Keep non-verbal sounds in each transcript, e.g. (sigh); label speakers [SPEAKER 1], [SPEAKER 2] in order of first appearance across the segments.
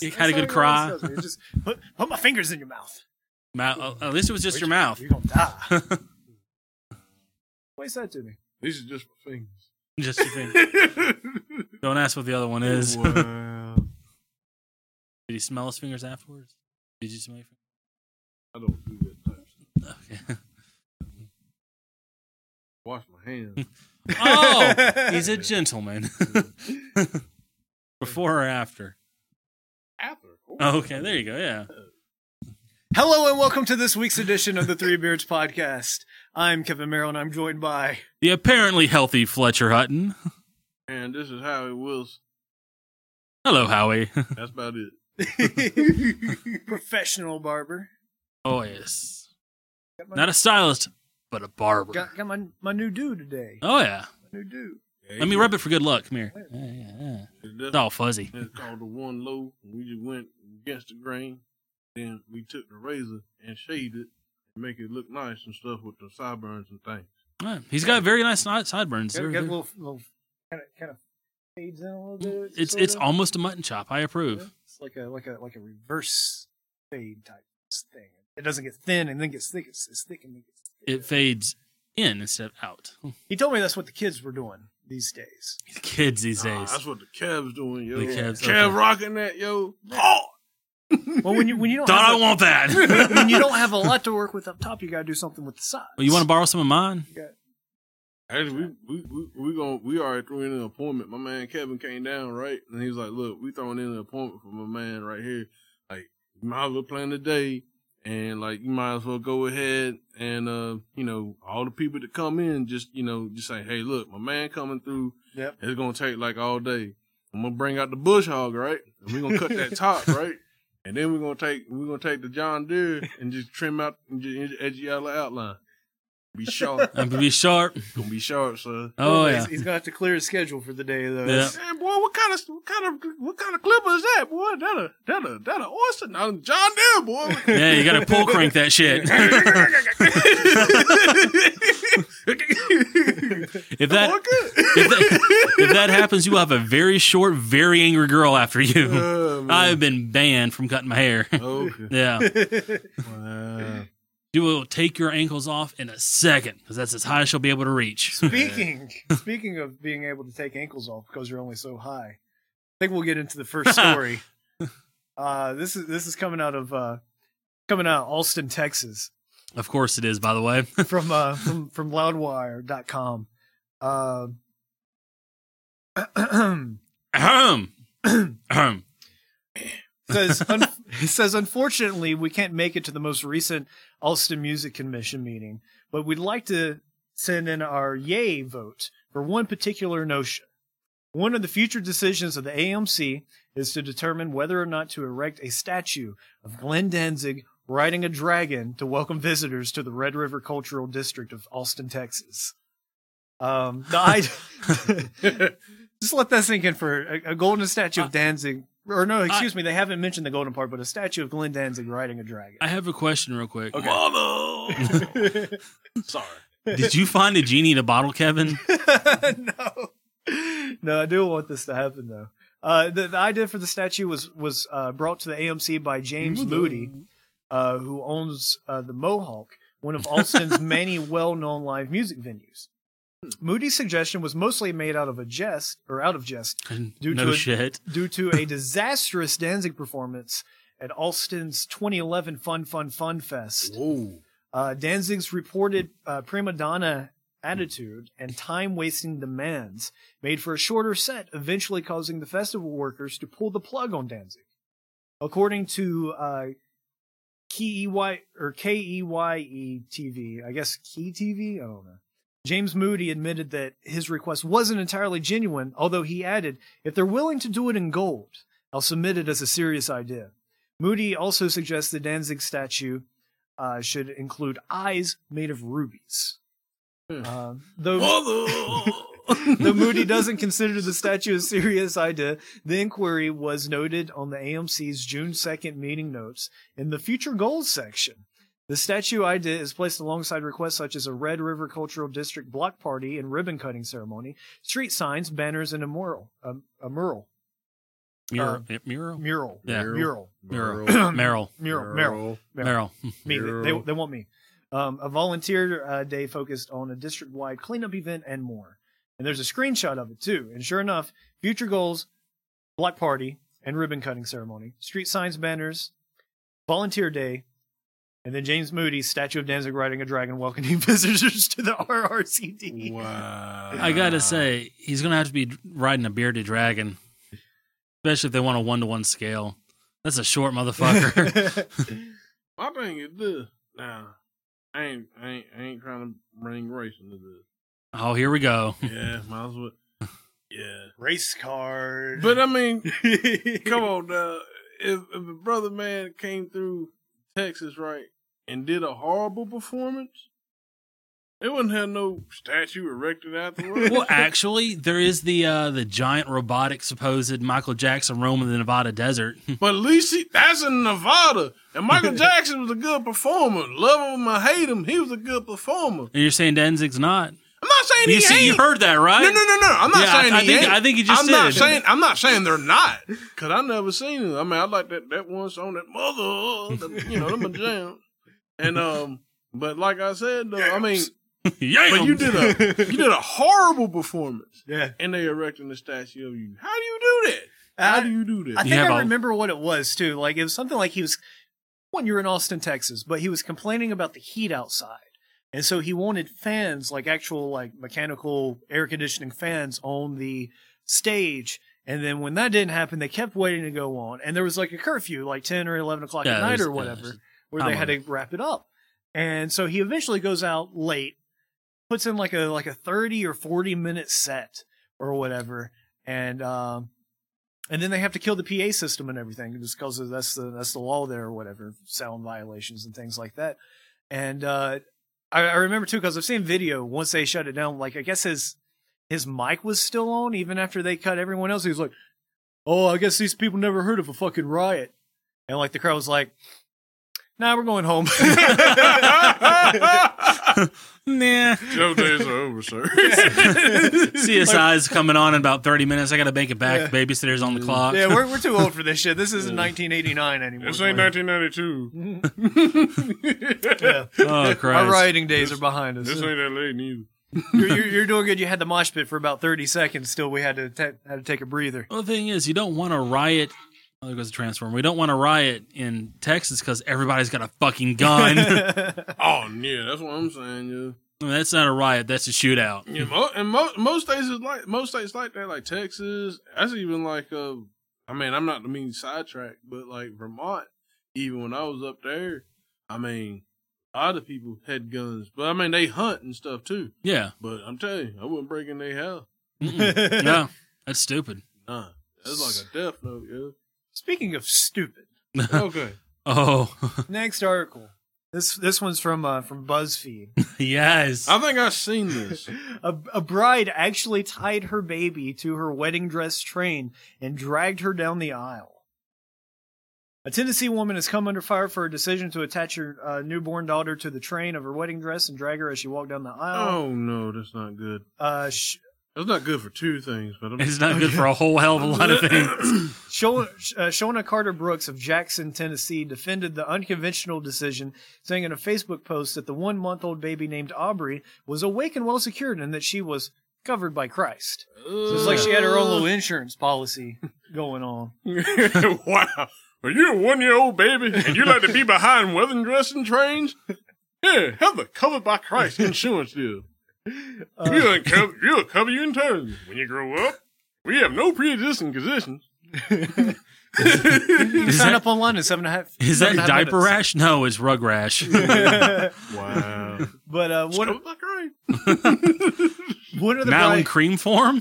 [SPEAKER 1] you had a
[SPEAKER 2] how
[SPEAKER 1] good
[SPEAKER 2] it always
[SPEAKER 1] cry.
[SPEAKER 2] goes, man. It's
[SPEAKER 1] (laughs)
[SPEAKER 2] just put, put my fingers in your mouth.
[SPEAKER 1] My, uh, at least it was just your
[SPEAKER 2] You're-
[SPEAKER 1] mouth.
[SPEAKER 2] You're gonna die. Place that to me.
[SPEAKER 3] These are just my fingers.
[SPEAKER 1] (laughs) Just your
[SPEAKER 2] (laughs)
[SPEAKER 1] finger. Don't ask what the other one is. Did
[SPEAKER 3] wow.
[SPEAKER 1] he smell his fingers afterwards? Did you smell your
[SPEAKER 3] I don't do that type stuff.
[SPEAKER 1] fingers?
[SPEAKER 2] (laughs)
[SPEAKER 1] Okay.
[SPEAKER 3] Wash my
[SPEAKER 1] Hmm.
[SPEAKER 3] hands.
[SPEAKER 1] (laughs) Oh,
[SPEAKER 2] (laughs)
[SPEAKER 1] he's a gentleman. (laughs) Before or after?
[SPEAKER 3] After.
[SPEAKER 1] Oh, okay, there you go. Yeah.
[SPEAKER 2] Hello and welcome to this week's edition of the Three Beards Podcast. I'm Kevin Merrill and I'm joined
[SPEAKER 1] (laughs)
[SPEAKER 2] by
[SPEAKER 1] The apparently healthy Fletcher Hutton. (laughs)
[SPEAKER 3] And this is how it was.
[SPEAKER 1] Hello, Howie. (laughs)
[SPEAKER 3] That's about it.
[SPEAKER 2] professional barber.
[SPEAKER 1] Oh yes,
[SPEAKER 2] Got my,
[SPEAKER 1] not a stylist, but a barber.
[SPEAKER 2] got, got my, my new do today.
[SPEAKER 1] Oh yeah.
[SPEAKER 2] My new do.
[SPEAKER 1] Let me rub it for good luck. Come here. Yeah, yeah, yeah. It's
[SPEAKER 3] That's,
[SPEAKER 1] all fuzzy.
[SPEAKER 3] that's called the one low. We just went against the grain. Then we took the razor and shaved it and make it look nice and stuff with the sideburns and things.
[SPEAKER 1] Yeah, He's got very nice side- sideburns.
[SPEAKER 2] Got, got
[SPEAKER 1] They're-
[SPEAKER 2] a
[SPEAKER 1] they're-
[SPEAKER 2] little, little kind of kind of fades in a little bit.
[SPEAKER 1] It's
[SPEAKER 2] sort
[SPEAKER 1] it's
[SPEAKER 2] of.
[SPEAKER 1] almost a mutton chop. I approve.
[SPEAKER 2] It's like a like a like a reverse fade type thing. It doesn't get thin and then gets thick. It's, it's thick and then gets. Thick.
[SPEAKER 1] It fades in instead of out.
[SPEAKER 2] he told me that's what the kids were doing these
[SPEAKER 1] (laughs)
[SPEAKER 2] days.
[SPEAKER 1] These (laughs) Kids these
[SPEAKER 3] Nah,
[SPEAKER 1] days.
[SPEAKER 3] that's what the Cavs doing, yo.
[SPEAKER 1] The Cavs,
[SPEAKER 3] Cav
[SPEAKER 1] okay.
[SPEAKER 3] rocking that, yo. Oh,
[SPEAKER 2] Well, when you when you don't
[SPEAKER 1] Thought I
[SPEAKER 2] have (laughs)
[SPEAKER 1] want that.
[SPEAKER 2] a, when you don't have a lot to work with up top, you got to do something with the sides.
[SPEAKER 1] (laughs) well, you want to borrow some of mine?
[SPEAKER 2] You got-
[SPEAKER 3] Actually, we we we, we going we already threw in an appointment. My man Kevin came down right, and he was like, "Look, we throwing in an appointment for my man right here. Like, you might as well plan today, and like you might as well go ahead and uh, you know, all the people that come in, just you know, just say, hey, look, my man coming through.
[SPEAKER 2] Yep.
[SPEAKER 3] It's gonna take like all day. I'm gonna bring out the bush hog, right? And we're gonna cut that top, right? And then we're gonna take we're gonna take the John Deere and just trim out and just edge out the outline. Be sharp.
[SPEAKER 1] I'm gonna be sharp.
[SPEAKER 3] gonna be sharp, son.
[SPEAKER 1] Oh
[SPEAKER 2] he's,
[SPEAKER 1] yeah.
[SPEAKER 2] he's gonna have to clear his schedule for the day though.
[SPEAKER 1] Yeah.
[SPEAKER 3] Man, boy, what kind of what kind of what kind of clipper is that, boy? That a that a that a Austin, not a John Deere, boy.
[SPEAKER 1] (laughs) Yeah, you gotta pull crank that shit. (laughs) if that if (laughs) that, if that happens, you will have a very short, very angry girl after
[SPEAKER 2] Uh,
[SPEAKER 1] you.
[SPEAKER 3] Oh, man.
[SPEAKER 1] I've been banned from cutting my hair. (laughs)
[SPEAKER 3] okay.
[SPEAKER 1] yeah,
[SPEAKER 2] (laughs)
[SPEAKER 3] Wow.
[SPEAKER 1] you will take your ankles off in a second because that's as high as she'll be able to reach.
[SPEAKER 2] Speaking (laughs) speaking of being able to take ankles off because you're only so high, I think we'll get into the first story. uh, this is this is coming out of uh, coming out of Alston, Texas,
[SPEAKER 1] of course, it is. By the way, (laughs)
[SPEAKER 2] from uh, from from Loudwire.com. Uh, (clears throat)
[SPEAKER 1] ahem, (clears throat) ahem.
[SPEAKER 2] says un- (laughs) it says unfortunately we can't make it to the most recent Alston Music Commission meeting, but we'd like to send in our yay vote for one particular notion. One of the future decisions of the AMC is to determine whether or not to erect a statue of Glenn Danzig riding a dragon to welcome visitors to the Red River Cultural District of Austin, Texas. Um, the idea, just let that sink in for a, a golden statue of Danzig, or no, excuse me, they haven't mentioned the golden part, but a statue of Glenn Danzig riding a dragon.
[SPEAKER 1] I have a question, real
[SPEAKER 3] (laughs)
[SPEAKER 1] quick.
[SPEAKER 3] Mother. (laughs) Sorry.
[SPEAKER 1] Did you find a genie in a bottle,
[SPEAKER 3] (laughs)
[SPEAKER 1] Kevin?
[SPEAKER 2] (laughs) no, no, I do want this to happen though. Uh, the, the idea for the statue was was uh, brought to the AMC by James Moody, uh, who owns uh, the Mohawk, one of (laughs) Alston's many well-known live music venues. Hmm. Moody's suggestion was mostly made out of a jest, or out of jest, Due
[SPEAKER 1] no
[SPEAKER 2] to a-
[SPEAKER 1] shit.
[SPEAKER 2] due to a disastrous Danzig performance at Alston's 2011 Fun Fun Fun Fest.
[SPEAKER 3] Whoa.
[SPEAKER 2] Uh, Danzig's reported uh, prima donna attitude and time wasting demands made for a shorter set, eventually causing the festival workers to pull the plug on Danzig. According to uh, KEY or E KEYE TV, I guess Key TV, I don't know. James Moody admitted that his request wasn't entirely genuine, although he added, if they're willing to do it in gold, I'll submit it as a serious idea. Moody also suggests the Danzig statue uh, should include eyes made of rubies.
[SPEAKER 3] Hmm.
[SPEAKER 2] Um, though, (laughs)
[SPEAKER 3] Mother.
[SPEAKER 2] though Moody doesn't consider the statue a serious idea, the inquiry was noted on the AMC's June 2nd meeting notes in the future goals section. The statue idea is placed alongside requests such as a Red River Cultural District block party and ribbon cutting ceremony, street signs, banners, and a mural. A, a mural.
[SPEAKER 3] Uh,
[SPEAKER 1] Mural. mural.
[SPEAKER 2] Mural.
[SPEAKER 1] Yeah.
[SPEAKER 2] Mural.
[SPEAKER 1] Mural.
[SPEAKER 3] Merrill.
[SPEAKER 2] (coughs)
[SPEAKER 1] Meryl.
[SPEAKER 2] Mural. Mural.
[SPEAKER 1] (laughs) Meryl.
[SPEAKER 2] Me, they, they,
[SPEAKER 3] Mural.
[SPEAKER 2] they want me. Um, a volunteer uh, day focused on a district wide cleanup event and more. And there's a screenshot of it too. And sure enough, future goals, block party and ribbon cutting ceremony, street signs, banners, volunteer day, and then James Moody's statue of Danzig riding a dragon welcoming visitors to (laughs) the RRCD.
[SPEAKER 3] Wow.
[SPEAKER 1] I gotta say, he's gonna have to be riding a bearded dragon, especially if they want a one to one scale. That's a short
[SPEAKER 3] (laughs)
[SPEAKER 1] motherfucker.
[SPEAKER 2] (laughs)
[SPEAKER 3] My thing is this. Nah, I ain't, I ain't, I ain't trying to bring race into this.
[SPEAKER 1] oh, here we go.
[SPEAKER 3] Yeah, might as well. Yeah,
[SPEAKER 2] Race card. (laughs)
[SPEAKER 3] but I mean, come on, uh, if if a brother man came through Texas right and did a horrible performance, they wouldn't have no statue erected afterwards.
[SPEAKER 1] Well, actually, there is the uh, the giant robotic supposed Michael Jackson roaming the Nevada desert. (laughs)
[SPEAKER 3] But at least he, that's in Nevada, and Michael Jackson was a good performer. Love him or hate him, he was a good performer.
[SPEAKER 1] And you're saying Danzig's not?
[SPEAKER 3] I'm not saying
[SPEAKER 1] You
[SPEAKER 3] he
[SPEAKER 1] see,
[SPEAKER 3] ain't.
[SPEAKER 1] you heard that, right?
[SPEAKER 3] No, no, no, no. I'm not
[SPEAKER 1] Yeah, I-
[SPEAKER 3] saying
[SPEAKER 1] I
[SPEAKER 3] he
[SPEAKER 1] think-
[SPEAKER 3] ain't.
[SPEAKER 1] I think he just
[SPEAKER 3] I'm not
[SPEAKER 1] said.
[SPEAKER 3] saying I'm not saying they're not because I never seen it. I mean, I like that that one song that mother, that, you know, them a jam. And um, but like I said, though, I mean,
[SPEAKER 1] (laughs) Yeah,
[SPEAKER 3] but you did a you did a horrible performance,
[SPEAKER 2] yeah.
[SPEAKER 3] and they erecting the statue of you. How do you do that?
[SPEAKER 2] I-
[SPEAKER 3] How do you do
[SPEAKER 2] I
[SPEAKER 3] that?
[SPEAKER 1] You
[SPEAKER 2] think
[SPEAKER 1] have
[SPEAKER 2] I
[SPEAKER 1] a-
[SPEAKER 2] remember what it was too. Like it was something like he was when you were in Austin, Texas, but he was complaining about the heat outside. And so he wanted fans, like actual like mechanical air conditioning fans on the stage. And then when that didn't happen, they kept waiting to go on. And there was like a curfew, like ten or eleven o'clock
[SPEAKER 1] Yeah,
[SPEAKER 2] at night
[SPEAKER 1] there's-
[SPEAKER 2] or
[SPEAKER 1] yeah,
[SPEAKER 2] whatever,
[SPEAKER 1] there's
[SPEAKER 2] where they
[SPEAKER 1] time
[SPEAKER 2] had to
[SPEAKER 1] on
[SPEAKER 2] wrap it up. And so he eventually goes out late, puts in like a like a thirty or forty minute set or whatever, and um, and then they have to kill the PA system and everything just because that's the that's the law there or whatever, sound violations and things like that. And uh, I, I remember too because I've seen video once they shut it down. Like I guess his his mic was still on even after they cut everyone else. He was like, "Oh, I guess these people never heard of a fucking riot," and like the crowd was like. Nah, we're going home. (laughs)
[SPEAKER 1] (laughs)
[SPEAKER 3] (laughs)
[SPEAKER 1] nah.
[SPEAKER 3] Show days are
[SPEAKER 2] (laughs)
[SPEAKER 3] over, sir.
[SPEAKER 1] CSI's (laughs) coming on in about 30 minutes. I got to make it back. Babysitter's on the clock.
[SPEAKER 2] yeah, we're, we're too old for this shit. This isn't 1989 anymore.
[SPEAKER 3] This ain't 1992.
[SPEAKER 2] (laughs)
[SPEAKER 3] (laughs)
[SPEAKER 2] Yeah.
[SPEAKER 1] (laughs)
[SPEAKER 2] (laughs)
[SPEAKER 1] Oh,
[SPEAKER 2] Our
[SPEAKER 1] Christ.
[SPEAKER 2] rioting days are behind us.
[SPEAKER 3] This ain't that late neither.
[SPEAKER 2] you're, you're, you're doing good. You had the mosh pit for about 30 seconds. Still, we had to ta- had to take a breather.
[SPEAKER 1] Well, the thing is, you don't want to riot. Oh, there goes the transform. We don't want to riot in Texas because everybody's got a fucking
[SPEAKER 2] (laughs)
[SPEAKER 3] (laughs)
[SPEAKER 1] gun. (laughs) I
[SPEAKER 3] Oh yeah, that's what I'm saying. Yeah.
[SPEAKER 1] mean, that's not a riot. That's a shootout.
[SPEAKER 3] Yeah, mo- and mo- most states is like most states like that, like Texas. That's even like uh, I mean, I'm not to mean sidetrack, but like Vermont. Even when I was up there, I mean, a lot of people had guns, but I mean they hunt and stuff too.
[SPEAKER 1] Yeah.
[SPEAKER 3] But I'm telling you, I wasn't breaking their hell.
[SPEAKER 2] (laughs)
[SPEAKER 1] Mm-mm. no, that's stupid.
[SPEAKER 3] Nah, that's like a death note,
[SPEAKER 1] (laughs)
[SPEAKER 3] yeah.
[SPEAKER 2] Speaking of stupid,
[SPEAKER 3] Okay,
[SPEAKER 1] Oh, (laughs)
[SPEAKER 2] next article. This this one's from uh, from BuzzFeed.
[SPEAKER 1] (laughs) yes.
[SPEAKER 3] I think I've
[SPEAKER 2] (laughs)
[SPEAKER 3] seen this.
[SPEAKER 2] A, a bride actually tied her baby to her wedding dress train and dragged her down the aisle. A Tennessee woman has come under fire for a decision to attach her uh, newborn daughter to the train of her wedding dress and drag her as she walked down the aisle.
[SPEAKER 3] Oh no, that's not good.
[SPEAKER 2] Uh, sh-
[SPEAKER 3] That's not good for two things, but I'm
[SPEAKER 1] It's not good for a whole hell of
[SPEAKER 2] (laughs)
[SPEAKER 1] a lot of
[SPEAKER 3] (laughs)
[SPEAKER 1] things.
[SPEAKER 2] Shona, uh, Shona Carter Brooks of Jackson, Tennessee, defended the unconventional decision, saying in a Facebook post that the one month old baby named Aubrey was awake and well secured and that she was covered by Christ. So it's like she had her own little insurance policy (laughs) going on.
[SPEAKER 3] (laughs) wow. Are you a one year old baby and you like to be behind wedding dressing trains? Here, have the covered by Christ insurance deal. we'll, uncover, we'll cover you internally. When you grow up, we have no pre existing conditions.
[SPEAKER 2] You sign
[SPEAKER 1] that-
[SPEAKER 2] up online in seven and a half.
[SPEAKER 1] Is that
[SPEAKER 2] seven and a half
[SPEAKER 1] diaper
[SPEAKER 2] minutes.
[SPEAKER 1] rash? No, it's
[SPEAKER 2] (laughs)
[SPEAKER 1] rug rash. (laughs)
[SPEAKER 3] Wow.
[SPEAKER 2] But uh, what?
[SPEAKER 3] covered by Christ.
[SPEAKER 2] What are the
[SPEAKER 1] Now in
[SPEAKER 2] bride? (laughs)
[SPEAKER 1] cream form?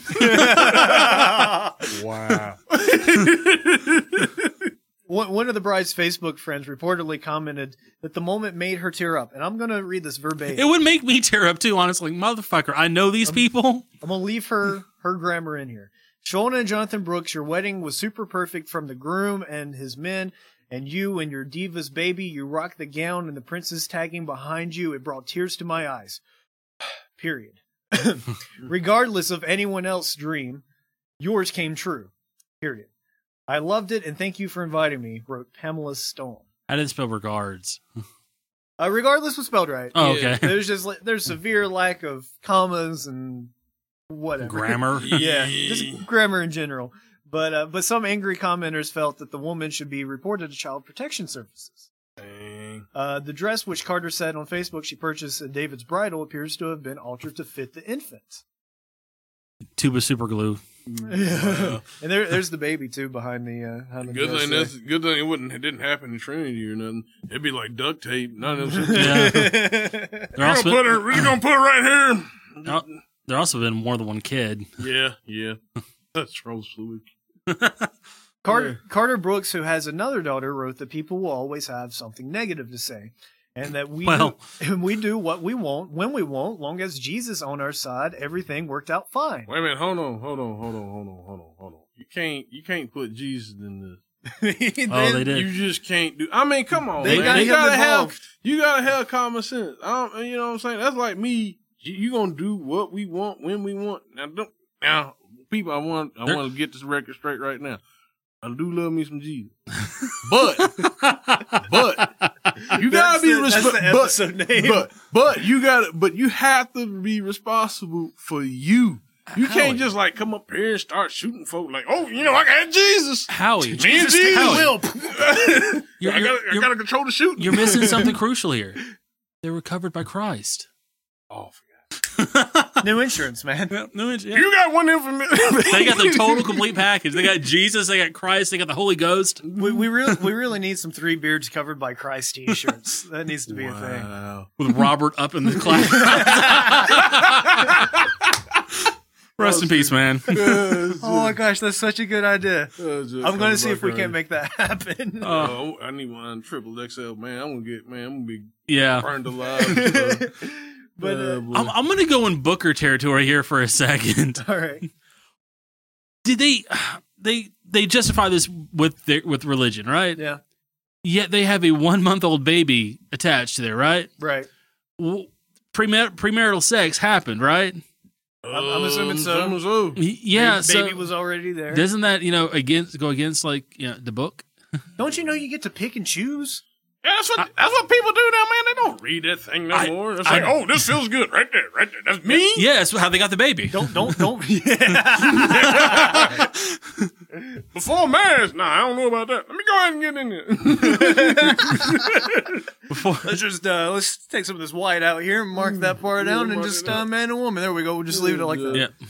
[SPEAKER 3] Wow.
[SPEAKER 2] One, one of the bride's Facebook friends reportedly commented that the moment made her tear up, and I'm going to read this verbatim.
[SPEAKER 1] It would make me tear up too, honestly. Motherfucker, I know
[SPEAKER 2] Um,
[SPEAKER 1] these people.
[SPEAKER 2] I'm gonna leave her her grammar in here. Shona and Jonathan Brooks, your wedding was super perfect from the groom and his men, and you and your diva's baby. You rocked the gown and the princess tagging behind you. It brought tears to my eyes. (sighs) Period. (laughs) Regardless of anyone else's dream, yours came true. Period. I I loved it and thank you for inviting me, wrote Pamela Stone.
[SPEAKER 1] I didn't spell regards.
[SPEAKER 2] Uh, regardless was spelled right.
[SPEAKER 1] Oh,
[SPEAKER 3] Yeah.
[SPEAKER 1] okay.
[SPEAKER 2] There's just like, there's severe lack of commas and whatever.
[SPEAKER 1] (laughs) (laughs) Grammar.
[SPEAKER 2] yeah, just grammar in general. But uh, but some angry commenters felt that the woman should be reported to child protection services.
[SPEAKER 3] Dang.
[SPEAKER 2] Uh, the dress, which Carter said on Facebook she purchased at David's Bridal, appears to have been altered to fit the infant.
[SPEAKER 1] Tube of super glue.
[SPEAKER 2] and there, there's the baby too behind the. Uh, behind the
[SPEAKER 3] Good
[SPEAKER 2] dress
[SPEAKER 3] thing
[SPEAKER 2] there.
[SPEAKER 3] that's good thing it wouldn't it didn't happen in Trinity or nothing. It'd be like duct tape. (laughs) None of them.
[SPEAKER 1] (laughs)
[SPEAKER 2] (laughs)
[SPEAKER 1] They're
[SPEAKER 3] We're
[SPEAKER 1] also,
[SPEAKER 3] gonna put her. We're gonna put her right here.
[SPEAKER 1] Oh, there also been more than one kid.
[SPEAKER 3] Yeah, yeah. That's trolls fluid.
[SPEAKER 2] Carter, Carter Brooks, who has another daughter, wrote that people will always have something negative to say, and that we
[SPEAKER 1] Well-
[SPEAKER 2] do, (laughs) and we do what we want when we want. Long as Jesus on our side, everything worked out fine. (laughs)
[SPEAKER 3] Wait a minute. Hold on. Hold on. Hold on. Hold on. Hold on. Hold on. You can't. You can't put Jesus in this.
[SPEAKER 1] Oh, they did.
[SPEAKER 3] You just can't do. I mean, come on.
[SPEAKER 2] They
[SPEAKER 3] Oh, man.
[SPEAKER 2] got
[SPEAKER 3] you
[SPEAKER 2] him
[SPEAKER 3] gotta
[SPEAKER 2] involved.
[SPEAKER 3] have. You gotta have common sense. I don't, you know what I'm saying? That's like me. You, you gonna do what we want when we want. Now don't. Now people, I want. I
[SPEAKER 1] There-
[SPEAKER 3] want to get this record straight right now. I do love me some Jesus,
[SPEAKER 1] (laughs)
[SPEAKER 3] but but you gotta be responsible.
[SPEAKER 2] name.
[SPEAKER 3] but but you got to but you have to be responsible for you. You can't just like come up here and start shooting folk like, oh, you know, I got Jesus. (laughs)
[SPEAKER 1] (laughs) Howie,
[SPEAKER 3] Me and Jesus
[SPEAKER 1] Howie,
[SPEAKER 3] will.
[SPEAKER 1] You're-
[SPEAKER 3] I
[SPEAKER 1] you're-
[SPEAKER 3] gotta, I
[SPEAKER 1] you're-
[SPEAKER 3] gotta control the shooting. (laughs)
[SPEAKER 1] you're missing (laughs) something crucial here. They were covered by Christ.
[SPEAKER 3] Oh, forgot.
[SPEAKER 2] (laughs) New insurance, man.
[SPEAKER 3] (laughs) You got
[SPEAKER 1] (laughs)
[SPEAKER 3] one information.
[SPEAKER 1] They
[SPEAKER 3] (laughs)
[SPEAKER 1] got the total complete package. They got Jesus, they got Christ, they got the Holy Ghost.
[SPEAKER 2] We, we really we really need some three beards covered by Christ
[SPEAKER 3] (laughs)
[SPEAKER 2] T-shirts. That needs to be a thing.
[SPEAKER 3] Wow.
[SPEAKER 1] with Robert up (laughs) in the cloud. Rest in peace, man. (laughs)
[SPEAKER 2] Oh my gosh, that's such a good idea. I'm going to see if we can't make that (laughs) happen.
[SPEAKER 1] Uh,
[SPEAKER 3] Oh, I need one triple XL, man. I'm gonna get, man. I'm gonna be
[SPEAKER 1] yeah.
[SPEAKER 3] burned (laughs) alive.
[SPEAKER 2] but uh,
[SPEAKER 1] I'm, I'm going to go in Booker territory here for a second.
[SPEAKER 2] all right,
[SPEAKER 1] Did they (sighs) they they justify this with their, with religion, right?
[SPEAKER 2] yeah,
[SPEAKER 1] Yet they have a 1-month-old baby attached to there, right?
[SPEAKER 2] right.
[SPEAKER 1] W- Premar- premarital sex happened, right?
[SPEAKER 2] I'm- I'm assuming so.
[SPEAKER 3] I'm assuming um, so.
[SPEAKER 1] Y- Yeah,
[SPEAKER 2] Baby
[SPEAKER 1] so
[SPEAKER 2] was already there.
[SPEAKER 1] doesn't that, you know, against go against like, you know, the book?
[SPEAKER 2] Don't you know you get to pick and choose?
[SPEAKER 3] Yeah, that's what that's what people do now, man. They don't read that thing no
[SPEAKER 1] I-
[SPEAKER 3] more. It's
[SPEAKER 1] I-
[SPEAKER 3] like, oh, this feels good right there, right there. That's me.
[SPEAKER 1] Yeah, that's how they got the baby.
[SPEAKER 2] Don't don't
[SPEAKER 3] (laughs)
[SPEAKER 2] don't. (laughs) Yeah.
[SPEAKER 3] Before marriage, nah, I don't know about that. Let me go ahead and get in there.
[SPEAKER 1] Before
[SPEAKER 2] let's just uh, let's take some of this white out here and mark that part out and
[SPEAKER 3] Mm. mark
[SPEAKER 2] just
[SPEAKER 3] it out.
[SPEAKER 2] uh, man and woman. There we go. We'll just leave it like that.
[SPEAKER 1] Yeah.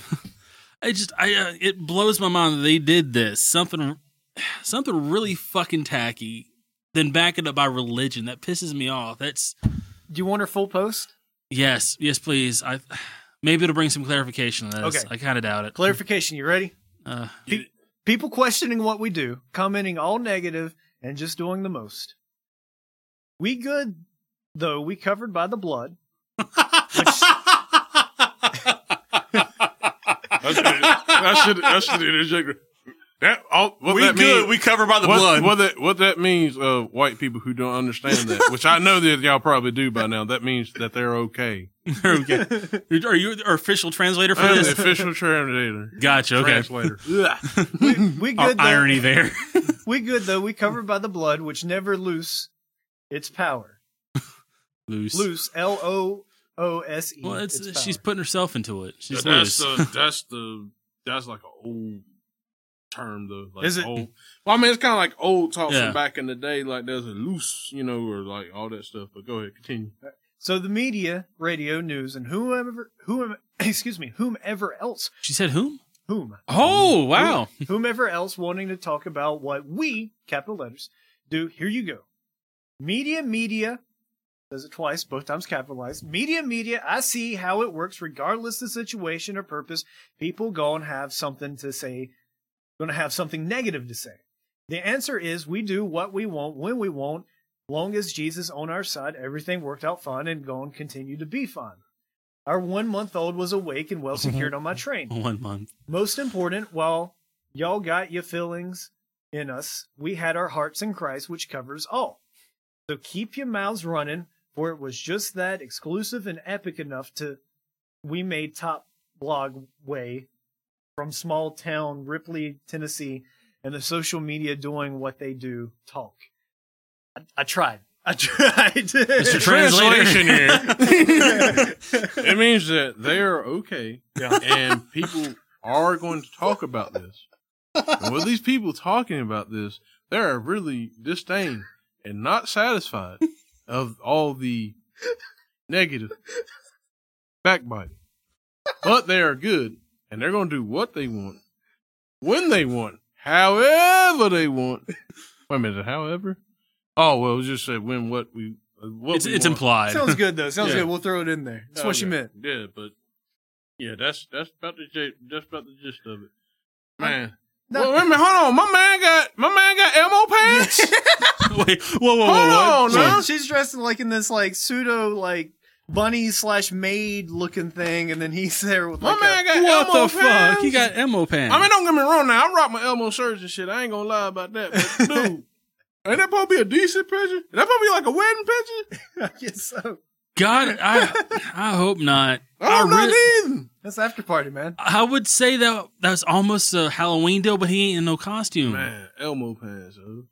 [SPEAKER 1] (laughs) I just I uh, it blows my mind that they did this. Something (sighs) something really fucking tacky then back it up by religion. That pisses me off. That's
[SPEAKER 2] Do you want her full post?
[SPEAKER 1] yes, yes please. I maybe it'll bring some clarification to this.
[SPEAKER 2] Okay.
[SPEAKER 1] I kind of doubt it.
[SPEAKER 2] Clarification. You ready?
[SPEAKER 1] Uh,
[SPEAKER 2] Pe- people questioning what we do, commenting all negative, and just doing the most. We good, though we covered by the blood.
[SPEAKER 3] I should I should interject. That all what
[SPEAKER 4] we
[SPEAKER 3] that
[SPEAKER 4] good.
[SPEAKER 3] means-
[SPEAKER 4] we covered by the
[SPEAKER 3] what,
[SPEAKER 4] blood.
[SPEAKER 3] What that what that means, uh, white people who don't understand that, which I know that y'all probably do by now. That means that they're okay.
[SPEAKER 1] okay. (laughs) Are you our official translator for
[SPEAKER 3] I'm the
[SPEAKER 1] this?
[SPEAKER 3] official translator.
[SPEAKER 1] Gotcha. Okay.
[SPEAKER 3] Translator.
[SPEAKER 2] (laughs) We, we
[SPEAKER 1] Our
[SPEAKER 2] good, though,
[SPEAKER 1] irony there.
[SPEAKER 2] we good though we covered by the blood, which never loose its power.
[SPEAKER 1] Loose.
[SPEAKER 2] Loose, L O O S E.
[SPEAKER 1] Well, it's,
[SPEAKER 2] power.
[SPEAKER 1] she's putting herself into it. She's
[SPEAKER 3] that's uh,
[SPEAKER 1] loose.
[SPEAKER 3] the that's the that's like an old term though. Like
[SPEAKER 2] Is it?
[SPEAKER 3] Old, well, I mean, it's kind of like old talk
[SPEAKER 1] Yeah.
[SPEAKER 3] from back in the day. Like there's a loose, you know, or like all that stuff. But go ahead, continue.
[SPEAKER 2] So the media, radio, news, and whoever, (coughs) whom, excuse me, whomever else,
[SPEAKER 1] she said whom?
[SPEAKER 2] whom,
[SPEAKER 1] Oh wow.
[SPEAKER 2] whomever else wanting to talk about what we, capital letters, do. Here you go. Media, media, does it twice, both times capitalized. Media, media, I see how it works, regardless the situation or purpose. People gonna have something to say, gonna have something negative to say. The answer is we do what we want when we want. Long as Jesus on our side, everything worked out fine and gone continue to be fine. Our one month old was awake and well secured on my train.
[SPEAKER 1] One month.
[SPEAKER 2] Most important, while y'all got your feelings in us, we had our hearts in Christ, which covers all. So keep your mouths running, for it was just that exclusive and epic enough to we made top blog way from small town Ripley, Tennessee, and the social media doing what they do talk. I, I tried. I (laughs) tried.
[SPEAKER 1] Mr. Translator.
[SPEAKER 3] Translation here. (laughs) it means that they are okay,
[SPEAKER 2] Yeah.
[SPEAKER 3] and people are going to talk about this. And with these people talking about this, they are really disdained and not satisfied of all the negative backbiting. But they are good, and they're going to do what they want, when they want, however they want. Wait a minute, however? Oh well, it was just said when what we uh, what
[SPEAKER 1] It's,
[SPEAKER 3] we
[SPEAKER 1] it's
[SPEAKER 3] want.
[SPEAKER 1] implied.
[SPEAKER 2] Sounds good though. Sounds
[SPEAKER 3] Yeah.
[SPEAKER 2] good. We'll throw it in there. That's
[SPEAKER 3] Oh,
[SPEAKER 2] what she
[SPEAKER 3] yeah.
[SPEAKER 2] meant.
[SPEAKER 3] Yeah, but yeah, that's that's about the gi- that's about the gist of it. Man,
[SPEAKER 2] No.
[SPEAKER 3] well, wait a minute, hold on. My man got my man got Elmo
[SPEAKER 1] (laughs)
[SPEAKER 3] pants.
[SPEAKER 1] (laughs) Wait, whoa, whoa, whoa,
[SPEAKER 3] Hold
[SPEAKER 1] whoa.
[SPEAKER 3] on, now.
[SPEAKER 2] She- she's dressed in like in this like pseudo like bunny slash maid looking thing, and then he's there with
[SPEAKER 3] My
[SPEAKER 2] like
[SPEAKER 3] man
[SPEAKER 2] a,
[SPEAKER 3] got
[SPEAKER 1] What
[SPEAKER 3] Elmo
[SPEAKER 1] the fuck?
[SPEAKER 3] pants.
[SPEAKER 1] He got Elmo pants.
[SPEAKER 3] I mean, don't get me wrong. Now I rock my Elmo shirts and shit. I ain't gonna lie about that,
[SPEAKER 1] (laughs)
[SPEAKER 3] but dude. Ain't that supposed to be a decent picture? Is that supposed to be like a wedding picture?
[SPEAKER 2] (laughs) I guess so.
[SPEAKER 1] God, I I hope not.
[SPEAKER 3] I'm
[SPEAKER 1] I
[SPEAKER 3] not
[SPEAKER 1] re-
[SPEAKER 3] neither.
[SPEAKER 2] That's after party, man.
[SPEAKER 1] I would say that that's almost a Halloween deal, but he ain't in no costume.
[SPEAKER 3] Man, Elmo pants, dude.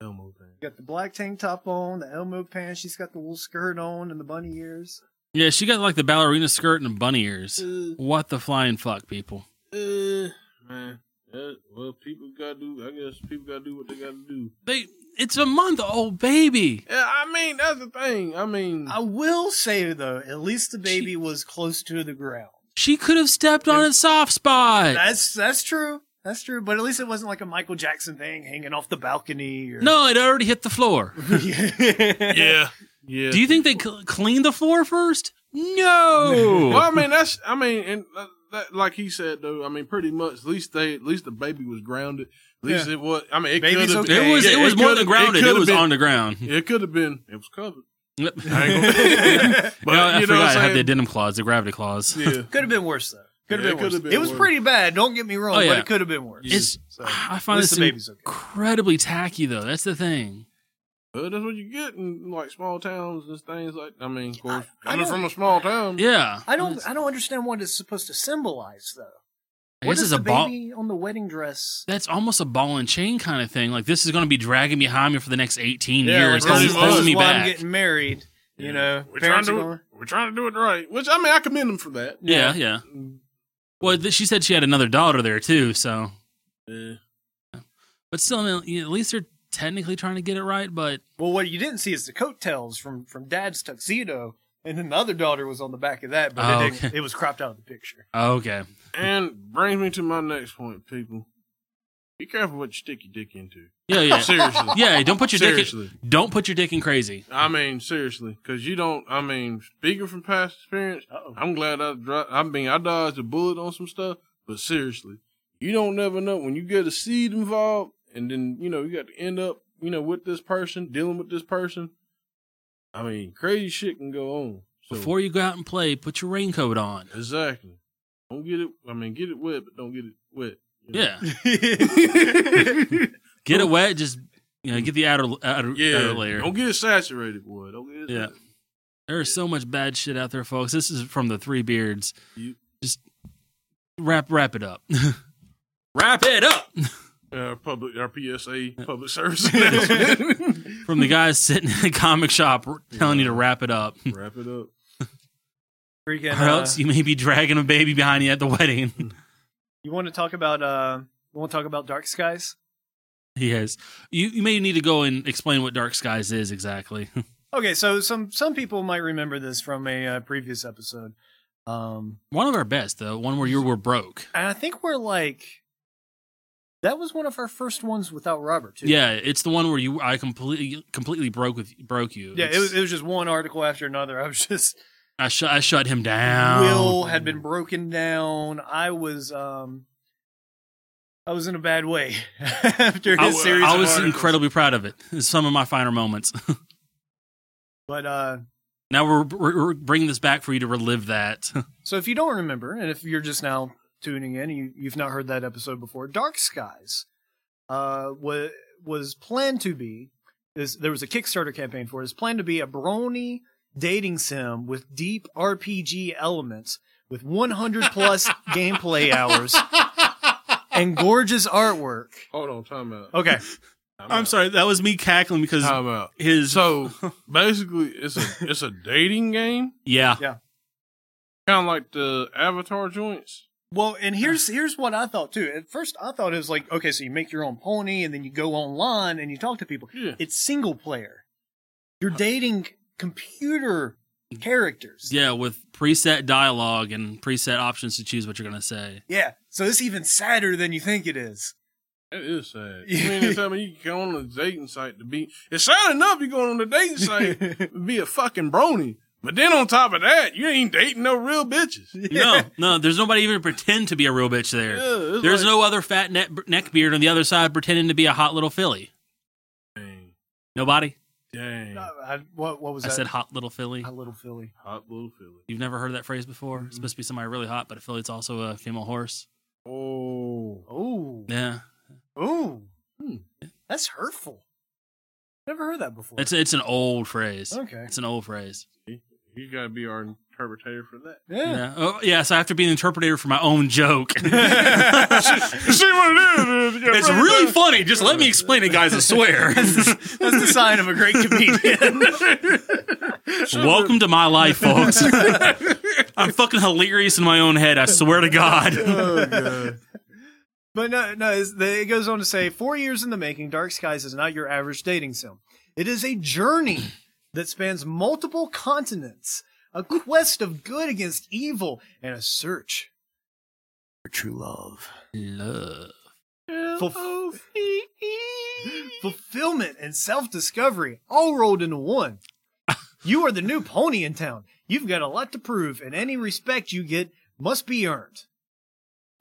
[SPEAKER 3] Elmo pants.
[SPEAKER 2] Got the black tank top on, the Elmo pants. She's got the wool skirt on and the bunny ears.
[SPEAKER 1] Yeah, she got like the ballerina skirt and bunny ears.
[SPEAKER 3] Uh,
[SPEAKER 1] What the flying fuck, people?
[SPEAKER 3] Uh, man. Yeah, well, people gotta do. I guess people gotta do what they gotta do.
[SPEAKER 1] They, it's a month old baby.
[SPEAKER 3] Yeah, I mean that's the thing. I mean,
[SPEAKER 2] I will say though, at least the baby was close to the ground.
[SPEAKER 1] She could have stepped on a soft spot.
[SPEAKER 2] That's that's true. That's true. But at least it wasn't like a Michael Jackson thing hanging off the balcony. Or...
[SPEAKER 1] No, it already hit the floor.
[SPEAKER 2] (laughs) yeah. (laughs)
[SPEAKER 3] yeah.
[SPEAKER 1] Do you think they cl- cleaned the floor first? No.
[SPEAKER 3] (laughs) well, I mean that's. I mean, and uh, that, like he said though. I mean, pretty much. At least they. At least the baby was grounded. At least it was. I mean, it
[SPEAKER 2] Baby's
[SPEAKER 3] could have.
[SPEAKER 2] okay.
[SPEAKER 1] It was
[SPEAKER 3] Yeah,
[SPEAKER 1] it was
[SPEAKER 3] it
[SPEAKER 1] more
[SPEAKER 3] could've-
[SPEAKER 1] than grounded.
[SPEAKER 3] it
[SPEAKER 1] It,
[SPEAKER 3] could've
[SPEAKER 1] was
[SPEAKER 3] been-
[SPEAKER 1] on the ground.
[SPEAKER 3] (laughs) Been, it could have been. It was covered.
[SPEAKER 1] Yep. (laughs)
[SPEAKER 3] I ain't gonna- but
[SPEAKER 1] No, I
[SPEAKER 3] you know,
[SPEAKER 1] forgot
[SPEAKER 3] what
[SPEAKER 1] I
[SPEAKER 3] I'm
[SPEAKER 1] had the
[SPEAKER 3] saying?
[SPEAKER 1] denim claws, the gravity claws.
[SPEAKER 3] (laughs) Yeah.
[SPEAKER 2] Could have been worse though. Could have
[SPEAKER 3] Yeah, it
[SPEAKER 2] been worse.
[SPEAKER 3] could've been
[SPEAKER 2] it was
[SPEAKER 3] worse.
[SPEAKER 2] pretty bad. Don't get me wrong,
[SPEAKER 1] Oh, yeah.
[SPEAKER 2] but it could have been worse.
[SPEAKER 1] It's
[SPEAKER 2] So,
[SPEAKER 1] I
[SPEAKER 2] at
[SPEAKER 1] find
[SPEAKER 2] least
[SPEAKER 1] this
[SPEAKER 2] the baby's okay.
[SPEAKER 1] incredibly tacky though. That's the thing.
[SPEAKER 3] Well, that's what you get in like small towns and things like. I mean, of course,
[SPEAKER 2] I
[SPEAKER 3] coming
[SPEAKER 2] don't-
[SPEAKER 3] from a small town.
[SPEAKER 1] Yeah.
[SPEAKER 2] I don't. I don't understand what it's supposed to symbolize though.
[SPEAKER 1] I
[SPEAKER 2] What
[SPEAKER 1] guess
[SPEAKER 2] is
[SPEAKER 1] it's
[SPEAKER 2] the
[SPEAKER 1] a ball.
[SPEAKER 2] baby on the wedding dress?
[SPEAKER 1] That's almost a ball and chain kind of thing. Like this is going to be dragging behind me for the next eighteen
[SPEAKER 3] Yeah,
[SPEAKER 1] years,
[SPEAKER 3] like,
[SPEAKER 1] holding,
[SPEAKER 3] this is
[SPEAKER 1] holding me
[SPEAKER 2] why I'm
[SPEAKER 1] back.
[SPEAKER 2] getting married. You know,
[SPEAKER 3] we're trying
[SPEAKER 2] parents
[SPEAKER 3] to
[SPEAKER 2] are
[SPEAKER 3] do
[SPEAKER 2] going,
[SPEAKER 3] it, we're trying to do it right. Which I mean, I commend them for that.
[SPEAKER 1] yeah, yeah. Well, th- she said she had another daughter there too. So,
[SPEAKER 3] Yeah.
[SPEAKER 1] but still, I mean, you know, at least they're technically trying to get it right. But
[SPEAKER 2] Well, what you didn't see is the coattails from from dad's tuxedo, and then the other daughter was on the back of that, but
[SPEAKER 1] Oh,
[SPEAKER 2] it, didn't,
[SPEAKER 1] okay.
[SPEAKER 2] it was cropped out of the
[SPEAKER 3] (laughs)
[SPEAKER 2] picture.
[SPEAKER 1] okay,
[SPEAKER 3] And brings me to my next point, people. Be careful what you stick your dick into.
[SPEAKER 1] yeah,
[SPEAKER 3] (laughs)
[SPEAKER 1] yeah,
[SPEAKER 3] Seriously.
[SPEAKER 1] yeah. Don't put your
[SPEAKER 3] seriously.
[SPEAKER 1] dick. In, don't put your dick in crazy.
[SPEAKER 3] I mean, seriously, because you don't. I mean, speaking from past experience,
[SPEAKER 2] Uh-oh.
[SPEAKER 3] I'm glad I dri I mean, I dodged a bullet on some stuff, but seriously, you don't never know when you get a seed involved, and then you know you got to end up, you know, with this person, dealing with this person. I mean, crazy shit can go on. So,
[SPEAKER 1] Before you go out and play, put your raincoat on.
[SPEAKER 3] exactly, don't get it. I mean, get it wet, but don't get it wet. you know?
[SPEAKER 1] Yeah, get it wet. Just you know, get the outer outer, outer
[SPEAKER 3] yeah.
[SPEAKER 1] layer.
[SPEAKER 3] Don't get it saturated, boy. Don't get it.
[SPEAKER 1] Yeah. There's so much bad shit out there, folks. This is from the Three Beards.
[SPEAKER 3] You-
[SPEAKER 1] Just wrap wrap it up. (laughs) wrap it up
[SPEAKER 3] Our Uh, public, our PSA, public service announcement.
[SPEAKER 1] from the guys sitting in the comic shop r- telling you to wrap it up,
[SPEAKER 3] Wrap it up.
[SPEAKER 2] Freaking,
[SPEAKER 1] or
[SPEAKER 2] uh,
[SPEAKER 1] else you may be dragging a baby behind you at the wedding. (laughs)
[SPEAKER 2] you want to talk about? uh You want to talk about dark skies?
[SPEAKER 1] yes, you you may need to go and explain what Dark Skies is exactly. (laughs)
[SPEAKER 2] Okay, so some some people might remember this from a uh, previous episode. Um,
[SPEAKER 1] one of our best, though. One where you were broke.
[SPEAKER 2] And I think we're like that was one of our first ones without Robert too.
[SPEAKER 1] Yeah, it's the one where you I completely completely broke with broke you.
[SPEAKER 2] Yeah, it
[SPEAKER 1] It's-
[SPEAKER 2] was, it was just one article after another. I was
[SPEAKER 1] (laughs)
[SPEAKER 2] just
[SPEAKER 1] I shut I shut him down.
[SPEAKER 2] Will had been broken down. I was um I was in a bad way (laughs) after
[SPEAKER 1] I,
[SPEAKER 2] his series.
[SPEAKER 1] I
[SPEAKER 2] of
[SPEAKER 1] was
[SPEAKER 2] articles.
[SPEAKER 1] incredibly proud of it. It's some of my finer moments.
[SPEAKER 2] But uh
[SPEAKER 1] now we're, we're we're bringing this back for you to relive that.
[SPEAKER 2] so if you don't remember, and if you're just now tuning in, and you, you've not heard that episode before. Dark Skies uh was was planned to be is there was a Kickstarter campaign for it. It's planned to be a brony dating sim with deep RPG elements with 100 plus gameplay hours and gorgeous artwork.
[SPEAKER 3] Hold on, time out.
[SPEAKER 2] Okay.
[SPEAKER 3] Time
[SPEAKER 1] (laughs) I'm
[SPEAKER 3] out.
[SPEAKER 1] sorry, that was me cackling because (laughs)
[SPEAKER 3] Time out.
[SPEAKER 1] his
[SPEAKER 3] So
[SPEAKER 1] (laughs)
[SPEAKER 3] basically, it's a it's a dating game,
[SPEAKER 1] yeah.
[SPEAKER 3] kind of like the Avatar joints.
[SPEAKER 2] Well, and here's here's what I thought too. At first, I thought it was like, okay, so you make your own pony, and then you go online and you talk to people.
[SPEAKER 3] Yeah.
[SPEAKER 2] It's single player. You're dating computer characters.
[SPEAKER 1] Yeah, with preset dialogue and preset options to choose what you're gonna (laughs) say.
[SPEAKER 2] Yeah. So it's even sadder than you think it is.
[SPEAKER 3] That is sad. I mean, it's, I mean, you can go on a dating site to be. It's sad enough you go on a
[SPEAKER 1] (laughs)
[SPEAKER 3] dating site to be a fucking brony, but then on top of that, you ain't dating no real bitches. Yeah,
[SPEAKER 1] No, no, there's nobody even pretend to be a real bitch there.
[SPEAKER 3] it's
[SPEAKER 1] There's
[SPEAKER 3] like-
[SPEAKER 1] no other fat neck neckbeard on the other side pretending to be a hot little filly.
[SPEAKER 3] Dang,
[SPEAKER 1] Nobody.
[SPEAKER 3] dang,
[SPEAKER 2] Uh, I- what what was
[SPEAKER 1] I
[SPEAKER 2] that?
[SPEAKER 1] said hot little filly.
[SPEAKER 2] My little Philly.
[SPEAKER 3] hot little Philly.
[SPEAKER 1] You've never heard that phrase before. It's supposed to be somebody really hot, but a filly's also a female horse.
[SPEAKER 3] Oh,
[SPEAKER 2] Oh.
[SPEAKER 1] Yeah,
[SPEAKER 2] Oh.
[SPEAKER 3] Hmm.
[SPEAKER 2] That's hurtful. Never heard that before.
[SPEAKER 1] it's it's an old phrase.
[SPEAKER 2] okay.
[SPEAKER 1] It's an old phrase.
[SPEAKER 3] you gotta be our interpreter for that.
[SPEAKER 1] Yeah.
[SPEAKER 2] Yeah.
[SPEAKER 1] Oh, yeah. So I have to be an interpreter for my own joke.
[SPEAKER 3] see, see what it is? is you
[SPEAKER 1] (laughs) (laughs)
[SPEAKER 3] got
[SPEAKER 1] It's really funny. Just let me explain it, guys. I swear.
[SPEAKER 2] That's the sign of a great comedian.
[SPEAKER 1] (laughs)
[SPEAKER 2] (laughs)
[SPEAKER 1] Welcome to my life, folks. I'm fucking hilarious in my own head. I swear to God.
[SPEAKER 3] Oh, (laughs) God.
[SPEAKER 2] But no, no. It's, the, it goes on to say, four years in the making, Dark Skies is not your average dating sim. It is a journey that spans multiple continents, a quest of good against evil, and a search for true love,
[SPEAKER 1] Love.
[SPEAKER 2] Fulf-
[SPEAKER 3] E.
[SPEAKER 2] fulfillment, and self-discovery, all rolled into one. You are the new pony in town. You've got a lot to prove, and any respect you get must be earned.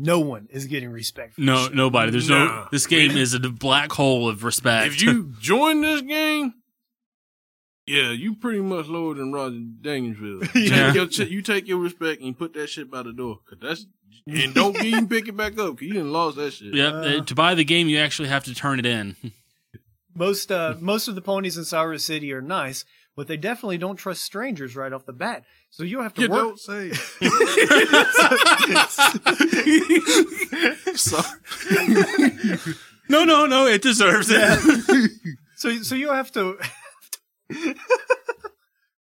[SPEAKER 2] No one is getting respect. For
[SPEAKER 1] No,
[SPEAKER 2] this shit.
[SPEAKER 1] nobody. There's no.
[SPEAKER 3] Nah.
[SPEAKER 1] This game is a black hole of respect. (laughs)
[SPEAKER 3] if you join this game, yeah, you pretty much lower than Roger
[SPEAKER 1] (laughs)
[SPEAKER 3] Dangersville.
[SPEAKER 1] Yeah.
[SPEAKER 3] Take your chi- you take your respect and you put that shit by the door. 'cause that's and don't get you pick it back up. Cause you done lost that shit. (laughs)
[SPEAKER 1] yeah, uh, to buy the game, you actually have to turn it in.
[SPEAKER 2] Most uh, most of the ponies in Cyrus City are nice, but they definitely don't trust strangers right off the bat. So you'll have to
[SPEAKER 3] You
[SPEAKER 2] work.
[SPEAKER 3] don't say.
[SPEAKER 1] No, no, no. It deserves it.
[SPEAKER 2] (laughs) So so you'll have to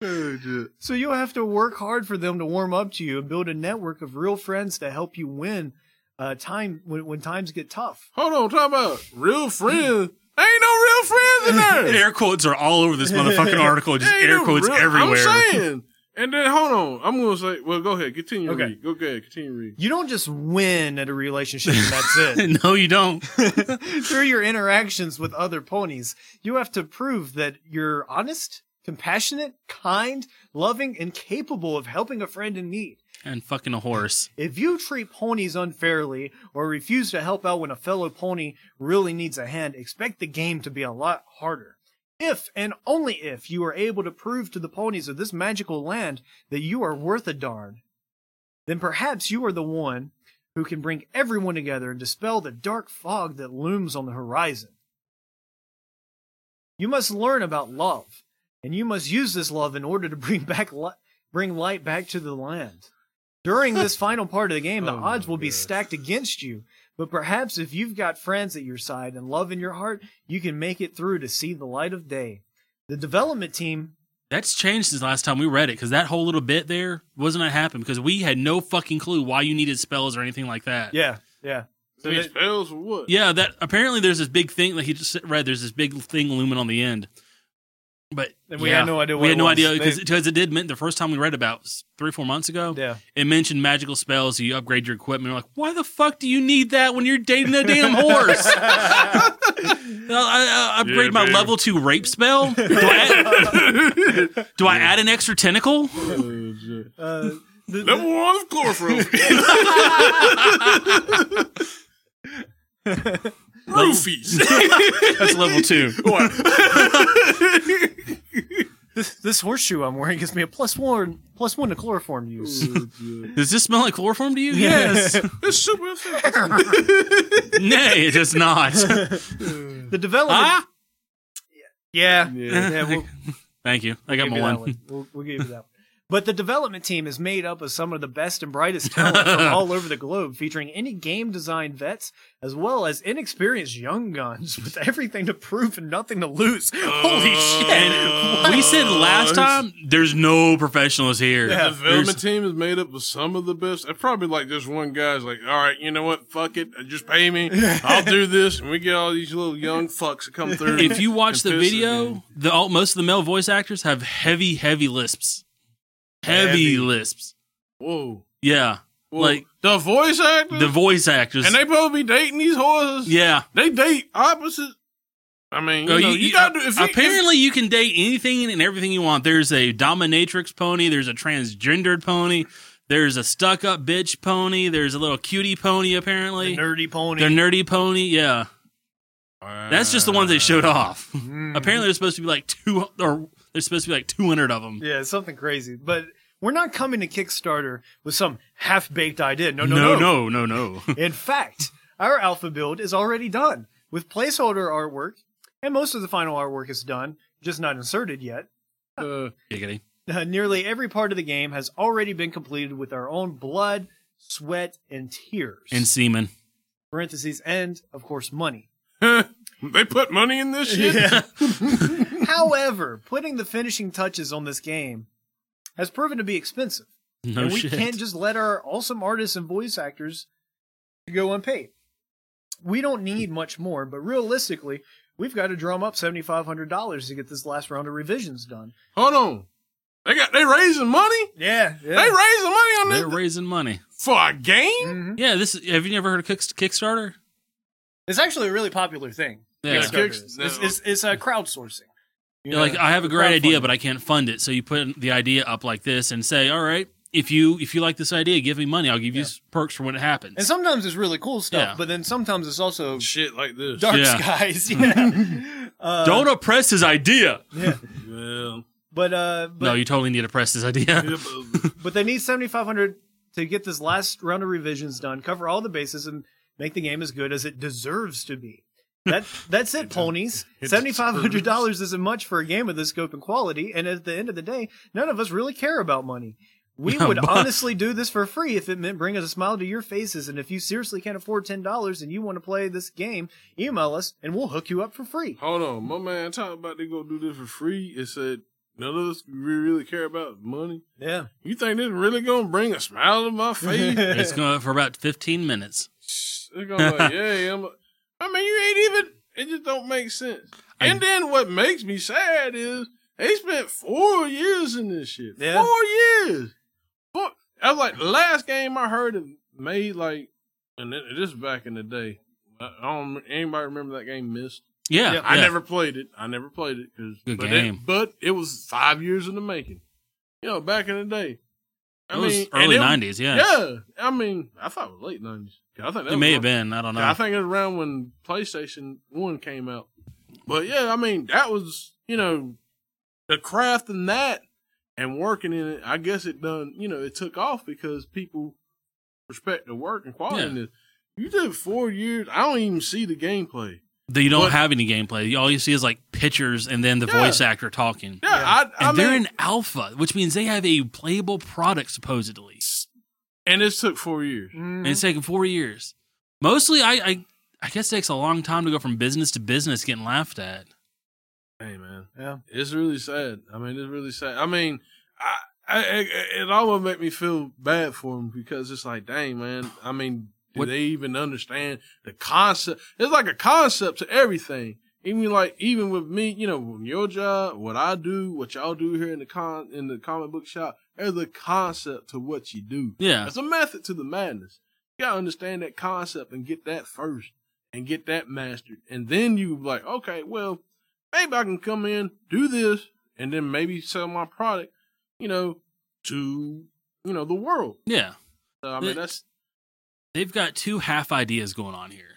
[SPEAKER 3] Oh, shit.
[SPEAKER 2] so you'll have to work hard for them to warm up to you and build a network of real friends to help you win. Uh, time when when times get tough.
[SPEAKER 3] Hold on, talk about real friends. Ain't no real friends in there.
[SPEAKER 1] (laughs) (laughs) air quotes are all over this motherfucking article. Just
[SPEAKER 3] Ain't
[SPEAKER 1] air
[SPEAKER 3] no
[SPEAKER 1] quotes
[SPEAKER 3] real-
[SPEAKER 1] everywhere.
[SPEAKER 3] I'm saying. And then hold on, I'm gonna say. Well, go ahead, continue.
[SPEAKER 2] Okay.
[SPEAKER 3] Okay, read. go ahead, continue. Read.
[SPEAKER 2] You don't just win at a relationship and that's it.
[SPEAKER 1] (laughs) no, you don't.
[SPEAKER 3] (laughs)
[SPEAKER 2] through your interactions with other ponies, you have to prove that you're honest, compassionate, kind, loving, and capable of helping a friend in need.
[SPEAKER 1] And fucking a horse.
[SPEAKER 2] If you treat ponies unfairly or refuse to help out when a fellow pony really needs a hand, expect the game to be a lot harder. If and only if you are able to prove to the ponies of this magical land that you are worth a darn, then perhaps you are the one who can bring everyone together and dispel the dark fog that looms on the horizon. You must learn about love, and you must use this love in order to bring (laughs) back li- bring light back to the land. During (laughs) this final part of the game, the
[SPEAKER 3] Oh my
[SPEAKER 2] odds will be
[SPEAKER 3] God.
[SPEAKER 2] stacked against you, but perhaps if you've got friends at your side and love in your heart, you can make it through to see the light of day. The development team,
[SPEAKER 1] That's changed since last time we read it because that whole little bit there wasn't that happened because we had no fucking clue why you needed spells or anything like that.
[SPEAKER 2] yeah, yeah,
[SPEAKER 3] So they spells for what? (laughs)
[SPEAKER 1] Yeah, that apparently there's this big thing that he just read. There's this big thing looming on the end, but
[SPEAKER 2] And we
[SPEAKER 1] yeah,
[SPEAKER 2] had no idea what
[SPEAKER 1] we
[SPEAKER 2] it
[SPEAKER 1] had no
[SPEAKER 2] was.
[SPEAKER 1] idea
[SPEAKER 2] They-
[SPEAKER 1] because it did meant the first time we read about s- three four months ago.
[SPEAKER 2] yeah.
[SPEAKER 1] It mentioned magical spells. You upgrade your equipment. We're like, why the fuck do you need that when you're dating a
[SPEAKER 2] (laughs)
[SPEAKER 1] damn horse? I, I- I upgrade
[SPEAKER 3] Yeah,
[SPEAKER 1] my
[SPEAKER 3] man.
[SPEAKER 1] level two rape spell. Do I add, do I add an extra tentacle?
[SPEAKER 3] Oh, shit.
[SPEAKER 2] (laughs) Uh, the-
[SPEAKER 3] Level one of chlorophyll. Roofies. (laughs)
[SPEAKER 1] That's level two.
[SPEAKER 2] This, this horseshoe I'm wearing gives me a plus one plus one to chloroform use.
[SPEAKER 1] Does this smell like chloroform to you?
[SPEAKER 2] Yes.
[SPEAKER 3] it's super
[SPEAKER 1] (laughs)
[SPEAKER 3] effective.
[SPEAKER 1] Nay, it
[SPEAKER 2] (laughs)
[SPEAKER 1] does not. (laughs)
[SPEAKER 2] The development.
[SPEAKER 1] ah?
[SPEAKER 2] Yeah.
[SPEAKER 3] Yeah.
[SPEAKER 2] we'll
[SPEAKER 1] Thank you. I got
[SPEAKER 2] give
[SPEAKER 1] (laughs) my
[SPEAKER 2] you that
[SPEAKER 1] one.
[SPEAKER 2] one. We'll, we'll give you that one. But the development team is made up of some of the best and brightest talent from
[SPEAKER 1] (laughs)
[SPEAKER 2] all over the globe, featuring any game design vets as well as inexperienced young guns with everything to prove and nothing to lose.
[SPEAKER 1] Uh,
[SPEAKER 2] Holy shit!
[SPEAKER 1] we said
[SPEAKER 3] Oh,
[SPEAKER 1] last time there's no professionals here.
[SPEAKER 2] Yeah.
[SPEAKER 3] The development
[SPEAKER 1] There's-
[SPEAKER 3] team is made up of some of the best. It's probably like this one guy's like, all right, you know what? Fuck it. Just pay me. I'll do this. And we get all these little young fucks that come through.
[SPEAKER 1] If you watch
[SPEAKER 3] and
[SPEAKER 1] the
[SPEAKER 3] piss us
[SPEAKER 1] video,
[SPEAKER 3] in.
[SPEAKER 1] the all, most of the male voice actors have heavy, heavy lisps. Heavy,
[SPEAKER 3] Heavy.
[SPEAKER 1] lisps.
[SPEAKER 3] whoa.
[SPEAKER 1] Yeah,
[SPEAKER 3] Well,
[SPEAKER 1] Like-
[SPEAKER 3] the voice actor?
[SPEAKER 1] the voice actors.
[SPEAKER 3] Hmm. and they both be dating these horses?
[SPEAKER 1] yeah.
[SPEAKER 3] They date opposites. I mean, you,
[SPEAKER 1] Oh,
[SPEAKER 3] know,
[SPEAKER 1] you-
[SPEAKER 3] you
[SPEAKER 1] you-
[SPEAKER 3] gotta do. If you, if-
[SPEAKER 1] Apparently, you can date anything and everything you want. There's a dominatrix pony. There's a transgendered pony. There's a stuck-up bitch pony. There's a little cutie pony. Apparently,
[SPEAKER 2] The nerdy pony.
[SPEAKER 1] The nerdy pony. Yeah, that's just the ones they showed off. (laughs)
[SPEAKER 2] Mm.
[SPEAKER 1] Apparently, there's supposed to be like two, or there's supposed to be like 200 of them.
[SPEAKER 2] Yeah, something crazy. But we're not coming to Kickstarter with some half baked idea. No, no, no.
[SPEAKER 1] no, no, no,
[SPEAKER 2] (laughs)
[SPEAKER 1] no.
[SPEAKER 2] In fact, our alpha build is already done with placeholder artwork, and most of the final artwork is done, just not inserted yet.
[SPEAKER 3] Uh,
[SPEAKER 1] Giggity.
[SPEAKER 2] Uh, nearly every part of the game has already been completed with our own blood, sweat, and tears.
[SPEAKER 1] and semen.
[SPEAKER 2] parentheses, and of course, money.
[SPEAKER 3] (laughs) they put money in this shit?
[SPEAKER 2] (laughs) However, putting the finishing touches on this game has proven to be expensive.
[SPEAKER 1] No
[SPEAKER 2] and we
[SPEAKER 1] shit.
[SPEAKER 2] can't just let our awesome artists and voice actors go unpaid. We don't need much more, but realistically, we've got to drum up seventy five hundred dollars to get this last round of revisions done.
[SPEAKER 3] Hold on. They got they raising money?
[SPEAKER 2] Yeah,
[SPEAKER 3] They Mm. raising money on
[SPEAKER 1] They're
[SPEAKER 3] this
[SPEAKER 1] raising money.
[SPEAKER 3] for a game?
[SPEAKER 2] Mhm.
[SPEAKER 1] Yeah, this. Have you never heard of Kick- Kickstarter?
[SPEAKER 2] It's actually a really popular thing.
[SPEAKER 1] Yeah.
[SPEAKER 2] Kickstarter
[SPEAKER 3] Kicks-
[SPEAKER 2] is. It's, it's, it's uh, crowdsourcing. You
[SPEAKER 1] You're like
[SPEAKER 2] know?
[SPEAKER 1] I have a great idea,
[SPEAKER 2] crowdfunding.
[SPEAKER 1] but I can't fund it. So you put the idea up like this and say, "All right, if you if you like this idea, give me money. I'll give you
[SPEAKER 2] Yeah.
[SPEAKER 1] s- perks for when it happens."
[SPEAKER 2] and sometimes it's really cool stuff,
[SPEAKER 1] Yeah.
[SPEAKER 2] but then sometimes it's also
[SPEAKER 3] Shit like this.
[SPEAKER 2] dark (laughs)
[SPEAKER 1] Yeah.
[SPEAKER 2] skies.
[SPEAKER 1] (laughs)
[SPEAKER 2] Yeah. uh,
[SPEAKER 1] Don't oppress his idea.
[SPEAKER 3] Well,
[SPEAKER 2] But uh, but
[SPEAKER 1] no, you totally need to oppress his idea.
[SPEAKER 3] yeah, (laughs) but-
[SPEAKER 2] But they need 7,500 to get this last round of revisions done, cover all the bases, and make the game as good as it deserves to be.
[SPEAKER 1] (laughs)
[SPEAKER 2] That that's it, ponies.
[SPEAKER 3] it
[SPEAKER 2] Seventy five hundred dollars isn't much for a game of this scope and quality, and at the end of the day, none of us really care about money. We
[SPEAKER 1] No,
[SPEAKER 2] would
[SPEAKER 1] but-
[SPEAKER 2] honestly do this for free if it meant bringing a smile to your faces. And if you seriously can't afford ten dollars and you want to play this game, email us and we'll hook you up for free.
[SPEAKER 3] Hold on, my man talking about they gonna do this for free. It said none of us we really care about money.
[SPEAKER 2] Yeah,
[SPEAKER 3] You think this really gonna bring a smile to (laughs) my face?
[SPEAKER 1] it's going for about fifteen minutes.
[SPEAKER 3] They're gonna be like, yeah, yeah, I'm. A, I mean, you ain't even. It just don't make sense. And then what makes me sad is they spent four years in this shit.
[SPEAKER 2] Yeah.
[SPEAKER 3] Four years. Four, I was like, the last game I heard it made like, and it- this is back in the day. I I don't. Anybody remember that game? Missed.
[SPEAKER 1] Yeah,
[SPEAKER 2] Yeah,
[SPEAKER 3] I
[SPEAKER 1] yeah.
[SPEAKER 3] never played it. I never played it because
[SPEAKER 1] Good
[SPEAKER 3] but
[SPEAKER 1] game.
[SPEAKER 3] It, but it was five years in the making. You know, back in the day. I
[SPEAKER 1] It was
[SPEAKER 3] mean, and
[SPEAKER 1] early
[SPEAKER 3] it-
[SPEAKER 1] nineties. Yeah.
[SPEAKER 3] Yeah, I mean, I thought it was late nineties. I think that
[SPEAKER 1] it may
[SPEAKER 3] was
[SPEAKER 1] have been. I don't know.
[SPEAKER 3] I think it was around when PlayStation One came out. But yeah, I mean, that was you know, the craft in that and working in it. I guess it done. You know, it took off because people respect the work and quality. in
[SPEAKER 1] Yeah.
[SPEAKER 3] it. You did four years. I don't even see the gameplay.
[SPEAKER 1] They- you don't
[SPEAKER 3] But-
[SPEAKER 1] have any gameplay. All you see is like pictures and then the
[SPEAKER 3] Yeah.
[SPEAKER 1] voice actor talking.
[SPEAKER 3] Yeah, I, I
[SPEAKER 1] And
[SPEAKER 3] mean,
[SPEAKER 1] they're in alpha, which means they have a playable product supposedly.
[SPEAKER 3] And this took four years.
[SPEAKER 1] and
[SPEAKER 2] Mhm.
[SPEAKER 3] Mm-hmm.
[SPEAKER 1] it's taken four years. Mostly, I, I I guess it takes a long time to go from business to business getting laughed at.
[SPEAKER 3] Hey man,
[SPEAKER 2] yeah.
[SPEAKER 3] it's really sad. I mean, it's really sad. I mean, I, I it- it almost make me feel bad for them because it's like, dang man. I mean, do
[SPEAKER 1] What-
[SPEAKER 3] they even understand the concept? It's like a concept to everything. Even like, even with me, you know, with your job, what I do, what y'all do here in the con in the comic book shop, there's a concept to what you do.
[SPEAKER 1] Yeah,
[SPEAKER 3] It's a method to the madness. You gotta understand that concept and get that first and get that mastered. And then you be like, okay, well, maybe I can come in, do this, and then maybe sell my product, you know, to, you know, the world.
[SPEAKER 1] yeah.
[SPEAKER 3] So, I
[SPEAKER 1] Yeah.
[SPEAKER 3] mean, that's
[SPEAKER 1] They've got two half ideas going on here.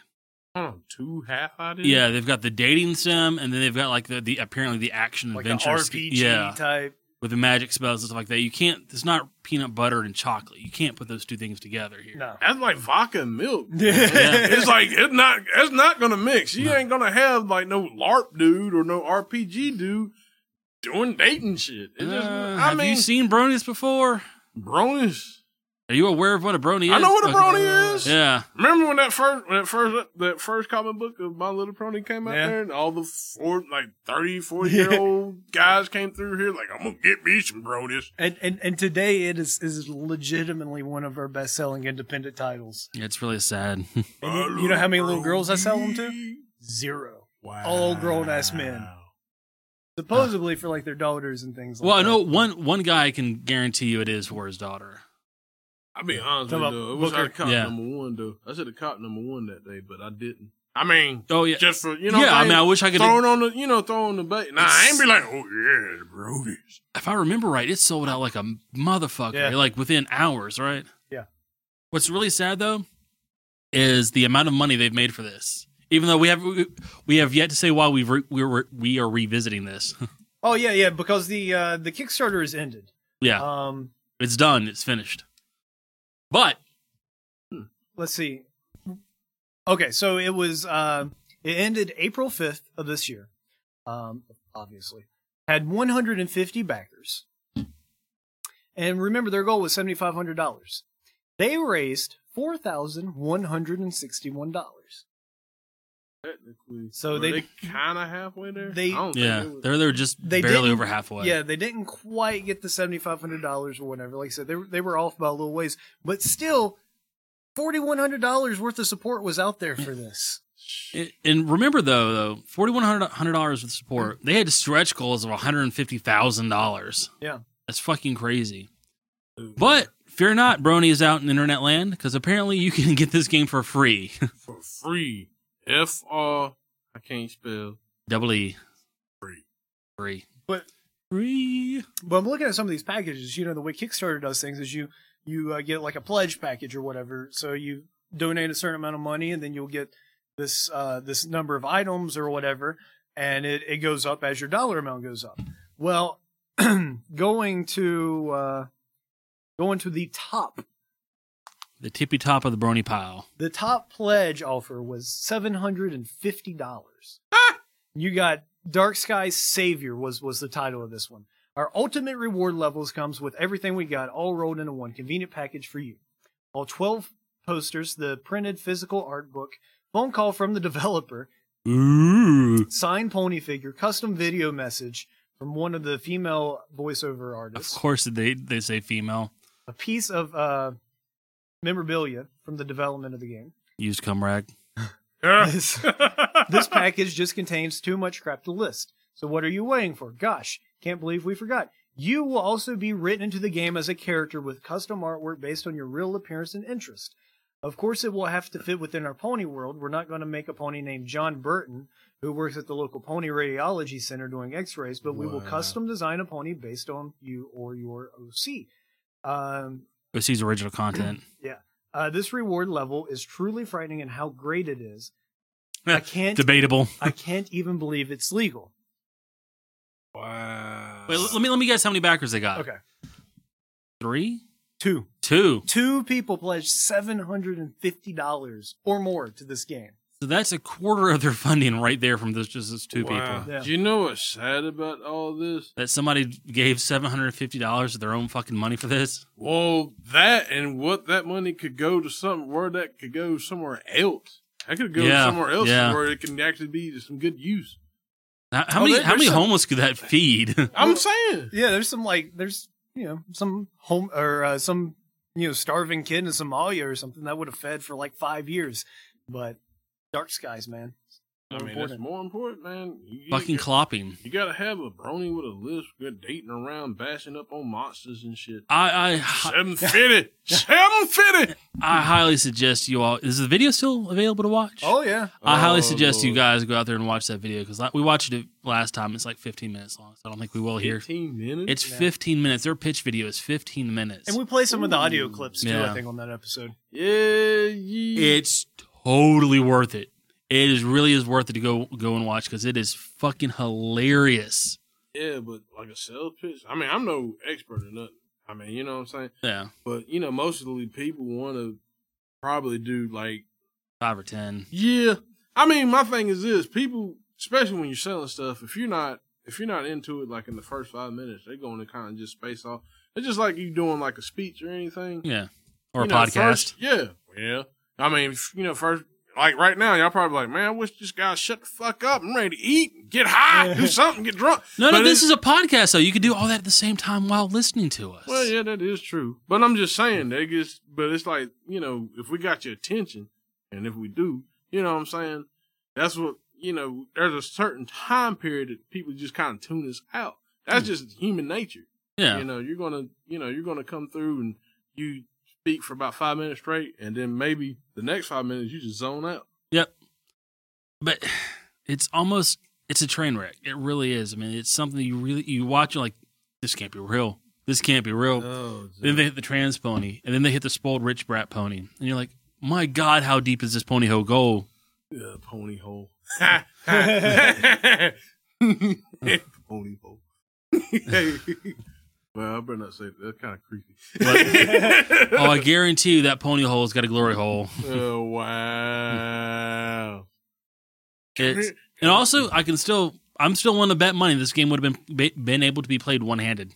[SPEAKER 3] hold on, two half ideas.
[SPEAKER 1] Yeah, they've got the dating sim, and then they've got like the, the apparently the action
[SPEAKER 2] like an
[SPEAKER 1] adventure. sc-
[SPEAKER 2] RPG
[SPEAKER 1] yeah,
[SPEAKER 2] type.
[SPEAKER 1] with the magic spells and stuff like that. You can't. It's not peanut butter and chocolate. You can't put those two things together here.
[SPEAKER 2] No.
[SPEAKER 3] That's like vodka and milk.
[SPEAKER 2] (laughs)
[SPEAKER 1] (laughs) Yeah.
[SPEAKER 3] It's like it's not it's not gonna mix. You ain't gonna have like no LARP dude or no RPG dude doing dating shit. It just,
[SPEAKER 1] Uh,
[SPEAKER 3] I
[SPEAKER 1] have
[SPEAKER 3] mean,
[SPEAKER 1] you seen bronies before?
[SPEAKER 3] bronies.
[SPEAKER 1] Are you aware of what a brony is?
[SPEAKER 3] I know what a
[SPEAKER 1] Okay.
[SPEAKER 3] brony is.
[SPEAKER 1] Yeah.
[SPEAKER 3] Remember when that first, when that first, that first comic book of My Little Pony came out
[SPEAKER 2] Yeah.
[SPEAKER 3] there, and all the four, like 30, 40 year old guys came through here, like I'm gonna get me some bronies.
[SPEAKER 2] And, and and today it is is legitimately one of our best selling independent titles.
[SPEAKER 1] It's really sad. (laughs)
[SPEAKER 2] And you-
[SPEAKER 3] My
[SPEAKER 2] you know how many little girls I sell 'em to?
[SPEAKER 3] brony.
[SPEAKER 2] Zero.
[SPEAKER 3] Wow.
[SPEAKER 2] All grown-ass men. Supposedly for like their daughters and things like
[SPEAKER 1] well, I
[SPEAKER 2] that.
[SPEAKER 1] know one one guy can guarantee you it is for his daughter.
[SPEAKER 3] I'll be honest
[SPEAKER 2] Talking
[SPEAKER 3] with you,
[SPEAKER 2] about
[SPEAKER 3] though. I wish I
[SPEAKER 2] Booker.
[SPEAKER 3] had caught
[SPEAKER 1] Yeah.
[SPEAKER 3] number one, though. I should have caught number one that day, but I didn't. I mean,
[SPEAKER 1] Oh yeah.
[SPEAKER 3] just for, you know,
[SPEAKER 1] yeah. I
[SPEAKER 3] like,
[SPEAKER 1] mean, I wish I could.
[SPEAKER 3] throwing on the, you know, throwing the bait. Nah, I ain't be like, oh, yeah, the Brodies.
[SPEAKER 1] if I remember right, it sold out like a motherfucker,
[SPEAKER 2] Yeah.
[SPEAKER 1] like within hours, right?
[SPEAKER 2] Yeah.
[SPEAKER 1] What's really sad though is the amount of money they've made for this. Even though we have we- we have yet to say why we've re, we were we are revisiting this. (laughs)
[SPEAKER 2] Oh yeah, yeah, because the uh the Kickstarter is ended.
[SPEAKER 1] yeah,
[SPEAKER 2] Um
[SPEAKER 1] it's done. It's finished. But
[SPEAKER 2] let's see. Okay, so it was uh, it ended April fifth of this year. Um, obviously, had 150 backers, and remember their goal was 7,500 dollars. They raised 4,161 dollars.
[SPEAKER 3] Technically.
[SPEAKER 2] So
[SPEAKER 3] Were
[SPEAKER 2] they-
[SPEAKER 3] kind of halfway there?
[SPEAKER 2] Oh, they-
[SPEAKER 3] I don't
[SPEAKER 1] yeah,
[SPEAKER 3] think it was-
[SPEAKER 1] they're they're just
[SPEAKER 2] They
[SPEAKER 1] barely
[SPEAKER 2] didn't-
[SPEAKER 1] over halfway.
[SPEAKER 2] Yeah, they didn't quite get the 7,500 dollars or whatever. Like I said, they were, they were off by a little ways, but still, 4,100 dollars worth of support was out there for this.
[SPEAKER 1] And- And remember though, though forty one hundred dollars with support, they had stretch goals of one hundred and fifty thousand dollars.
[SPEAKER 2] Yeah.
[SPEAKER 1] that's fucking crazy. But fear not, Brony is out in internet land because apparently you can (laughs) get this game for free. (laughs)
[SPEAKER 3] for free. F R. I can't spell
[SPEAKER 1] Double E
[SPEAKER 3] free.
[SPEAKER 1] free.
[SPEAKER 2] But-
[SPEAKER 1] free?
[SPEAKER 2] But I'm looking at some of these packages. You know, the way Kickstarter does things is you you uh, get like a pledge package or whatever. So you donate a certain amount of money, and then you'll get this uh, this number of items or whatever, and it it goes up as your dollar amount goes up. Well, (clears throat) going to uh, going to the top
[SPEAKER 1] The tippy top of the Brony pile.
[SPEAKER 2] the top pledge offer was seven hundred and fifty dollars. You got Dark Sky Savior was was the title of this one. Our ultimate reward levels comes with everything we got all rolled into one convenient package for you. All twelve posters, the printed physical art book, phone call from the (laughs) developer,
[SPEAKER 1] Ooh,
[SPEAKER 2] signed pony figure, custom video message from one of the female voiceover
[SPEAKER 1] of
[SPEAKER 2] artists,
[SPEAKER 1] course they they say female.
[SPEAKER 2] a piece of uh, memorabilia from the development of the game.
[SPEAKER 1] Use cum rag.
[SPEAKER 2] This- this package just contains too much crap to list. So what are you waiting for? Gosh, can't believe we forgot. You will also be written into the game as a character with custom artwork based on your real appearance and interest. Of course, it will have to fit within our pony world. We're not going to make a pony named John Burton, who works at the local pony radiology center doing x rays, but we will
[SPEAKER 3] Wow.
[SPEAKER 2] custom design a pony based on you or your OC. Um,
[SPEAKER 1] Go see his original
[SPEAKER 3] (clears throat)
[SPEAKER 1] content.
[SPEAKER 2] uh, this reward level is truly frightening in how great it is. I can't
[SPEAKER 1] Debatable.
[SPEAKER 2] I can't even believe it's legal.
[SPEAKER 3] (laughs) Wow.
[SPEAKER 1] Wait, l- let me let me guess how many backers they got.
[SPEAKER 2] Okay.
[SPEAKER 1] Three,
[SPEAKER 2] Two.
[SPEAKER 1] two.
[SPEAKER 2] Two people pledged seven hundred and fifty dollars or more to this game.
[SPEAKER 1] So that's a quarter of their funding right there from those just those two
[SPEAKER 3] Wow.
[SPEAKER 1] people.
[SPEAKER 2] Yeah.
[SPEAKER 3] Do you know what's sad about all this?
[SPEAKER 1] That somebody gave seven hundred fifty dollars of their own fucking money for this.
[SPEAKER 3] Well, that and what that money could go to something where that could go somewhere else. That could go
[SPEAKER 1] Yeah,
[SPEAKER 3] somewhere else
[SPEAKER 1] yeah.
[SPEAKER 3] where it can actually be to some good use.
[SPEAKER 1] How, how
[SPEAKER 3] Oh,
[SPEAKER 1] many
[SPEAKER 3] there-
[SPEAKER 1] how many
[SPEAKER 3] there's some-
[SPEAKER 1] homeless could that
[SPEAKER 3] (laughs)
[SPEAKER 1] feed?
[SPEAKER 3] I'm saying.
[SPEAKER 2] Yeah, there's some like there's you know some home or uh, some you know starving kid in Somalia or something that would have fed for like five years, but dark skies, man.
[SPEAKER 3] I mean, that's more important, man. You,
[SPEAKER 1] fucking
[SPEAKER 3] you,
[SPEAKER 1] clopping.
[SPEAKER 3] you gotta have a brony with a list, good dating around, bashing up on monsters and shit.
[SPEAKER 1] I I hi-
[SPEAKER 3] Seven fifty, seven fifty.
[SPEAKER 1] I highly suggest you all. Is the video still available to watch?
[SPEAKER 2] Oh yeah,
[SPEAKER 1] I highly
[SPEAKER 3] Oh,
[SPEAKER 1] suggest you
[SPEAKER 3] Lord.
[SPEAKER 1] guys go out there and watch that video because we watched it last time. It's like 15 minutes long, so I don't think we will here.
[SPEAKER 3] Fifteen
[SPEAKER 1] It's
[SPEAKER 3] minutes.
[SPEAKER 1] 15 minutes. Their pitch video is 15 minutes.
[SPEAKER 2] and we play some of the audio clips too.
[SPEAKER 1] Yeah.
[SPEAKER 2] I think on that episode.
[SPEAKER 3] yeah, yeah.
[SPEAKER 1] It's totally worth it. It is really is worth it to go go and watch because it is fucking hilarious.
[SPEAKER 3] yeah, but like a sales pitch. I mean, I'm no expert in nothing. I mean, you know what I'm saying.
[SPEAKER 1] Yeah,
[SPEAKER 3] But you know, mostly people want to probably do like
[SPEAKER 1] five or ten.
[SPEAKER 3] yeah. I mean, my thing is this: people, especially when you're selling stuff, if you're not if you're not into it, like in the first five minutes, they're going to kind of just space off. It's just like you doing like a speech or anything.
[SPEAKER 1] Yeah. Or
[SPEAKER 3] You
[SPEAKER 1] a
[SPEAKER 3] know,
[SPEAKER 1] podcast.
[SPEAKER 3] first- yeah, yeah. I mean, f- you know, first like right now, y'all probably like, man, I wish this guy shut the fuck up. I'm ready to eat, get high, do something,
[SPEAKER 1] (laughs)
[SPEAKER 3] get drunk.
[SPEAKER 1] no, no,
[SPEAKER 3] But
[SPEAKER 1] this
[SPEAKER 3] it-
[SPEAKER 1] is a podcast, though. You could do all that at the same time while listening to us.
[SPEAKER 3] Well, yeah, that is true. But I'm just saying, they just, but it's like, you know, if we got your attention, and if we do, you know what I'm saying? That's what, you know, there's a certain time period that people just kind of tune us out. That's just human nature.
[SPEAKER 1] Hmm. Yeah.
[SPEAKER 3] You know, you're going to, you know, you're going to come through and you speak for about five minutes straight, and then maybe the next five minutes you just zone out.
[SPEAKER 1] Yep. But it's almost it's a train wreck. It really is. I mean, it's something you really you watch you're like this can't be real. This can't be real.
[SPEAKER 3] Oh,
[SPEAKER 1] Then they hit the trans pony, and then they hit the spoiled rich brat pony, and you're like, my god, how deep is this pony hole goal?
[SPEAKER 3] uh,
[SPEAKER 1] (laughs)
[SPEAKER 3] pony (laughs) hole. pony hole. (laughs) well, I better not say that. That's kind of creepy. (laughs)
[SPEAKER 1] Oh, I guarantee you that pony hole's got a glory hole.
[SPEAKER 3] oh, wow.
[SPEAKER 1] It's, (laughs) and also, I can still I'm still willing to bet money this game would have been be- been able to be played one handed.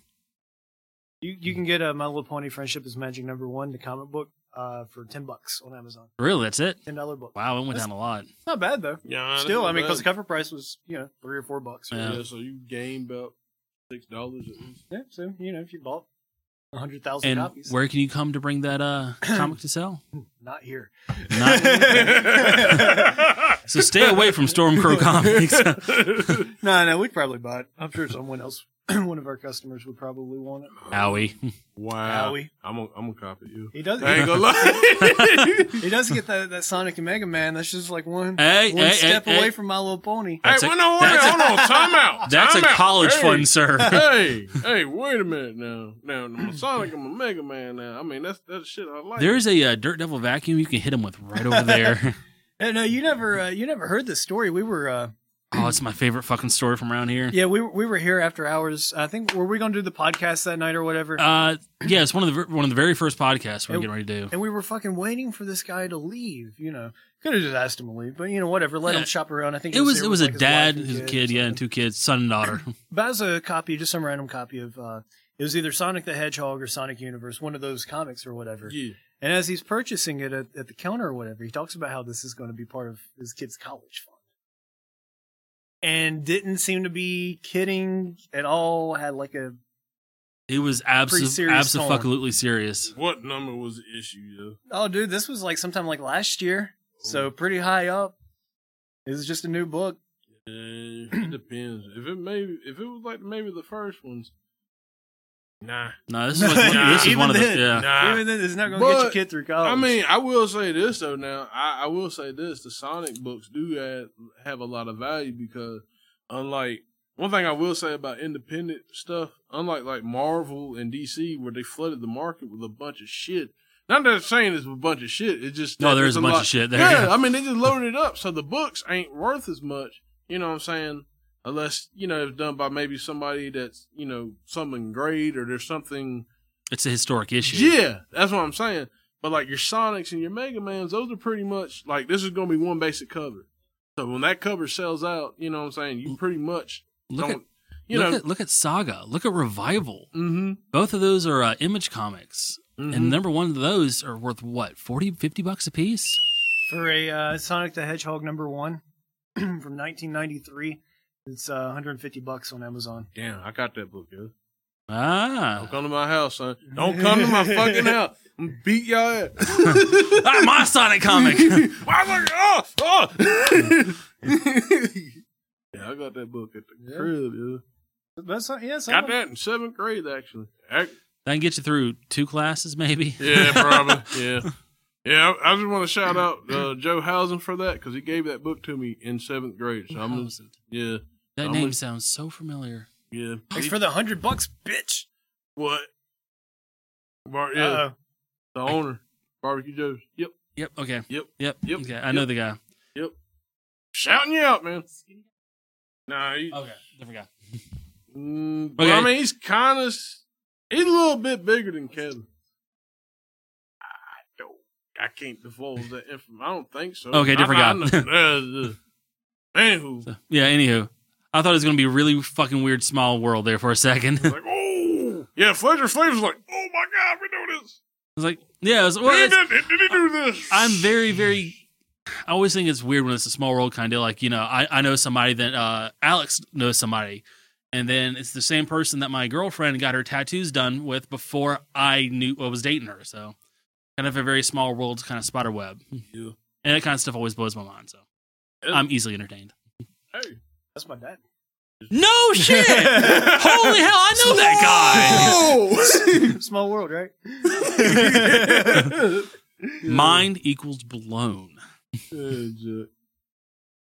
[SPEAKER 2] You you can get uh, My Little Pony: Friendship is Magic Number One, the comic book, uh, for ten bucks on Amazon.
[SPEAKER 1] Really, that's it.
[SPEAKER 2] Ten dollar book.
[SPEAKER 1] Wow, it went down a lot.
[SPEAKER 2] It's Not bad though.
[SPEAKER 3] Yeah, that's
[SPEAKER 2] Still,
[SPEAKER 3] not
[SPEAKER 2] I mean,
[SPEAKER 3] bad.
[SPEAKER 2] because the cover price was you know three or four bucks.
[SPEAKER 1] Yeah.
[SPEAKER 3] Yeah. so you gain about six dollars at
[SPEAKER 2] (laughs)
[SPEAKER 3] least.
[SPEAKER 2] Yeah, so you know if you bought a hundred thousand
[SPEAKER 1] And
[SPEAKER 2] copies,
[SPEAKER 1] where can you come to bring that uh, comic to sell?
[SPEAKER 2] not here.
[SPEAKER 1] (laughs) Not
[SPEAKER 3] (laughs)
[SPEAKER 1] So stay away from Stormcrow Comics. (laughs)
[SPEAKER 2] No, no, we'd probably buy it. I'm sure someone else, (clears throat) one of our customers, would probably want it.
[SPEAKER 1] Owie.
[SPEAKER 3] wow.
[SPEAKER 2] Owie.
[SPEAKER 3] I'm gonna I'm gonna copy you.
[SPEAKER 2] He does.
[SPEAKER 3] I ain't gonna lie.
[SPEAKER 2] (laughs) He does get that, that Sonic and Mega Man. That's just like one
[SPEAKER 1] Hey,
[SPEAKER 2] one
[SPEAKER 1] hey,
[SPEAKER 2] step
[SPEAKER 1] hey,
[SPEAKER 2] away
[SPEAKER 1] hey.
[SPEAKER 2] from My Little Pony.
[SPEAKER 1] That's
[SPEAKER 3] hey,
[SPEAKER 1] a-
[SPEAKER 3] well, no, wait,
[SPEAKER 1] that's a-
[SPEAKER 3] hold on, time out.
[SPEAKER 1] That's a
[SPEAKER 3] time out.
[SPEAKER 1] college
[SPEAKER 3] hey,
[SPEAKER 1] fund,
[SPEAKER 3] (laughs)
[SPEAKER 1] sir.
[SPEAKER 3] hey, hey, wait a minute now. Now, I'm a Sonic, I'm a Mega Man now. I mean, that's that's shit I like.
[SPEAKER 1] There's a uh, Dirt Devil vacuum you can hit him with right over (laughs) there.
[SPEAKER 2] Uh, no, you never, uh, you never heard this story. We were, uh,
[SPEAKER 1] oh, it's my favorite fucking story from around here.
[SPEAKER 2] yeah, we were- we were here after hours. I think were we going to do the podcast that night or whatever?
[SPEAKER 1] Uh, yeah, it's one of the ver- one of the very first podcasts we're
[SPEAKER 2] It-
[SPEAKER 1] getting ready to do.
[SPEAKER 2] and we were fucking waiting for this guy to leave. You know, could have just asked him to leave, but you know, whatever. Let
[SPEAKER 1] Yeah.
[SPEAKER 2] him shop around. I think
[SPEAKER 1] It was
[SPEAKER 2] there
[SPEAKER 1] it
[SPEAKER 2] with,
[SPEAKER 1] was a
[SPEAKER 2] like, his
[SPEAKER 1] dad,
[SPEAKER 2] wife and
[SPEAKER 1] his
[SPEAKER 2] or
[SPEAKER 1] kid, yeah, and
[SPEAKER 2] something.
[SPEAKER 1] two kids, son and daughter.
[SPEAKER 2] But it was a copy, just some random copy of. uh It was either Sonic the Hedgehog or Sonic Universe, one of those comics or whatever.
[SPEAKER 3] yeah.
[SPEAKER 2] And as he's purchasing it at, at the counter or whatever, he talks about how this is going to be part of his kid's college fund. And didn't seem to be kidding at all. Had like a
[SPEAKER 1] It was
[SPEAKER 2] Pretty
[SPEAKER 1] abso-
[SPEAKER 2] serious tone.
[SPEAKER 1] absolutely serious.
[SPEAKER 3] What number was the issue, though?
[SPEAKER 2] oh, dude, this was like sometime like last year, so pretty high up. It was just a new book.
[SPEAKER 3] Uh, it depends. If it maybe if it was like maybe the first ones. Nah.
[SPEAKER 1] No, this is like,
[SPEAKER 3] Nah.
[SPEAKER 1] this is one of the
[SPEAKER 2] Even
[SPEAKER 1] yeah.
[SPEAKER 2] then. Even then, it's not going to
[SPEAKER 3] But,
[SPEAKER 2] get your kid through college.
[SPEAKER 1] Oh.
[SPEAKER 3] I mean, I will say this though. Now, I, I will say this: the Sonic books do add, have a lot of value because, unlike one thing I will say about independent stuff, unlike like Marvel and DC, where they flooded the market with a bunch of shit. Not that it's saying it's a bunch of shit. It's just
[SPEAKER 1] No,
[SPEAKER 3] that
[SPEAKER 1] there is
[SPEAKER 3] it's
[SPEAKER 1] a bunch of
[SPEAKER 3] lot-
[SPEAKER 1] shit there, (laughs)
[SPEAKER 3] Yeah,
[SPEAKER 1] yeah.
[SPEAKER 3] I mean, they just loaded it up, so the books ain't worth as much. You know what I'm saying? Unless you know it's done by maybe somebody that's you know something great or there's something
[SPEAKER 1] It's a historic issue.
[SPEAKER 3] yeah, that's what I'm saying. But like your Sonics and your Mega Mans, those are pretty much like this is gonna be one basic cover. So when that cover sells out, you know what I'm saying, you pretty much
[SPEAKER 1] Look at
[SPEAKER 3] don't you
[SPEAKER 1] look
[SPEAKER 3] know
[SPEAKER 1] at look at Saga. Look at Revival.
[SPEAKER 3] hmm
[SPEAKER 1] Both of those are uh, Image Comics.
[SPEAKER 3] Mhm.
[SPEAKER 1] and number one of those are worth what 40 50 bucks a piece
[SPEAKER 2] for a uh, Sonic the Hedgehog number one (clears throat) from 1993, it's uh, 150 bucks on Amazon.
[SPEAKER 3] Damn, I got that book, yo. Don't
[SPEAKER 1] ah,
[SPEAKER 3] come to my house, son. Don't come to my fucking house. I'm gonna beat y'all ass.
[SPEAKER 1] (laughs) (laughs) Ah, my sonic
[SPEAKER 3] (laughs)
[SPEAKER 1] comic
[SPEAKER 3] Why look- oh,
[SPEAKER 1] (laughs)
[SPEAKER 3] oh. yeah, I got that book at the
[SPEAKER 2] Yeah.
[SPEAKER 3] crib, yo.
[SPEAKER 2] That's not, yeah,
[SPEAKER 3] Got
[SPEAKER 2] someone,
[SPEAKER 3] that in seventh grade actually. Ac-
[SPEAKER 1] that can get you through two classes maybe
[SPEAKER 2] (laughs)
[SPEAKER 1] (laughs)
[SPEAKER 3] Yeah, probably. yeah. Yeah, I, I just want to shout out uh, Joe Housen for that because he gave that book to me in seventh grade. So
[SPEAKER 2] Uh-huh.
[SPEAKER 3] I'm gonna-
[SPEAKER 1] that
[SPEAKER 3] yeah, I'm
[SPEAKER 1] name
[SPEAKER 3] gonna-
[SPEAKER 1] sounds so familiar
[SPEAKER 3] yeah.
[SPEAKER 2] it's for the hundred bucks, bitch.
[SPEAKER 3] what? Bar- yeah,
[SPEAKER 2] Uh-oh.
[SPEAKER 3] the owner, Barbecue Joe's. Yep,
[SPEAKER 1] yep okay
[SPEAKER 3] Yep.
[SPEAKER 1] yep
[SPEAKER 3] Yep.
[SPEAKER 1] okay i know
[SPEAKER 3] Yep.
[SPEAKER 1] the guy
[SPEAKER 3] yep. Shouting you out, man. Nah, he,
[SPEAKER 2] Oh.
[SPEAKER 1] okay different guy
[SPEAKER 3] mm, but I
[SPEAKER 1] Okay.
[SPEAKER 3] mean he's kind of he's a little bit bigger than Kevin. I don't, I can't divulge that
[SPEAKER 2] (laughs)
[SPEAKER 3] information. I don't think so.
[SPEAKER 1] Okay, different
[SPEAKER 3] I, I
[SPEAKER 1] guy.
[SPEAKER 3] know- uh, uh, Anywho,
[SPEAKER 1] So, yeah anywho I thought it was going to be a really fucking weird small world there for a second. (laughs) I
[SPEAKER 3] like, oh, yeah, Flavor Flavor's like, oh my God, we do this.
[SPEAKER 1] was like, yeah, it was, well,
[SPEAKER 3] Did
[SPEAKER 1] it's-
[SPEAKER 3] he do- did he do this?
[SPEAKER 1] I'm very, very. I always think it's weird when it's a small world kind of deal. Like, you know, I, I know somebody that uh, Alex knows somebody. And then it's the same person that my girlfriend got her tattoos done with before I knew I was dating her. So, kind of a very small world kind of spider web.
[SPEAKER 3] Yeah.
[SPEAKER 1] And that kind of stuff always blows my mind. So,
[SPEAKER 3] Yeah.
[SPEAKER 1] I'm easily entertained.
[SPEAKER 3] Hey.
[SPEAKER 2] That's my (laughs) dad.
[SPEAKER 1] No shit! Holy hell, I know that
[SPEAKER 3] (laughs)
[SPEAKER 2] Small world, right?
[SPEAKER 3] Oh!
[SPEAKER 1] guy! Mind equals blown.
[SPEAKER 3] Yeah, Jack.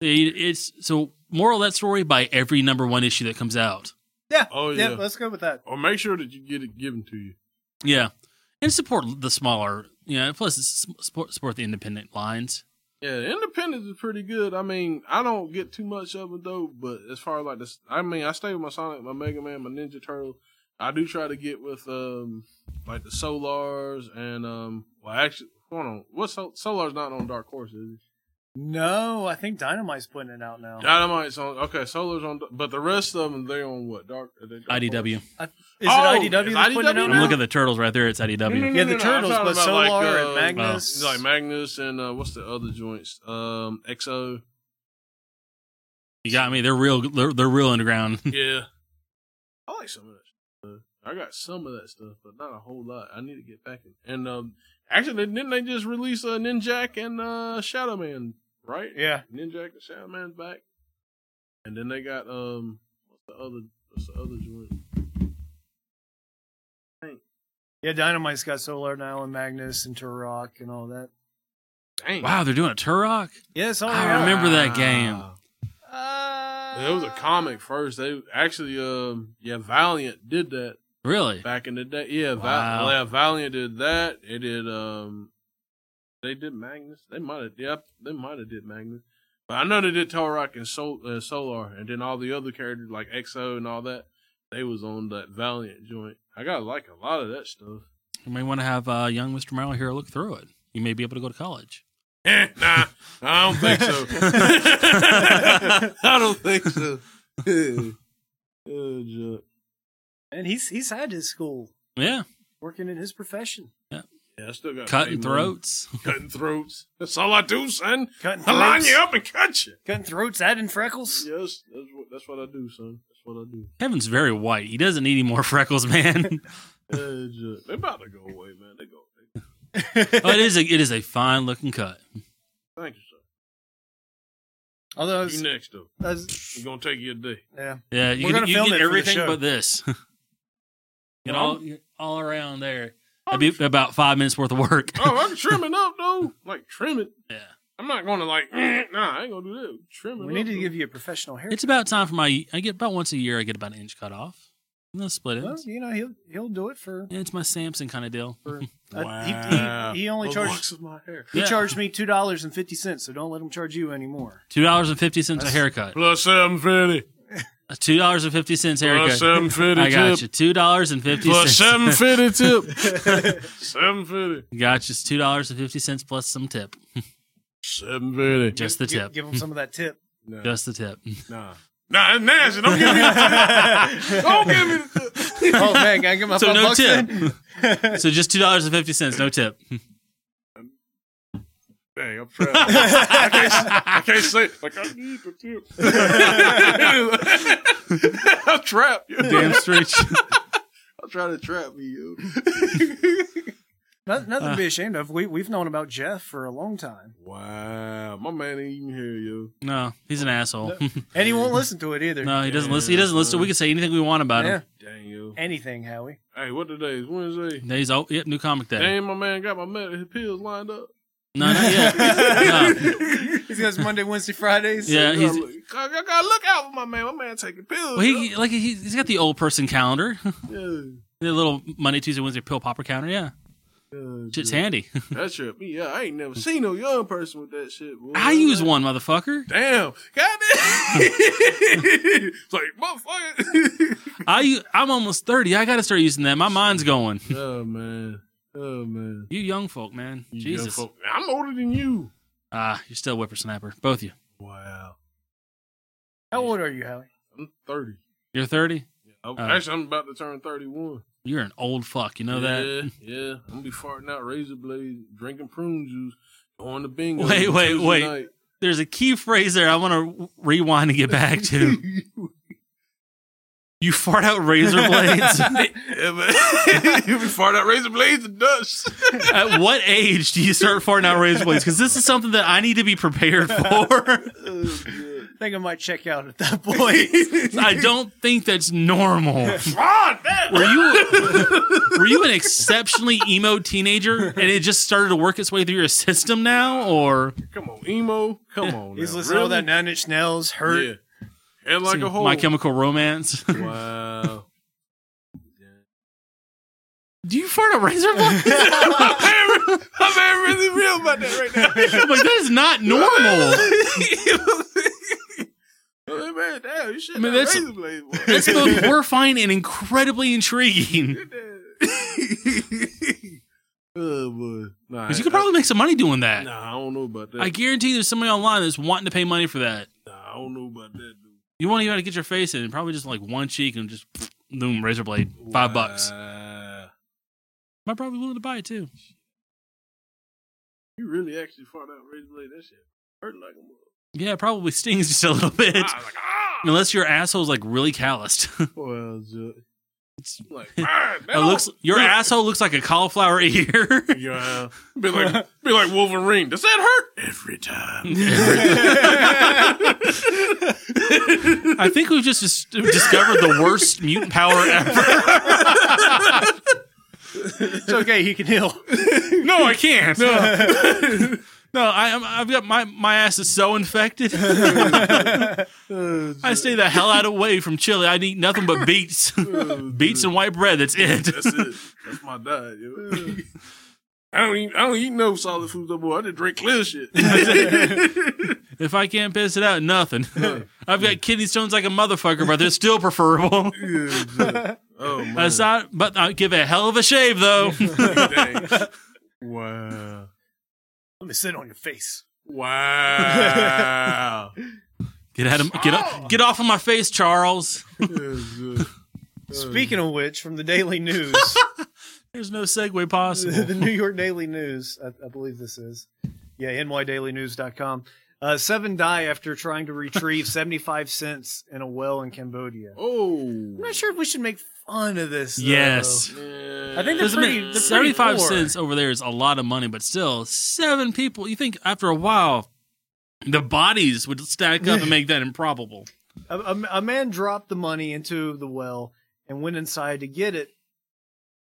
[SPEAKER 1] It- It's so moral of that story by every number one issue that comes out.
[SPEAKER 2] Yeah.
[SPEAKER 3] Oh,
[SPEAKER 2] yeah.
[SPEAKER 3] yeah.
[SPEAKER 2] Let's go with that.
[SPEAKER 3] Or make sure that you get it given to you.
[SPEAKER 1] Yeah, and support the smaller. Yeah, plus it's support support the independent lines.
[SPEAKER 3] Yeah, Independence is pretty good. I mean, I don't get too much of it though. But as far as like this, I mean, I stay with my Sonic, my Mega Man, my Ninja Turtle. I do try to get with um like the Solars and um well actually hold on what's Sol- Solar's not on Dark Horse is
[SPEAKER 2] No, I think Dynamite's putting it out now.
[SPEAKER 3] he? Dynamite's on okay Solar's on but the rest of them they on what Dark, are they Dark Horse?
[SPEAKER 1] IDW.
[SPEAKER 2] Is
[SPEAKER 3] Oh,
[SPEAKER 2] it IDW that's
[SPEAKER 3] is
[SPEAKER 2] putting it out
[SPEAKER 3] IDW
[SPEAKER 1] I'm
[SPEAKER 3] now?
[SPEAKER 2] now?
[SPEAKER 1] looking at the turtles right there. It's IDW.
[SPEAKER 2] Yeah, the
[SPEAKER 3] I'm
[SPEAKER 2] Turtles,
[SPEAKER 3] talking
[SPEAKER 2] but
[SPEAKER 3] about,
[SPEAKER 2] Solar
[SPEAKER 3] like,
[SPEAKER 2] and
[SPEAKER 3] uh,
[SPEAKER 2] Magnus.
[SPEAKER 3] like Magnus and uh, what's the other joints um XO
[SPEAKER 1] You got me. They're real. They're, they're real underground. (laughs)
[SPEAKER 3] Yeah. I like some of that stuff. I got some of that stuff, but not a whole lot. I need to get back in. And um, actually, didn't they just release uh, Ninjak and uh, Shadow Man, right?
[SPEAKER 2] yeah.
[SPEAKER 3] Ninjak and Shadow Man's back. And then they got um, what's the other, what's the other joint?
[SPEAKER 2] Yeah, Dynamite's got Solar now and Magnus and Turok and all that.
[SPEAKER 3] Dang. Oh,
[SPEAKER 1] wow, they're doing a Turok.
[SPEAKER 2] Yeah, it's all
[SPEAKER 1] I
[SPEAKER 2] out.
[SPEAKER 1] remember that game.
[SPEAKER 2] Uh,
[SPEAKER 3] Yeah, It was a comic first. They actually, um, yeah, Valiant did that.
[SPEAKER 1] Really?
[SPEAKER 3] back in the day. Yeah, Val-
[SPEAKER 1] Wow.
[SPEAKER 3] yeah, Valiant did that. They did um, they did Magnus. They might have, yeah, they might have did Magnus. But I know they did Torok and Sol- uh, Solar, and then all the other characters like EXO and all that. They was on that Valiant joint. I got like a lot of that stuff. (laughs)
[SPEAKER 1] You may want to have uh, young Mr. Merrill here look through it. You may be able to go to college.
[SPEAKER 3] Eh, nah, I don't think so. (laughs) I don't think so. (laughs) oh, Jack.
[SPEAKER 2] And he's he's had his school
[SPEAKER 1] Yeah,
[SPEAKER 2] working in his profession.
[SPEAKER 3] yeah, I still got
[SPEAKER 1] cutting
[SPEAKER 3] paid money.
[SPEAKER 1] throats. (laughs)
[SPEAKER 3] Cutting throats. That's all I do, son.
[SPEAKER 2] Cutting
[SPEAKER 3] I line
[SPEAKER 2] throats.
[SPEAKER 3] you up and cut you.
[SPEAKER 2] Cutting throats, adding freckles.
[SPEAKER 3] Yes, that's what that's what I do, son. That's what I do.
[SPEAKER 1] Kevin's very white. He doesn't need any more (laughs) freckles, man.
[SPEAKER 3] Uh, ju- they about to go away, man. They go. They, (laughs)
[SPEAKER 1] oh, it is a it is a fine looking cut.
[SPEAKER 3] thank you, sir.
[SPEAKER 2] (laughs) Although, I was-
[SPEAKER 3] You next though.
[SPEAKER 2] I was-
[SPEAKER 3] We're gonna take you a (laughs) day.
[SPEAKER 2] yeah.
[SPEAKER 1] Yeah, you
[SPEAKER 2] We're
[SPEAKER 1] can,
[SPEAKER 2] gonna
[SPEAKER 1] you
[SPEAKER 2] film
[SPEAKER 1] can
[SPEAKER 2] it for
[SPEAKER 1] get
[SPEAKER 2] the
[SPEAKER 1] everything
[SPEAKER 2] show.
[SPEAKER 1] but this. (laughs) get all all around there.
[SPEAKER 3] I'm-
[SPEAKER 1] That'd be about five minutes worth of work. (laughs)
[SPEAKER 3] Oh, I can trim it up though. Like trim it.
[SPEAKER 1] yeah.
[SPEAKER 3] I'm not gonna like. mm, Nah, I ain't gonna do that. Trim it.
[SPEAKER 2] We need to give you a professional haircut.
[SPEAKER 1] It's about time for my. I get about once a year. I get about an inch cut off. And then split it.
[SPEAKER 2] Well, you know, he'll he'll do it for.
[SPEAKER 1] Yeah, it's my Samson kind of deal.
[SPEAKER 2] uh, he- he, he, only
[SPEAKER 3] the
[SPEAKER 2] charged
[SPEAKER 3] locks of my hair.
[SPEAKER 2] he
[SPEAKER 1] Yeah.
[SPEAKER 2] charged me two dollars and fifty cents. So don't let him charge you anymore.
[SPEAKER 1] Two dollars and fifty cents a haircut.
[SPEAKER 3] Plus seven fifty.
[SPEAKER 1] A Two dollars and fifty cents
[SPEAKER 3] Plus
[SPEAKER 1] haircut.
[SPEAKER 3] seven (laughs) fifty.
[SPEAKER 1] I got you.
[SPEAKER 3] tip.
[SPEAKER 1] Two dollars and fifty (laughs)
[SPEAKER 3] Plus
[SPEAKER 1] cents.
[SPEAKER 3] seven (laughs) fifty tip. seven fifty.
[SPEAKER 1] Got you. It's Two dollars and fifty cents plus some tip.
[SPEAKER 3] Seven fifty.
[SPEAKER 1] Just the
[SPEAKER 2] Gi-
[SPEAKER 1] tip.
[SPEAKER 2] Give him some of that
[SPEAKER 3] (laughs)
[SPEAKER 2] tip.
[SPEAKER 3] Nah,
[SPEAKER 1] Just the tip.
[SPEAKER 3] (laughs) nah, nah. It's nasty. Don't give me (laughs) the tip. Don't give me the
[SPEAKER 2] (laughs)
[SPEAKER 3] tip.
[SPEAKER 2] oh man, can I get my
[SPEAKER 1] So
[SPEAKER 2] five
[SPEAKER 1] no
[SPEAKER 2] bucks (laughs)
[SPEAKER 1] tip. (laughs)
[SPEAKER 2] in?
[SPEAKER 1] So just two dollars and fifty cents. No tip.
[SPEAKER 3] Dang, I'm proud. I, can't, I
[SPEAKER 1] (laughs)
[SPEAKER 3] can't say like I need
[SPEAKER 1] (laughs)
[SPEAKER 3] the (laughs) tip. I'm trapped. Yo.
[SPEAKER 1] Damn straight.
[SPEAKER 3] I'm trying to trap me. Yo.
[SPEAKER 2] Noth- nothing to
[SPEAKER 1] Uh.
[SPEAKER 2] be ashamed of. We we've known about Jeff for a long time,
[SPEAKER 3] wow, my man ain't even here, yo.
[SPEAKER 1] (laughs) No, he's an asshole.
[SPEAKER 2] and he won't listen to it either.
[SPEAKER 1] (laughs) No, he doesn't
[SPEAKER 3] Yeah,
[SPEAKER 1] listen. He doesn't listen.
[SPEAKER 3] son.
[SPEAKER 1] We can say anything we want about
[SPEAKER 2] yeah,
[SPEAKER 1] him.
[SPEAKER 3] Dang, yo.
[SPEAKER 2] anything,
[SPEAKER 1] (laughs)
[SPEAKER 2] Howie.
[SPEAKER 3] Hey, what today is Wednesday?
[SPEAKER 1] No, He's oh, yep, new comic day.
[SPEAKER 3] Dang, my man got my med- his pills lined up.
[SPEAKER 1] No, not
[SPEAKER 3] (laughs)
[SPEAKER 1] yet. no.
[SPEAKER 2] (laughs) He's got Monday, Wednesday, Fridays.
[SPEAKER 1] Yeah,
[SPEAKER 3] I
[SPEAKER 1] he's.
[SPEAKER 3] gotta, look, I I gotta look out for my man. My man taking pills.
[SPEAKER 1] Well, he like he, he's got the old person calendar,
[SPEAKER 3] yo.
[SPEAKER 1] the little Monday, Tuesday, Wednesday pill popper counter. Yeah,
[SPEAKER 3] Yeah,
[SPEAKER 1] shit's
[SPEAKER 3] yeah.
[SPEAKER 1] handy.
[SPEAKER 3] That tripped me. up. I ain't never seen no young person with that shit. Boy.
[SPEAKER 1] I use one, motherfucker.
[SPEAKER 3] Damn. God damn. (laughs) it's like, motherfucker. (laughs)
[SPEAKER 1] I u- I'm almost thirty. I got to start using that. My mind's going.
[SPEAKER 3] oh, man. Oh, man.
[SPEAKER 1] You young folk, man.
[SPEAKER 3] You
[SPEAKER 1] Jesus.
[SPEAKER 3] young folk- I'm older than you.
[SPEAKER 1] Ah, you're still a whippersnapper, both of you.
[SPEAKER 3] Wow.
[SPEAKER 2] How old are you, Howie?
[SPEAKER 3] I'm I'm 30.
[SPEAKER 1] You're 30.
[SPEAKER 3] Yeah, I'm-
[SPEAKER 1] Oh.
[SPEAKER 3] Actually, I'm about to turn 31.
[SPEAKER 1] You're an old fuck. You know that.
[SPEAKER 3] yeah, Yeah, I'm gonna be farting out razor blades, drinking prune juice, going to bingo.
[SPEAKER 1] Wait,
[SPEAKER 3] on
[SPEAKER 1] wait,
[SPEAKER 3] Tuesday
[SPEAKER 1] wait.
[SPEAKER 3] night.
[SPEAKER 1] There's a key phrase there. I want to rewind and get back
[SPEAKER 3] (laughs)
[SPEAKER 1] to. You fart out razor
[SPEAKER 3] (laughs)
[SPEAKER 1] blades.
[SPEAKER 3] yeah, man. you be farting out razor blades and dust. (laughs)
[SPEAKER 1] At what age do you start farting out razor blades? Because this is something that I need to be prepared
[SPEAKER 3] (laughs)
[SPEAKER 1] for.
[SPEAKER 2] I think I might check out at that point. (laughs)
[SPEAKER 1] I don't think that's normal.
[SPEAKER 3] Ah,
[SPEAKER 2] Ron, man!
[SPEAKER 1] Were you (laughs) were you an exceptionally emo teenager and it just started to work its way through your system now, or
[SPEAKER 3] Come on, emo. Come on.
[SPEAKER 2] He's
[SPEAKER 3] now.
[SPEAKER 2] listening to all that Nine Inch Nails, Hurt.
[SPEAKER 3] Yeah. And like a whole.
[SPEAKER 1] My Chemical Romance?
[SPEAKER 3] wow.
[SPEAKER 1] Do you fart out razor blades?
[SPEAKER 3] I'm being- I'm being really real about that right now.
[SPEAKER 1] (laughs) I'm like that is not normal.
[SPEAKER 2] (laughs)
[SPEAKER 3] Hey, man, damn, you should
[SPEAKER 1] I mean,
[SPEAKER 3] have
[SPEAKER 1] that's-
[SPEAKER 3] razor blades, boy.
[SPEAKER 1] That's both horrifying and incredibly intriguing.
[SPEAKER 3] (laughs) oh boy, nah,
[SPEAKER 1] Because you could probably make some money doing that.
[SPEAKER 3] Nah, I don't know about that.
[SPEAKER 1] I guarantee there's somebody online that's wanting to pay money for that.
[SPEAKER 3] nah, I don't know about that. Dude.
[SPEAKER 1] You won't even have to get your face in. Probably just like one cheek and just boom, razor blade. Five bucks.
[SPEAKER 3] Wow.
[SPEAKER 1] I'm probably willing to buy it too.
[SPEAKER 3] You really actually fought out razor blade? That shit hurt like a mother.
[SPEAKER 1] Yeah, it probably stings just a little bit.
[SPEAKER 3] I was like, (laughs) ah.
[SPEAKER 1] Unless your asshole's like really calloused. (laughs)
[SPEAKER 3] Well,
[SPEAKER 1] It's-
[SPEAKER 3] I'm like, ah,
[SPEAKER 1] it
[SPEAKER 3] (laughs)
[SPEAKER 1] looks your asshole looks like a cauliflower ear.
[SPEAKER 3] Yeah, be like, be like Wolverine. Does that hurt every time?
[SPEAKER 1] (laughs) I think we've just dis- discovered the worst mutant power ever.
[SPEAKER 2] It's okay, he can heal.
[SPEAKER 1] (laughs) No, I can't. No, no I, I'm- I've got my my ass is so infected. (laughs) I stay the hell out of way from chili. I eat nothing but beets, (laughs) beets and white bread. That's it.
[SPEAKER 3] That's it. That's my diet. Yo. (laughs) I don't eat. I don't eat no solid food no more. I just drink clear shit.
[SPEAKER 1] If I can't piss it out,
[SPEAKER 3] (laughs)
[SPEAKER 1] nothing. I've got kidney stones like a motherfucker, but they're still preferable.
[SPEAKER 3] (laughs) (laughs) oh man!
[SPEAKER 1] Aside, but I give a hell of a shave though.
[SPEAKER 3] Dang. (laughs) Wow!
[SPEAKER 2] Let me sit on your face.
[SPEAKER 3] (laughs) Wow!
[SPEAKER 1] (laughs) Get out of get off, get off of my face, Charles.
[SPEAKER 2] Speaking of which, from the Daily News,
[SPEAKER 1] There's no
[SPEAKER 2] (laughs)
[SPEAKER 1] segue
[SPEAKER 2] the
[SPEAKER 1] possible.
[SPEAKER 2] New York Daily News, I, I believe this is. Yeah, nydailynews.com. Uh, seven die after trying to (laughs) retrieve 75 cents in a well in Cambodia.
[SPEAKER 3] oh,
[SPEAKER 2] I'm not sure if we should make fun of this. though.
[SPEAKER 1] Yes.
[SPEAKER 3] man.
[SPEAKER 2] I think they're
[SPEAKER 1] Doesn't
[SPEAKER 2] pretty, they're
[SPEAKER 1] mean
[SPEAKER 2] pretty
[SPEAKER 1] 75
[SPEAKER 2] poor.
[SPEAKER 1] cents over there is a lot of money, but still, seven people. You think after a while, the bodies would stack up and make that improbable.
[SPEAKER 2] A, a- a man dropped the money into the well and went inside to get it,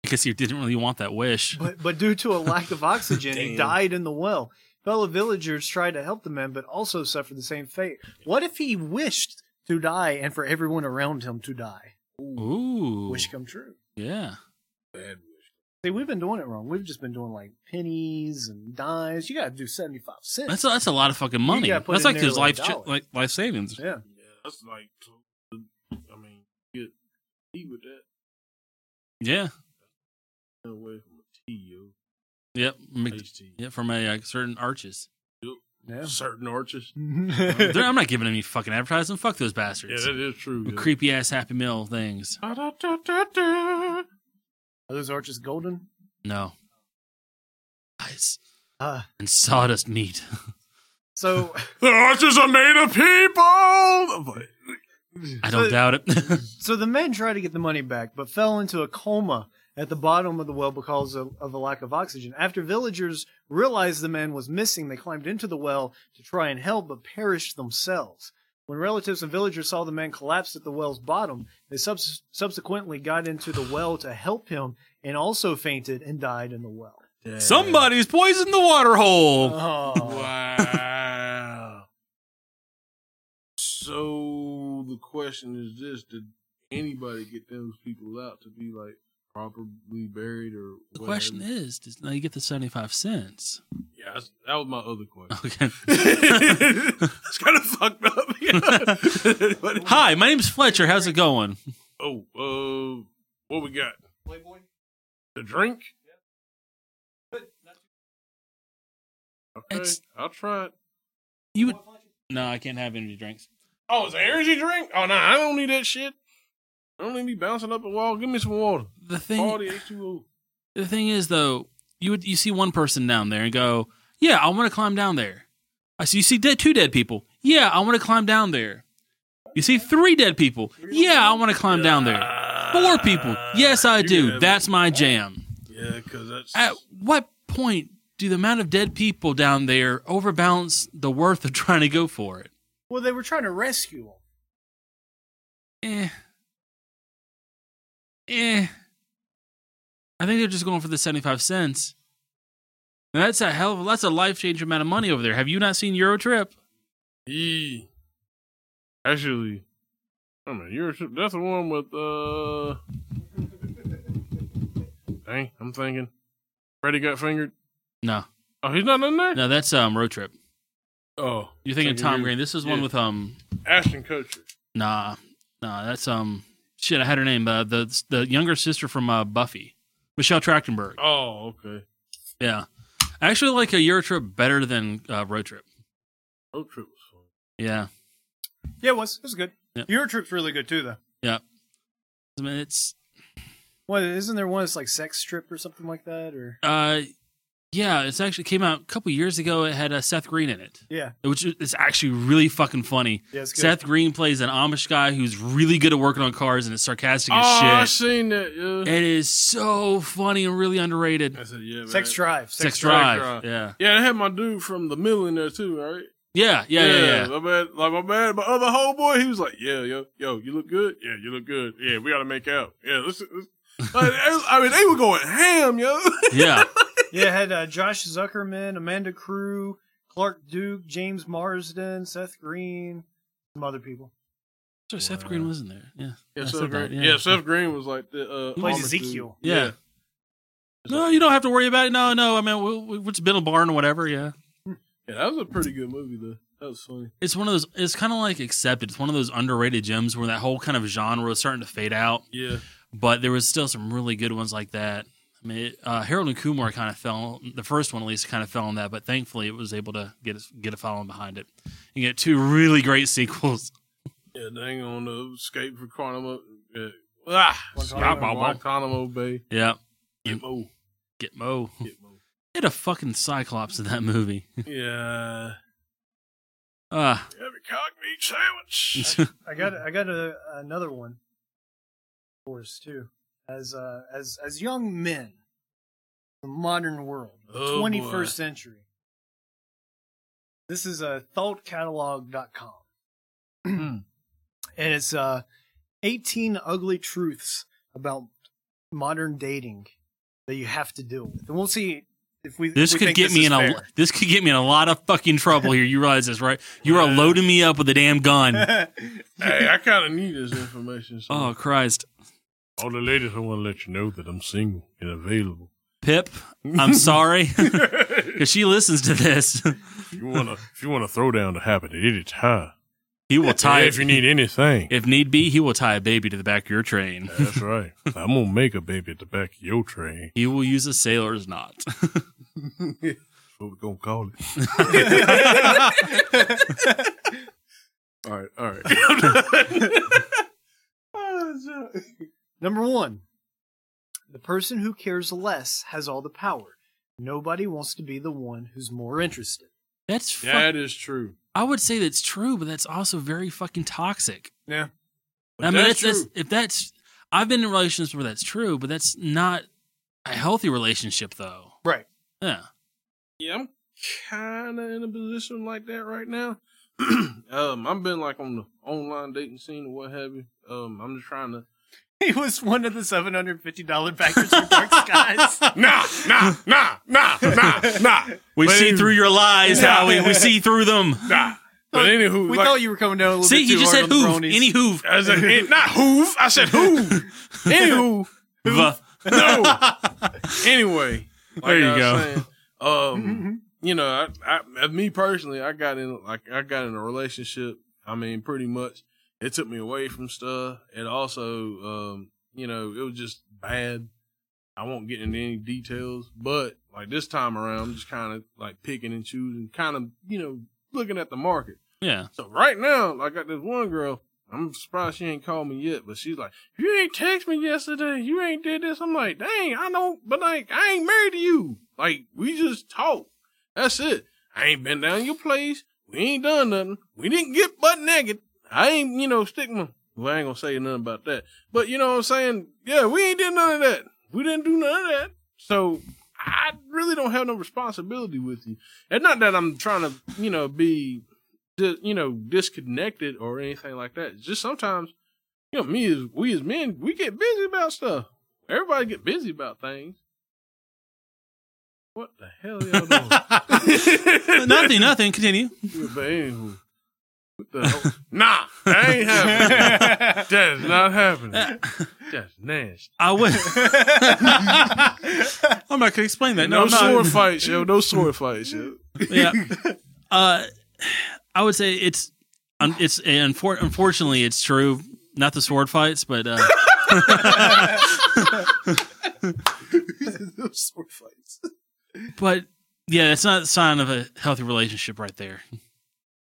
[SPEAKER 1] I guess you didn't really want that wish.
[SPEAKER 2] but, but due to a lack (laughs) of oxygen, he
[SPEAKER 3] Damn.
[SPEAKER 2] died in the well. Fellow villagers tried to help the man, but also suffered the same fate. What if he wished to die and for everyone around him to die?
[SPEAKER 1] Ooh.
[SPEAKER 2] Wish come true.
[SPEAKER 1] Yeah.
[SPEAKER 3] Bad wish.
[SPEAKER 2] See, we've been doing it wrong. We've just been doing like pennies and dimes. You got to do 75 cents.
[SPEAKER 1] That's a, that's a lot of fucking money.
[SPEAKER 2] gotta put
[SPEAKER 1] That's
[SPEAKER 2] in
[SPEAKER 1] like
[SPEAKER 2] there
[SPEAKER 1] his
[SPEAKER 2] like
[SPEAKER 1] life
[SPEAKER 2] a dollar.
[SPEAKER 1] like life savings.
[SPEAKER 2] yeah.
[SPEAKER 3] Yeah, that's like. I mean, get tea with that.
[SPEAKER 1] Yeah.
[SPEAKER 3] Get away from a tea, yo.
[SPEAKER 1] Yep. Mc-
[SPEAKER 3] Nice tea.
[SPEAKER 1] Yeah, from a uh, certain arches. (laughs)
[SPEAKER 2] Yeah.
[SPEAKER 3] Certain arches.
[SPEAKER 1] They're- I'm not giving any fucking advertising. Fuck those
[SPEAKER 3] Yeah,
[SPEAKER 1] bastards.
[SPEAKER 3] that is true. yo. (laughs)
[SPEAKER 1] Creepy ass Happy Meal things.
[SPEAKER 3] Da, da, da, da, da.
[SPEAKER 2] Are those arches golden?
[SPEAKER 1] No. Eyes
[SPEAKER 2] Uh,
[SPEAKER 1] and sawdust meat.
[SPEAKER 2] so
[SPEAKER 3] The arches are made of people.
[SPEAKER 1] I don't
[SPEAKER 2] So-
[SPEAKER 1] doubt it.
[SPEAKER 2] So the men tried to get the money back, but fell into a coma at the bottom of the well because of, of a lack of oxygen. After villagers realized the man was missing, they climbed into the well to try and help, but perished themselves. When relatives and villagers saw the man collapse at the well's bottom, they subs- subsequently got into the well to help him and also fainted and died in the well.
[SPEAKER 1] Somebody's poisoned the water hole.
[SPEAKER 2] Oh,
[SPEAKER 3] Wow. so the question is this: Did anybody get those people out to be like properly buried or?
[SPEAKER 1] the question is, does now you get the 75 cents? (laughs)
[SPEAKER 3] yeah, that's- that was my other question.
[SPEAKER 1] Okay.
[SPEAKER 3] it's kind of fucked up. Yeah. (laughs) But-
[SPEAKER 1] Hi, my name's Fletcher. How's it going?
[SPEAKER 3] Oh, uh, what we got? The drink. Okay,
[SPEAKER 1] It's-
[SPEAKER 3] I'll try it.
[SPEAKER 1] You would No, I can't have energy drinks.
[SPEAKER 3] Oh, it's an energy drink? Oh no, I don't need that shit. I don't need me bouncing up a wall. Give me some water.
[SPEAKER 1] The
[SPEAKER 3] All
[SPEAKER 1] thing,
[SPEAKER 3] the H2O.
[SPEAKER 1] the thing is though, you would you see one person down there and go, "Yeah, I want to climb down there." I see you see dead, two dead people. Yeah, I want to climb down there. You see three dead people. Yeah, I want to climb down there. Four people. Yes, I
[SPEAKER 3] You
[SPEAKER 1] do.
[SPEAKER 3] have-
[SPEAKER 1] That's my jam.
[SPEAKER 3] Yeah, because that's
[SPEAKER 1] At what point do the amount of dead people down there overbalance the worth of (laughs) trying to go for it?
[SPEAKER 2] Well, they were trying to rescue him.
[SPEAKER 1] Eh. Eh. I think they're just going for the 75 cents. And that's a hell of that's a life changing amount of money over there. Have you not seen Euro Trip?
[SPEAKER 3] E. Actually, I mean, you're that's the one with uh. Dang, I'm thinking. Freddie got fingered.
[SPEAKER 1] No.
[SPEAKER 3] Oh, he's not in there.
[SPEAKER 1] No, that's um Road Trip.
[SPEAKER 3] Oh,
[SPEAKER 1] You're thinking
[SPEAKER 3] Thinking
[SPEAKER 1] Tom
[SPEAKER 3] you-
[SPEAKER 1] Green. This is one
[SPEAKER 3] yeah.
[SPEAKER 1] with um
[SPEAKER 3] Ashton Kutcher.
[SPEAKER 1] nah. Nah, that's um shit, I had her name. Uh, the the younger sister from uh, Buffy. Michelle Trachtenberg.
[SPEAKER 3] Oh, okay.
[SPEAKER 1] Yeah. I actually like a Euro Trip better than uh, Road Trip.
[SPEAKER 3] Road trip was fun.
[SPEAKER 1] Yeah.
[SPEAKER 2] Yeah, it was. It was good.
[SPEAKER 1] Yeah.
[SPEAKER 2] Your trip's really good too, though.
[SPEAKER 1] I mean, it's
[SPEAKER 2] What isn't there one that's like sex trip or something like that? Or
[SPEAKER 1] uh yeah, it's actually came out a couple years ago. It had uh, Seth Green in it.
[SPEAKER 2] yeah,
[SPEAKER 1] which is actually really fucking funny.
[SPEAKER 2] yeah, it's good.
[SPEAKER 1] Seth Green plays an Amish guy who's really good at working on cars and is sarcastic
[SPEAKER 3] Oh, I
[SPEAKER 1] as shit.
[SPEAKER 3] seen that. Yeah.
[SPEAKER 1] It is so funny and really underrated.
[SPEAKER 3] I said, yeah, man.
[SPEAKER 2] sex drive.
[SPEAKER 1] Sex,
[SPEAKER 3] Drive.
[SPEAKER 1] Drive. Yeah.
[SPEAKER 3] Yeah, they had my dude from the mill in there too, right?
[SPEAKER 1] yeah, yeah, yeah, yeah,
[SPEAKER 3] My man, like my man, my other homeboy, he was like, "Yeah, yo, yo, you look good. Yeah, you look good. Yeah, we gotta make out. Yeah, let's." let's- Like, I I mean, they were going ham, yo. (laughs)
[SPEAKER 1] (laughs) yeah.
[SPEAKER 2] Yeah, it had uh, Josh Zuckerman, Amanda Crew, Clark Duke, James Marsden, Seth Green, some other people.
[SPEAKER 1] So Seth Green was in there. Yeah,
[SPEAKER 3] Yeah,
[SPEAKER 1] That's
[SPEAKER 3] Seth
[SPEAKER 1] not bad,
[SPEAKER 3] Green. Yeah.
[SPEAKER 1] yeah.
[SPEAKER 3] Seth Green was like the uh,
[SPEAKER 2] Plays
[SPEAKER 3] Amish dude.
[SPEAKER 2] Ezekiel.
[SPEAKER 1] yeah. No, you don't have to worry about it. No, no. I mean, we, we, it's been a barn or whatever. Yeah,
[SPEAKER 3] yeah, that was a pretty good movie though. That was funny.
[SPEAKER 1] it's one of those. It's kind of like accepted. It's one of those underrated gems where that whole kind of genre is starting to fade out.
[SPEAKER 3] Yeah,
[SPEAKER 1] but there was still some really good ones like that. I mean, it, uh, Harold and Kumar kind of fell the first one at least kind of fell on that, but thankfully it was able to get us- get a following behind it and get two really great (laughs) sequels.
[SPEAKER 3] yeah. Dang on the escape from Guantanamo. Yeah. Ah,
[SPEAKER 2] Guantanamo.
[SPEAKER 3] Guantanamo Bay.
[SPEAKER 1] Yeah,
[SPEAKER 3] Get mo.
[SPEAKER 1] get Mo.
[SPEAKER 3] Get mo.
[SPEAKER 1] It a fucking cyclops in that movie.
[SPEAKER 3] Yeah.
[SPEAKER 1] Uh,
[SPEAKER 3] Every cock meat sandwich.
[SPEAKER 2] I got I got a, another one. Of course, too. As uh, as as young men, the modern world,
[SPEAKER 3] Oh,
[SPEAKER 2] twenty first century. This is uh, a thoughtcatalog.com. (clears throat)
[SPEAKER 1] Hmm.
[SPEAKER 2] and it's uh 18 ugly truths about modern dating that you have to deal with. And we'll see if we
[SPEAKER 1] this
[SPEAKER 2] we
[SPEAKER 1] could
[SPEAKER 2] think
[SPEAKER 1] get me
[SPEAKER 2] is
[SPEAKER 1] in a
[SPEAKER 2] fair.
[SPEAKER 1] this could get me in a lot of fucking trouble here. You realize this, right? You are
[SPEAKER 3] Yeah.
[SPEAKER 1] loading me up with a damn
[SPEAKER 2] (laughs)
[SPEAKER 1] gun.
[SPEAKER 3] (laughs) hey, I kind of need this information. So.
[SPEAKER 1] Oh Christ,
[SPEAKER 3] All the ladies, I want to let you know that I'm single and (laughs) available.
[SPEAKER 1] Pip,
[SPEAKER 2] (laughs)
[SPEAKER 1] I'm sorry (laughs)
[SPEAKER 3] if
[SPEAKER 1] because she listens to this. (laughs)
[SPEAKER 3] you want to, if you want to throw down to happen at any time,
[SPEAKER 1] he will tie
[SPEAKER 3] if you need anything,
[SPEAKER 1] If need be, he will tie a baby to the back of your train.
[SPEAKER 3] that's right. I'm gonna make a baby at the back of your train.
[SPEAKER 1] He will use a sailor's knot. (laughs)
[SPEAKER 3] That's what we gonna call it.
[SPEAKER 2] (laughs)
[SPEAKER 1] (laughs)
[SPEAKER 3] All right, all (laughs) right.
[SPEAKER 2] Number one, the person who cares less has all the power. Nobody wants to be the one who's more interested. (laughs)
[SPEAKER 1] That's fuck-
[SPEAKER 3] that is true.
[SPEAKER 1] I would say that's true, but that's also very fucking toxic.
[SPEAKER 2] Yeah.
[SPEAKER 1] I mean, that's,
[SPEAKER 3] that's
[SPEAKER 1] that's
[SPEAKER 3] true.
[SPEAKER 1] if that's I've been in relationships where that's true, but that's not a healthy relationship though.
[SPEAKER 2] Right.
[SPEAKER 1] Yeah.
[SPEAKER 3] Yeah, I'm kind of in a position like that right now. (clears throat) um, I've been like on the online dating scene or what have you. Um, I'm just trying to
[SPEAKER 2] He was one of the seven hundred fifty dollar backers for Dark
[SPEAKER 1] (laughs)
[SPEAKER 2] Skies.
[SPEAKER 3] nah, nah, nah, nah, nah, nah.
[SPEAKER 1] We
[SPEAKER 3] But
[SPEAKER 1] see
[SPEAKER 3] any-
[SPEAKER 1] through your lies, Howie. We see through them.
[SPEAKER 3] Nah. But anywho,
[SPEAKER 2] we
[SPEAKER 3] like,
[SPEAKER 2] thought you were coming down a little
[SPEAKER 1] See,
[SPEAKER 2] bit
[SPEAKER 1] he
[SPEAKER 2] too
[SPEAKER 1] just
[SPEAKER 2] hard
[SPEAKER 1] said
[SPEAKER 2] on the
[SPEAKER 1] hoof.
[SPEAKER 2] bronies.
[SPEAKER 1] Any hoof.
[SPEAKER 3] I said, eh, not hoove. I said hoove. anywho,
[SPEAKER 1] The-
[SPEAKER 3] no. anyway, like
[SPEAKER 1] There you
[SPEAKER 3] I was
[SPEAKER 1] go.
[SPEAKER 3] saying, um, you know, I, I, I, me personally, I got in like I got in a relationship. I mean, pretty much, it took me away from stuff. It also, um, you know, it was just bad. I won't get into any details, but like this time around, I'm just kind of like picking and choosing, kind of you know looking at the market.
[SPEAKER 1] Yeah.
[SPEAKER 3] So right now, like, I got this one girl. I'm surprised she ain't called me yet, but she's like, "You ain't text me yesterday. You ain't did this." I'm like, "Dang, I know, but like, I ain't married to you. Like, we just talk. That's it. I ain't been down your place. We ain't done nothing. We didn't get butt naked. I ain't, you know, stigma. Well, I ain't gonna say nothing about that. But you know what I'm saying? Yeah, we ain't did none of that. We didn't do none of that. So I really don't have no responsibility with you. And not that I'm trying to, you know, be di- you know, disconnected or anything like that. It's just sometimes, you know, me as we as men, we get busy about stuff. Everybody get busy about things. What the hell y'all
[SPEAKER 1] (laughs)
[SPEAKER 3] doing?
[SPEAKER 1] nothing, nothing. Continue.
[SPEAKER 3] Yeah, but anywho, what the hell? nah, that ain't happening.
[SPEAKER 1] (laughs)
[SPEAKER 3] that is not happening. That's nasty.
[SPEAKER 1] I would. I'm not gonna explain that. No,
[SPEAKER 3] No,
[SPEAKER 1] I'm not.
[SPEAKER 3] sword fights, yo. No sword fights, yo.
[SPEAKER 1] yeah. Uh, I would say it's un- it's unfor- unfortunately it's true. Not the sword fights, but uh,
[SPEAKER 2] Mm-hmm.
[SPEAKER 1] (laughs)
[SPEAKER 2] (laughs)
[SPEAKER 3] no sword fights.
[SPEAKER 1] but yeah, it's not a sign of a healthy relationship right there.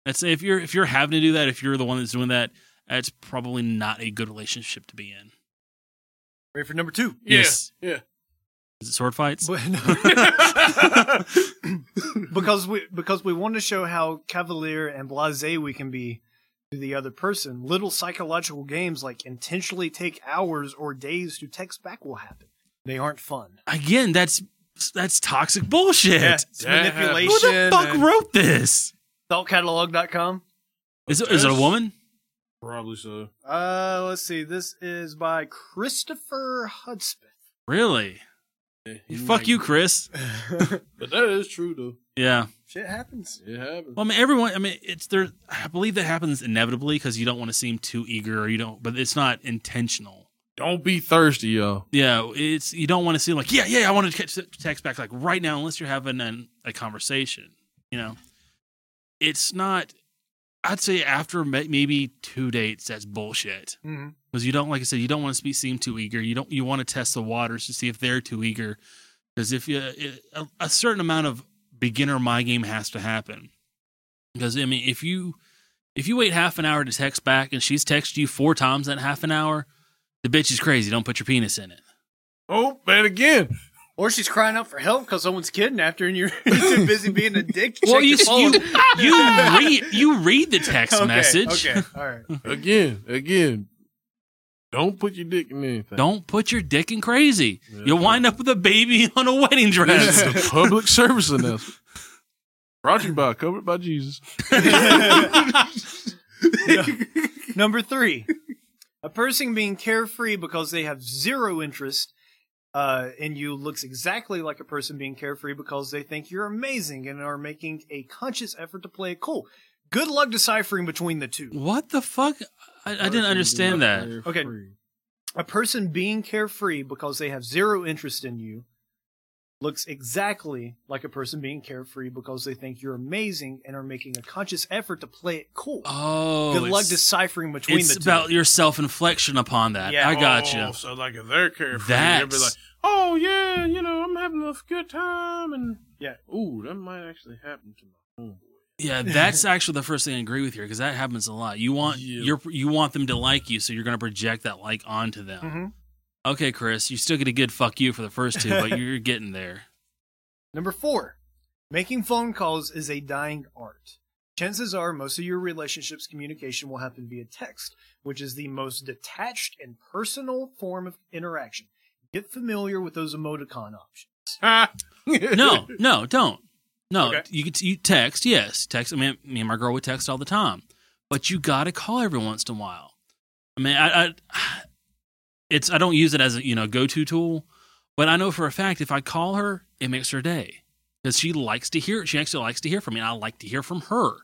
[SPEAKER 1] That's if you're if you're having to do that, if you're the one that's doing that, that's probably not a good relationship to be in.
[SPEAKER 2] Ready for number
[SPEAKER 1] (laughs)
[SPEAKER 2] two.
[SPEAKER 1] Yes.
[SPEAKER 3] Yeah.
[SPEAKER 1] Is it sword fights?
[SPEAKER 2] But- because we because we want to show how cavalier and blasé we can be to the other person. Little psychological games like intentionally take hours or days to text back will happen. They aren't fun.
[SPEAKER 1] Again, that's that's toxic bullshit.
[SPEAKER 2] It's
[SPEAKER 3] that
[SPEAKER 2] manipulation.
[SPEAKER 1] Who the fuck
[SPEAKER 2] and
[SPEAKER 1] wrote this?
[SPEAKER 2] Thoughtcatalog.com.
[SPEAKER 1] Is it, is it a
[SPEAKER 3] Yes.
[SPEAKER 1] woman?
[SPEAKER 3] (laughs) Probably so.
[SPEAKER 2] Uh, let's see. This is by Christopher (laughs) Hudspeth.
[SPEAKER 1] Really?
[SPEAKER 3] Yeah,
[SPEAKER 1] Fuck
[SPEAKER 3] might-
[SPEAKER 1] you, Chris.
[SPEAKER 3] But that is true though.
[SPEAKER 1] Yeah.
[SPEAKER 2] Shit happens.
[SPEAKER 3] It happens.
[SPEAKER 1] Well, I mean, everyone. I mean, it's there. I believe that happens inevitably because you don't want to seem too eager, or you don't. But it's not intentional.
[SPEAKER 3] Don't be thirsty, y'all.
[SPEAKER 1] Yeah, it's you don't want to seem like yeah, yeah. I want to catch the text back like right now, unless you're having an, a conversation. You know, it's not. I'd say after ma- maybe two dates, that's bullshit
[SPEAKER 2] hmm
[SPEAKER 1] because you don't like I said, you don't want to be, seem too eager. You don't. You want to test the waters to see if they're too eager because if you uh, a, a certain amount of beginner my game has to happen because I mean if you if you wait half an hour to text back and she's texted you four times in half an hour, the bitch is crazy. Don't put your penis in it.
[SPEAKER 3] Oh, and again.
[SPEAKER 2] Or she's crying out for help because someone's kidnapped her and you're (laughs) too busy being a dick. to
[SPEAKER 1] Well,
[SPEAKER 2] check
[SPEAKER 1] you
[SPEAKER 2] your
[SPEAKER 1] you,
[SPEAKER 2] phone. (laughs)
[SPEAKER 1] you read you read the text
[SPEAKER 2] Okay,
[SPEAKER 1] message.
[SPEAKER 2] Okay, all right.
[SPEAKER 3] Again, again. Don't put your dick in anything.
[SPEAKER 1] Don't put your dick in crazy.
[SPEAKER 3] Yeah.
[SPEAKER 1] You'll wind up with a baby (laughs) on a wedding
[SPEAKER 3] This
[SPEAKER 1] dress.
[SPEAKER 3] is a public service announcement. Brought to you by covered by Jesus.
[SPEAKER 2] Number three, a person being carefree because they have zero interest uh, in you looks exactly like a person being carefree because they think you're amazing and are making a conscious effort to play it cool. Good luck deciphering between the two.
[SPEAKER 1] What the fuck? I, I didn't understand that.
[SPEAKER 2] Okay. A person being carefree because they have zero interest in you looks exactly like a person being carefree because they think you're amazing and are making a conscious effort to play it cool.
[SPEAKER 1] Oh,
[SPEAKER 2] Good luck
[SPEAKER 1] it's-
[SPEAKER 2] deciphering between
[SPEAKER 1] it's
[SPEAKER 2] the two.
[SPEAKER 1] about your self inflection upon that.
[SPEAKER 2] Yeah.
[SPEAKER 1] I got
[SPEAKER 3] Oh,
[SPEAKER 1] you.
[SPEAKER 3] So like if they're carefree, they'll be
[SPEAKER 1] That's-
[SPEAKER 3] like, "Oh yeah, you know, I'm having a good time," and
[SPEAKER 2] Yeah.
[SPEAKER 3] ooh, that might actually happen to my homeboy.
[SPEAKER 2] (laughs)
[SPEAKER 1] Yeah, that's actually the first thing I agree with here because that happens a lot. You want
[SPEAKER 3] Yeah.
[SPEAKER 1] you're you want them to like you, so you're going to project that like onto them.
[SPEAKER 2] Mhm.
[SPEAKER 1] Okay, Chris, you still get a good fuck you for the first two, but you're getting there.
[SPEAKER 2] Number four, making phone calls is a dying art. Chances are most of your relationship's communication will happen via text, which is the most detached and personal form of interaction. Get familiar with those emoticon options.
[SPEAKER 3] Ha! (laughs)
[SPEAKER 2] (laughs)
[SPEAKER 1] No, no, don't. No,
[SPEAKER 2] Okay.
[SPEAKER 1] you could you text. Yes, text. I mean, me and my girl would text all the time, but you got to call every once in a while. I mean, I, I (sighs) it's I don't use it as a you know go to tool, but I know for a fact if I call her, it makes her day because she likes to hear. She actually likes to hear from me. and I like to hear from her.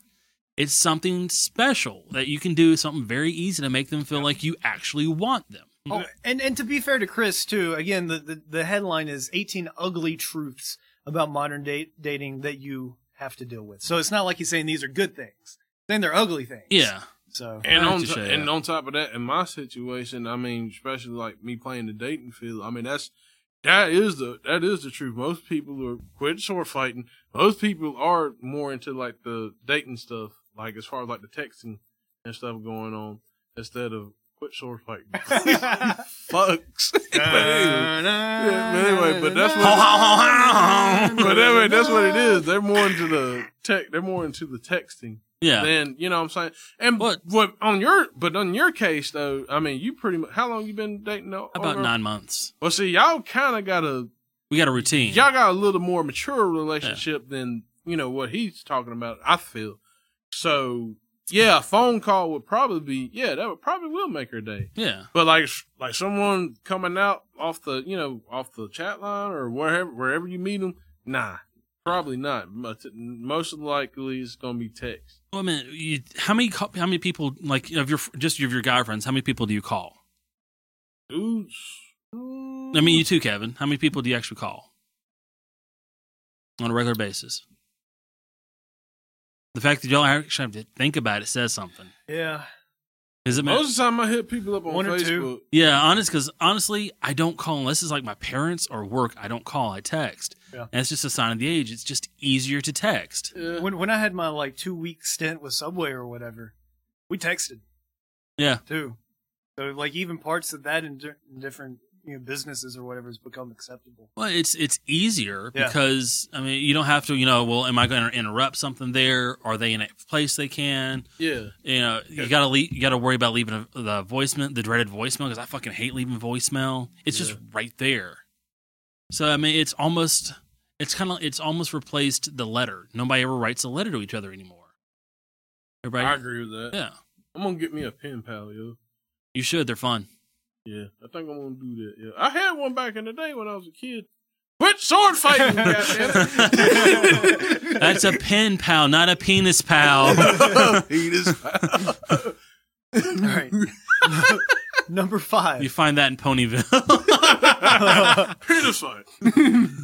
[SPEAKER 1] It's something special that you can do. Something very easy to make them feel like you actually want them.
[SPEAKER 2] Oh, and, and to be fair to Chris, too, again, the, the, the headline is 18 ugly truths about modern date, dating that you have to deal with. So it's not like he's saying these are good things. He's saying they're ugly things.
[SPEAKER 1] Yeah,
[SPEAKER 2] So (laughs)
[SPEAKER 3] And
[SPEAKER 1] I have
[SPEAKER 3] on
[SPEAKER 1] to
[SPEAKER 3] to-
[SPEAKER 1] say
[SPEAKER 3] and
[SPEAKER 1] that.
[SPEAKER 3] on top of that, in my situation, I mean, especially like me playing the dating field, I mean that's that is the that is the truth. Most people are quit sword fighting. Most people are more into like the dating stuff like as far as like the texting and stuff going on instead of quit source like
[SPEAKER 2] (laughs)
[SPEAKER 3] fucks. (laughs) but anyway, yeah, but anyway, but that's what (laughs) but anyway, that's what it is. They're more into the tech. They're more into the texting.
[SPEAKER 1] Yeah.
[SPEAKER 3] than you know what I'm saying, and
[SPEAKER 1] But-
[SPEAKER 3] but what on your but on your case though, I mean you pretty much how long you been dating? No,
[SPEAKER 1] About nine months.
[SPEAKER 3] Well, see, y'all kind of got a
[SPEAKER 1] We got a routine.
[SPEAKER 3] y'all got a little more mature relationship than you know what he's talking about. I feel so. Yeah, a phone call would probably be yeah that would probably will make her day.
[SPEAKER 1] Yeah.
[SPEAKER 3] But like like someone coming out off the you know off the chat line or wherever wherever you meet them, nah, probably not. Most, most likely it's gonna be text.
[SPEAKER 1] Well, I mean, you, how many co- how many people like of your just of your guy friends? How many people do you call?
[SPEAKER 3] Dudes,
[SPEAKER 1] I mean, you too, Kevin. How many people do you actually call on a regular basis? The fact that y'all actually have to think about it says something.
[SPEAKER 2] yeah.
[SPEAKER 1] Is it
[SPEAKER 3] most of the time I hit people up on
[SPEAKER 2] One or
[SPEAKER 3] Facebook.
[SPEAKER 2] two.
[SPEAKER 1] Yeah, honest because honestly, I don't call unless it's like my parents or work. I don't call. I text,
[SPEAKER 2] Yeah.
[SPEAKER 1] and it's just a sign of the age. It's just easier to text.
[SPEAKER 3] Yeah.
[SPEAKER 2] When when I had my like two week stint with Subway or whatever, we texted
[SPEAKER 1] Yeah,
[SPEAKER 2] too. So like even parts of that in, di- in different you know businesses or whatever has become
[SPEAKER 3] (laughs)
[SPEAKER 2] acceptable.
[SPEAKER 1] well, it's it's easier
[SPEAKER 2] Yeah.
[SPEAKER 1] because I mean you don't have to. You know, well, am I going to interrupt something there? Are they in a place they can?
[SPEAKER 3] yeah.
[SPEAKER 1] You know, you gotta leave, you gotta worry about leaving a, the voicemail, the dreaded voicemail, because I fucking hate leaving voicemail. It's just
[SPEAKER 3] Yeah.
[SPEAKER 1] right there. So I mean, it's almost, it's kind of, it's almost replaced the letter. Nobody ever writes a letter to each other anymore. Everybody,
[SPEAKER 3] I agree with that.
[SPEAKER 1] yeah,
[SPEAKER 3] I'm gonna get me a pen pal, yo.
[SPEAKER 1] you should. They're fun.
[SPEAKER 3] Yeah, I think I'm gonna do that. Yeah, I had one back in the day when I was a kid. Quit sword
[SPEAKER 2] (laughs)
[SPEAKER 3] fighting, goddamn.
[SPEAKER 1] That's
[SPEAKER 3] (laughs)
[SPEAKER 1] a pen pal, not a penis pal.
[SPEAKER 2] All right. (laughs) Number
[SPEAKER 1] you
[SPEAKER 2] five.
[SPEAKER 1] find that in Ponyville.
[SPEAKER 3] Penis fight.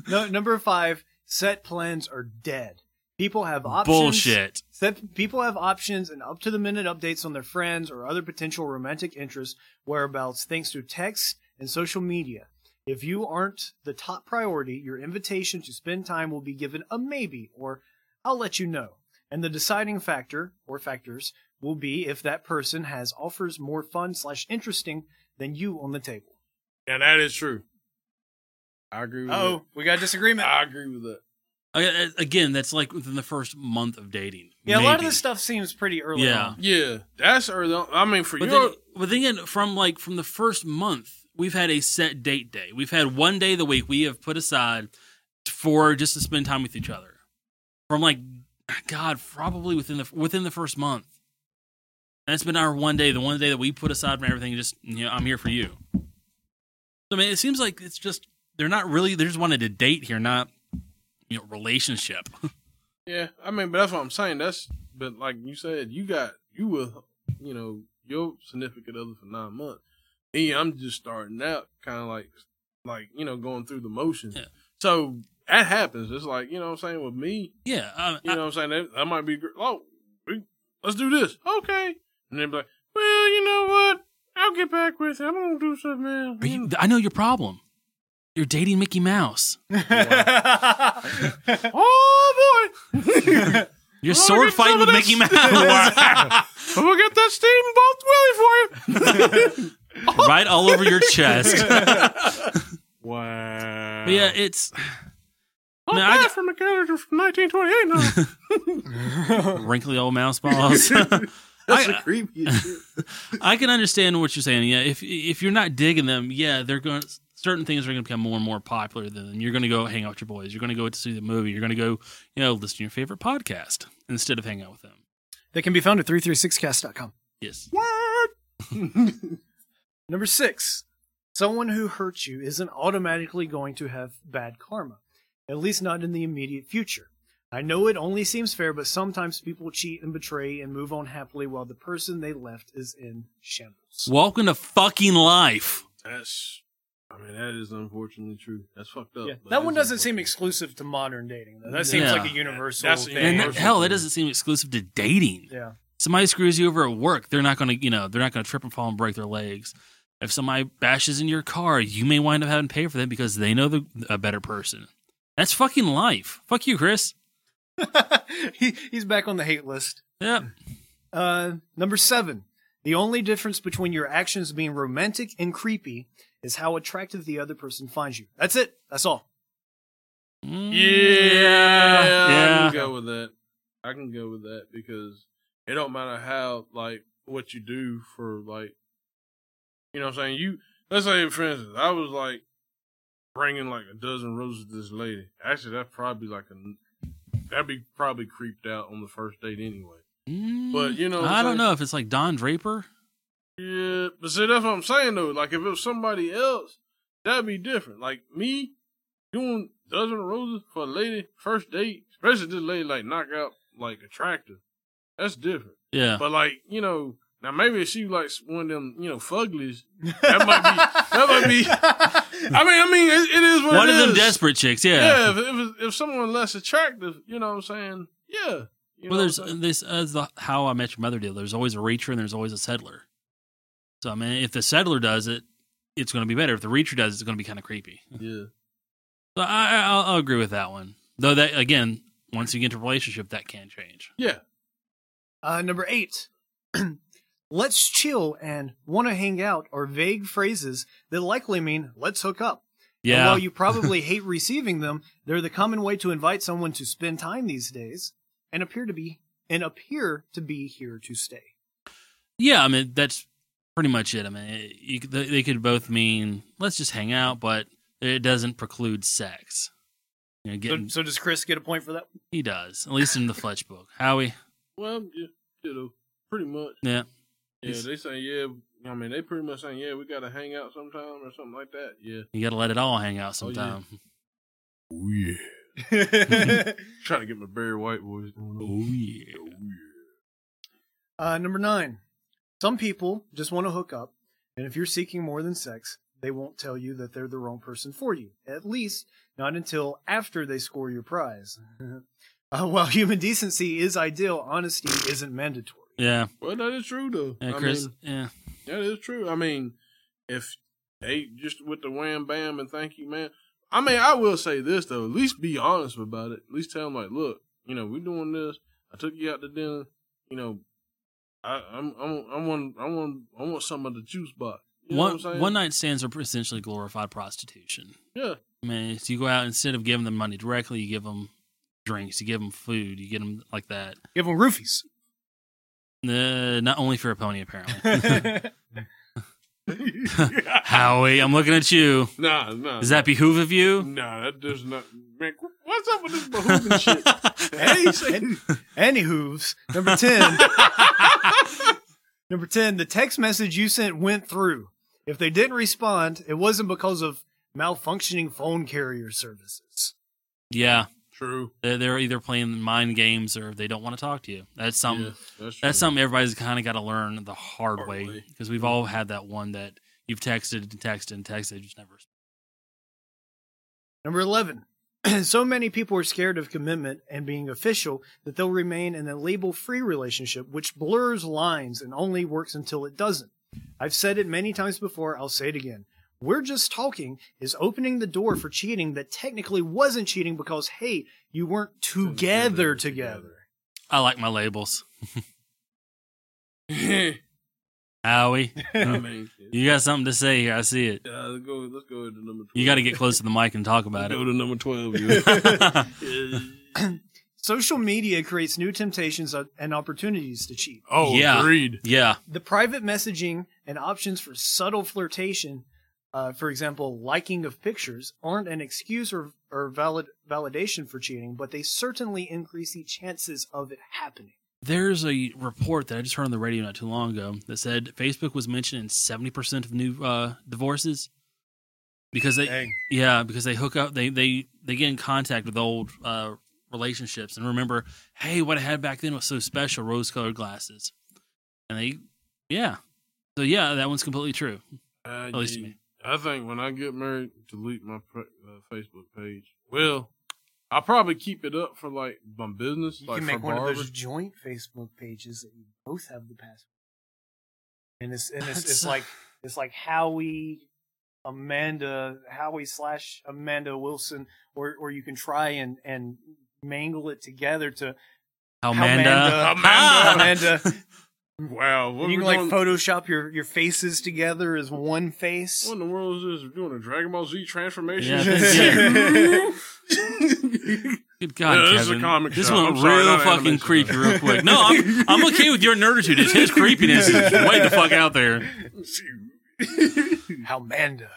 [SPEAKER 2] No, number five. Set plans are dead. People have options.
[SPEAKER 1] Bullshit.
[SPEAKER 2] Set, people have options and up to the minute updates on their friends or other potential romantic interests whereabouts thanks to text and social media. If you aren't the top priority, your invitation to spend time will be given a maybe or I'll let you know. And the deciding factor or factors will be if that person has offers more fun slash interesting than you on the table.
[SPEAKER 3] And that is true. I agree with
[SPEAKER 2] Oh, we got a
[SPEAKER 3] that.
[SPEAKER 2] disagreement.
[SPEAKER 1] Uh,
[SPEAKER 3] I agree with that.
[SPEAKER 1] Okay, uh, Again, that's like within the first month of dating.
[SPEAKER 2] yeah, a lot of
[SPEAKER 1] maybe.
[SPEAKER 2] this stuff seems pretty early
[SPEAKER 1] Yeah.
[SPEAKER 2] on.
[SPEAKER 3] Yeah, that's early. On. I mean, for
[SPEAKER 1] But
[SPEAKER 3] your
[SPEAKER 1] then, but then again, from like from the first month, we've had a set date day. We've had one day of the week we have put aside for just to spend time with each other. From like, God, probably within the within the first month. That's been our one day, the one day that we put aside from everything. Just you know, I'm here for you. I mean, it seems like it's just they're not really they just wanted to date here, not you know relationship. (laughs)
[SPEAKER 3] yeah, I mean, but that's what I'm saying. That's but like you said, you got you will, you know, your significant other for nine months. Me, I'm just starting out, kind of like, like you know, going through the motions.
[SPEAKER 1] Yeah.
[SPEAKER 3] So that happens. It's like you know what I'm saying with me.
[SPEAKER 1] yeah, I,
[SPEAKER 3] You know what I'm saying? That, that might be gr- oh, we, let's do this. Okay. And they'd be like, well, you know what? I'll get back with you. I'm gonna do something else.
[SPEAKER 1] (laughs) I, are you, I know your problem. You're dating Mickey Mouse. (laughs)
[SPEAKER 3] oh boy, (laughs)
[SPEAKER 1] You're
[SPEAKER 3] Oh,
[SPEAKER 1] sword
[SPEAKER 3] get some
[SPEAKER 1] fighting
[SPEAKER 3] of
[SPEAKER 1] with
[SPEAKER 3] that
[SPEAKER 1] Mickey Mouse.
[SPEAKER 3] (laughs) I'm gonna get that steamboat Willie for you. (laughs)
[SPEAKER 1] (laughs) right all over your chest.
[SPEAKER 3] Wow.
[SPEAKER 1] But yeah, it's
[SPEAKER 3] Oh,
[SPEAKER 1] Man, I
[SPEAKER 3] guy
[SPEAKER 1] got-
[SPEAKER 3] from a character
[SPEAKER 1] (laughs)
[SPEAKER 3] from 1928.
[SPEAKER 1] wrinkly old mouse balls.
[SPEAKER 3] (laughs) That's
[SPEAKER 1] (laughs) I-
[SPEAKER 3] creepy.
[SPEAKER 1] (laughs) I can understand what you're saying. Yeah, if if you're not digging them, yeah, they're going. Certain things are going to become more and more popular. Then you're going to go hang out with your boys. You're going to go to see the movie. You're going to go, you know, listen to your favorite podcast instead of hang out with them.
[SPEAKER 2] They can be found at 336cast.com.
[SPEAKER 1] Yes.
[SPEAKER 3] what?
[SPEAKER 2] Number six, someone who hurts you isn't automatically going to have bad karma, at least not in the immediate future. I know it only seems fair, but sometimes people cheat and betray and move on happily while the person they left is in shambles.
[SPEAKER 1] Welcome to fucking life.
[SPEAKER 3] That's. I mean, that is unfortunately true. That's fucked up.
[SPEAKER 2] Yeah,
[SPEAKER 3] but
[SPEAKER 2] that one
[SPEAKER 3] is
[SPEAKER 2] doesn't seem
[SPEAKER 3] unfortunate.
[SPEAKER 2] exclusive to modern dating, though. That seems
[SPEAKER 1] Yeah.
[SPEAKER 2] like a universal
[SPEAKER 3] That's a
[SPEAKER 2] thing.
[SPEAKER 1] And
[SPEAKER 3] universal.
[SPEAKER 1] hell, that doesn't seem exclusive to dating.
[SPEAKER 2] yeah. (laughs)
[SPEAKER 1] somebody screws you over at work, they're not going to, you know, they're not going to trip and fall and break their legs. If somebody bashes in your car, you may wind up having to pay for them because they know the, a better person. That's fucking life. Fuck you, Chris.
[SPEAKER 2] he, he's back on the hate list.
[SPEAKER 1] Yep.
[SPEAKER 2] Uh, number seven. The only difference between your actions being romantic and creepy is how attractive the other person finds you. That's it. That's all.
[SPEAKER 1] Mm.
[SPEAKER 3] Yeah, I
[SPEAKER 1] Yeah.
[SPEAKER 3] can go with that. I can go with that because it don't matter how like what you do for like you know what I'm saying. You let's say for instance, I was like bringing like a dozen roses to this lady. Actually, that's probably like a that'd be probably creeped out on the first date anyway.
[SPEAKER 1] Mm.
[SPEAKER 3] But, you know,
[SPEAKER 1] I
[SPEAKER 3] it's
[SPEAKER 1] don't
[SPEAKER 3] like-
[SPEAKER 1] know if it's like Don Draper.
[SPEAKER 3] Yeah, but see, that's what I'm saying though. Like, if it was somebody else, that'd be different. Like me doing dozen roses for a lady first date, especially this lady like knockout like attractive. That's different.
[SPEAKER 1] Yeah.
[SPEAKER 3] But like you know, now maybe if she like one of them you know fuglies, that might be that might be. I mean, I mean, it, it is what
[SPEAKER 1] One
[SPEAKER 3] it
[SPEAKER 1] of them
[SPEAKER 3] is.
[SPEAKER 1] desperate chicks.
[SPEAKER 3] Yeah, if, if if someone less attractive, you know what I'm saying? Yeah. You know
[SPEAKER 1] Well,
[SPEAKER 3] what I'm
[SPEAKER 1] there's uh,
[SPEAKER 3] saying?
[SPEAKER 1] this as the How I Met Your Mother deal. There's always a reacher and there's always a settler. So I mean, if the settler does it, it's going to be better. If the reacher does it, it's going to be kind of creepy.
[SPEAKER 3] yeah.
[SPEAKER 1] So I, I- I'll, I'll agree with that one. Though that again, once you get into a relationship, that can change.
[SPEAKER 2] (laughs) Uh, number eight. (clears throat) let's chill and want to hang out are vague phrases that likely mean let's hook up. And
[SPEAKER 1] Yeah.
[SPEAKER 2] while
[SPEAKER 3] (laughs)
[SPEAKER 2] you probably hate receiving them, they're the common way to invite someone to spend time these days and appear to be and appear to be here to stay.
[SPEAKER 1] yeah. I mean, that's pretty much it. I mean, it, you, could- they they could both mean let's just hang out, but it doesn't preclude sex. You know,
[SPEAKER 2] So,
[SPEAKER 1] getting,
[SPEAKER 2] so does Chris get a point for that?
[SPEAKER 1] he does at least in the Fletch book. Howie.
[SPEAKER 3] Well, yeah, you know, pretty much.
[SPEAKER 1] Yeah.
[SPEAKER 3] Yeah, they say yeah. I mean, they pretty much saying yeah, we got to hang out sometime or something like that. Yeah.
[SPEAKER 1] You got to let it all hang out
[SPEAKER 3] Oh, yeah.
[SPEAKER 1] sometime.
[SPEAKER 3] Oh yeah. (laughs) Trying to get my Barry White voice going. on.
[SPEAKER 1] yeah.
[SPEAKER 3] Oh, yeah.
[SPEAKER 2] Uh, number nine. Some people just want to hook up, and if you're seeking more than sex, they won't tell you that they're the wrong person for you. At least not until after they score your prize. (laughs) uh, while human decency is ideal, honesty isn't mandatory.
[SPEAKER 1] Yeah.
[SPEAKER 3] Well, that is true though.
[SPEAKER 1] Yeah,
[SPEAKER 3] I
[SPEAKER 1] Chris.
[SPEAKER 3] mean,
[SPEAKER 1] yeah.
[SPEAKER 3] that is true. I mean, if they just with the wham bam and thank you, man. I mean, I will say this though. At least be honest about it. At least tell them like, look, you know, we're doing this. I took you out to dinner. You know, I, I'm I'm I want I want I want some of the juice box. You know
[SPEAKER 1] one
[SPEAKER 3] what I'm saying?
[SPEAKER 1] one night stands are essentially glorified prostitution.
[SPEAKER 3] Yeah.
[SPEAKER 1] I mean, if you go out instead of giving them money directly, you give them drinks, you give them food, you get them like that.
[SPEAKER 2] Give them roofies.
[SPEAKER 1] Uh, not only for a pony,
[SPEAKER 3] (laughs)
[SPEAKER 1] apparently. (laughs) Howie, I'm looking at you.
[SPEAKER 3] (laughs) Nah, nah.
[SPEAKER 1] Does that behoove of you?
[SPEAKER 3] Nah, that does not. Man, wh- what's up with this
[SPEAKER 1] (laughs)
[SPEAKER 3] behooving (laughs) shit? Hey, say-
[SPEAKER 2] Any hooves. Number 10. (laughs) Number 10, the text message you sent went through. If they didn't respond, it wasn't because of malfunctioning phone carrier services.
[SPEAKER 1] yeah,
[SPEAKER 3] True.
[SPEAKER 1] they're, they're either playing mind games or they don't want to talk to you. That's something.
[SPEAKER 3] Yeah, that's true.
[SPEAKER 1] Um, That's something everybody's kind of got to learn the hard,
[SPEAKER 3] Hard
[SPEAKER 1] way
[SPEAKER 3] way.
[SPEAKER 1] because we've all had that one that you've texted and texted and texted, just never.
[SPEAKER 2] Number 11, (clears throat) so many people are scared of commitment and being official that they'll remain in a label free relationship which blurs lines and only works until it doesn't. I've said it many times before, I'll say it again. We're just talking is opening the door for cheating that technically wasn't cheating because, hey, you weren't together
[SPEAKER 3] Together,
[SPEAKER 2] together.
[SPEAKER 1] I like my labels.
[SPEAKER 3] (laughs) I
[SPEAKER 1] Howie,
[SPEAKER 3] mean, yeah,
[SPEAKER 1] you got something to say here. I see it.
[SPEAKER 3] let's go. Let's go to number. 12.
[SPEAKER 1] You got to get close to the mic and talk about
[SPEAKER 3] Let's go
[SPEAKER 1] it.
[SPEAKER 3] to number twelve. yeah.
[SPEAKER 2] Social media creates new temptations and opportunities to cheat.
[SPEAKER 3] (laughs) oh,
[SPEAKER 1] Yeah.
[SPEAKER 3] agreed.
[SPEAKER 1] (laughs) yeah.
[SPEAKER 2] the private messaging and options for subtle flirtation, uh, for example, liking of pictures, aren't an excuse or, or valid validation for cheating, but they certainly increase the chances of it happening.
[SPEAKER 1] There's a report that I just heard on the radio not too long ago that said Facebook was mentioned in 70% of new uh, divorces because they yeah, because they hook up they they they get in contact with old uh, relationships and remember, hey, what I had back then was so special, rose-colored glasses. And they yeah. So yeah, that one's completely true.
[SPEAKER 3] I,
[SPEAKER 1] At least to me.
[SPEAKER 3] Uh, I think when I get married, delete my pr- uh, Facebook page. Well, I'll probably keep it up for like my business,
[SPEAKER 2] You
[SPEAKER 3] like
[SPEAKER 2] can
[SPEAKER 3] for
[SPEAKER 2] make one
[SPEAKER 3] barbers.
[SPEAKER 2] of those joint Facebook pages that you both have the password. And it's and it's,
[SPEAKER 1] That's-
[SPEAKER 2] it's like it's like Howie, Amanda, Howie slash Amanda Wilson, or or you can try and and mangle it together to
[SPEAKER 1] Amanda.
[SPEAKER 2] Amanda,
[SPEAKER 1] (laughs)
[SPEAKER 2] Amanda.
[SPEAKER 3] Wow, what
[SPEAKER 2] you
[SPEAKER 3] we
[SPEAKER 2] can like
[SPEAKER 3] doing-
[SPEAKER 2] Photoshop your your faces together as one face.
[SPEAKER 3] What in the world is this? Doing a Dragon Ball Z transformation?
[SPEAKER 1] Yeah,
[SPEAKER 3] (laughs)
[SPEAKER 2] (laughs)
[SPEAKER 1] Good God,
[SPEAKER 3] Yeah, this is a
[SPEAKER 1] Kevin.
[SPEAKER 3] comic
[SPEAKER 1] this
[SPEAKER 3] shop.
[SPEAKER 1] went
[SPEAKER 3] I'm sorry,
[SPEAKER 1] real
[SPEAKER 3] not an
[SPEAKER 1] fucking
[SPEAKER 3] animation
[SPEAKER 1] creepy,
[SPEAKER 3] shop.
[SPEAKER 1] real quick. No, I'm, I'm okay with your nerditude. It's his creepiness is way the fuck out there.
[SPEAKER 2] Halmanda.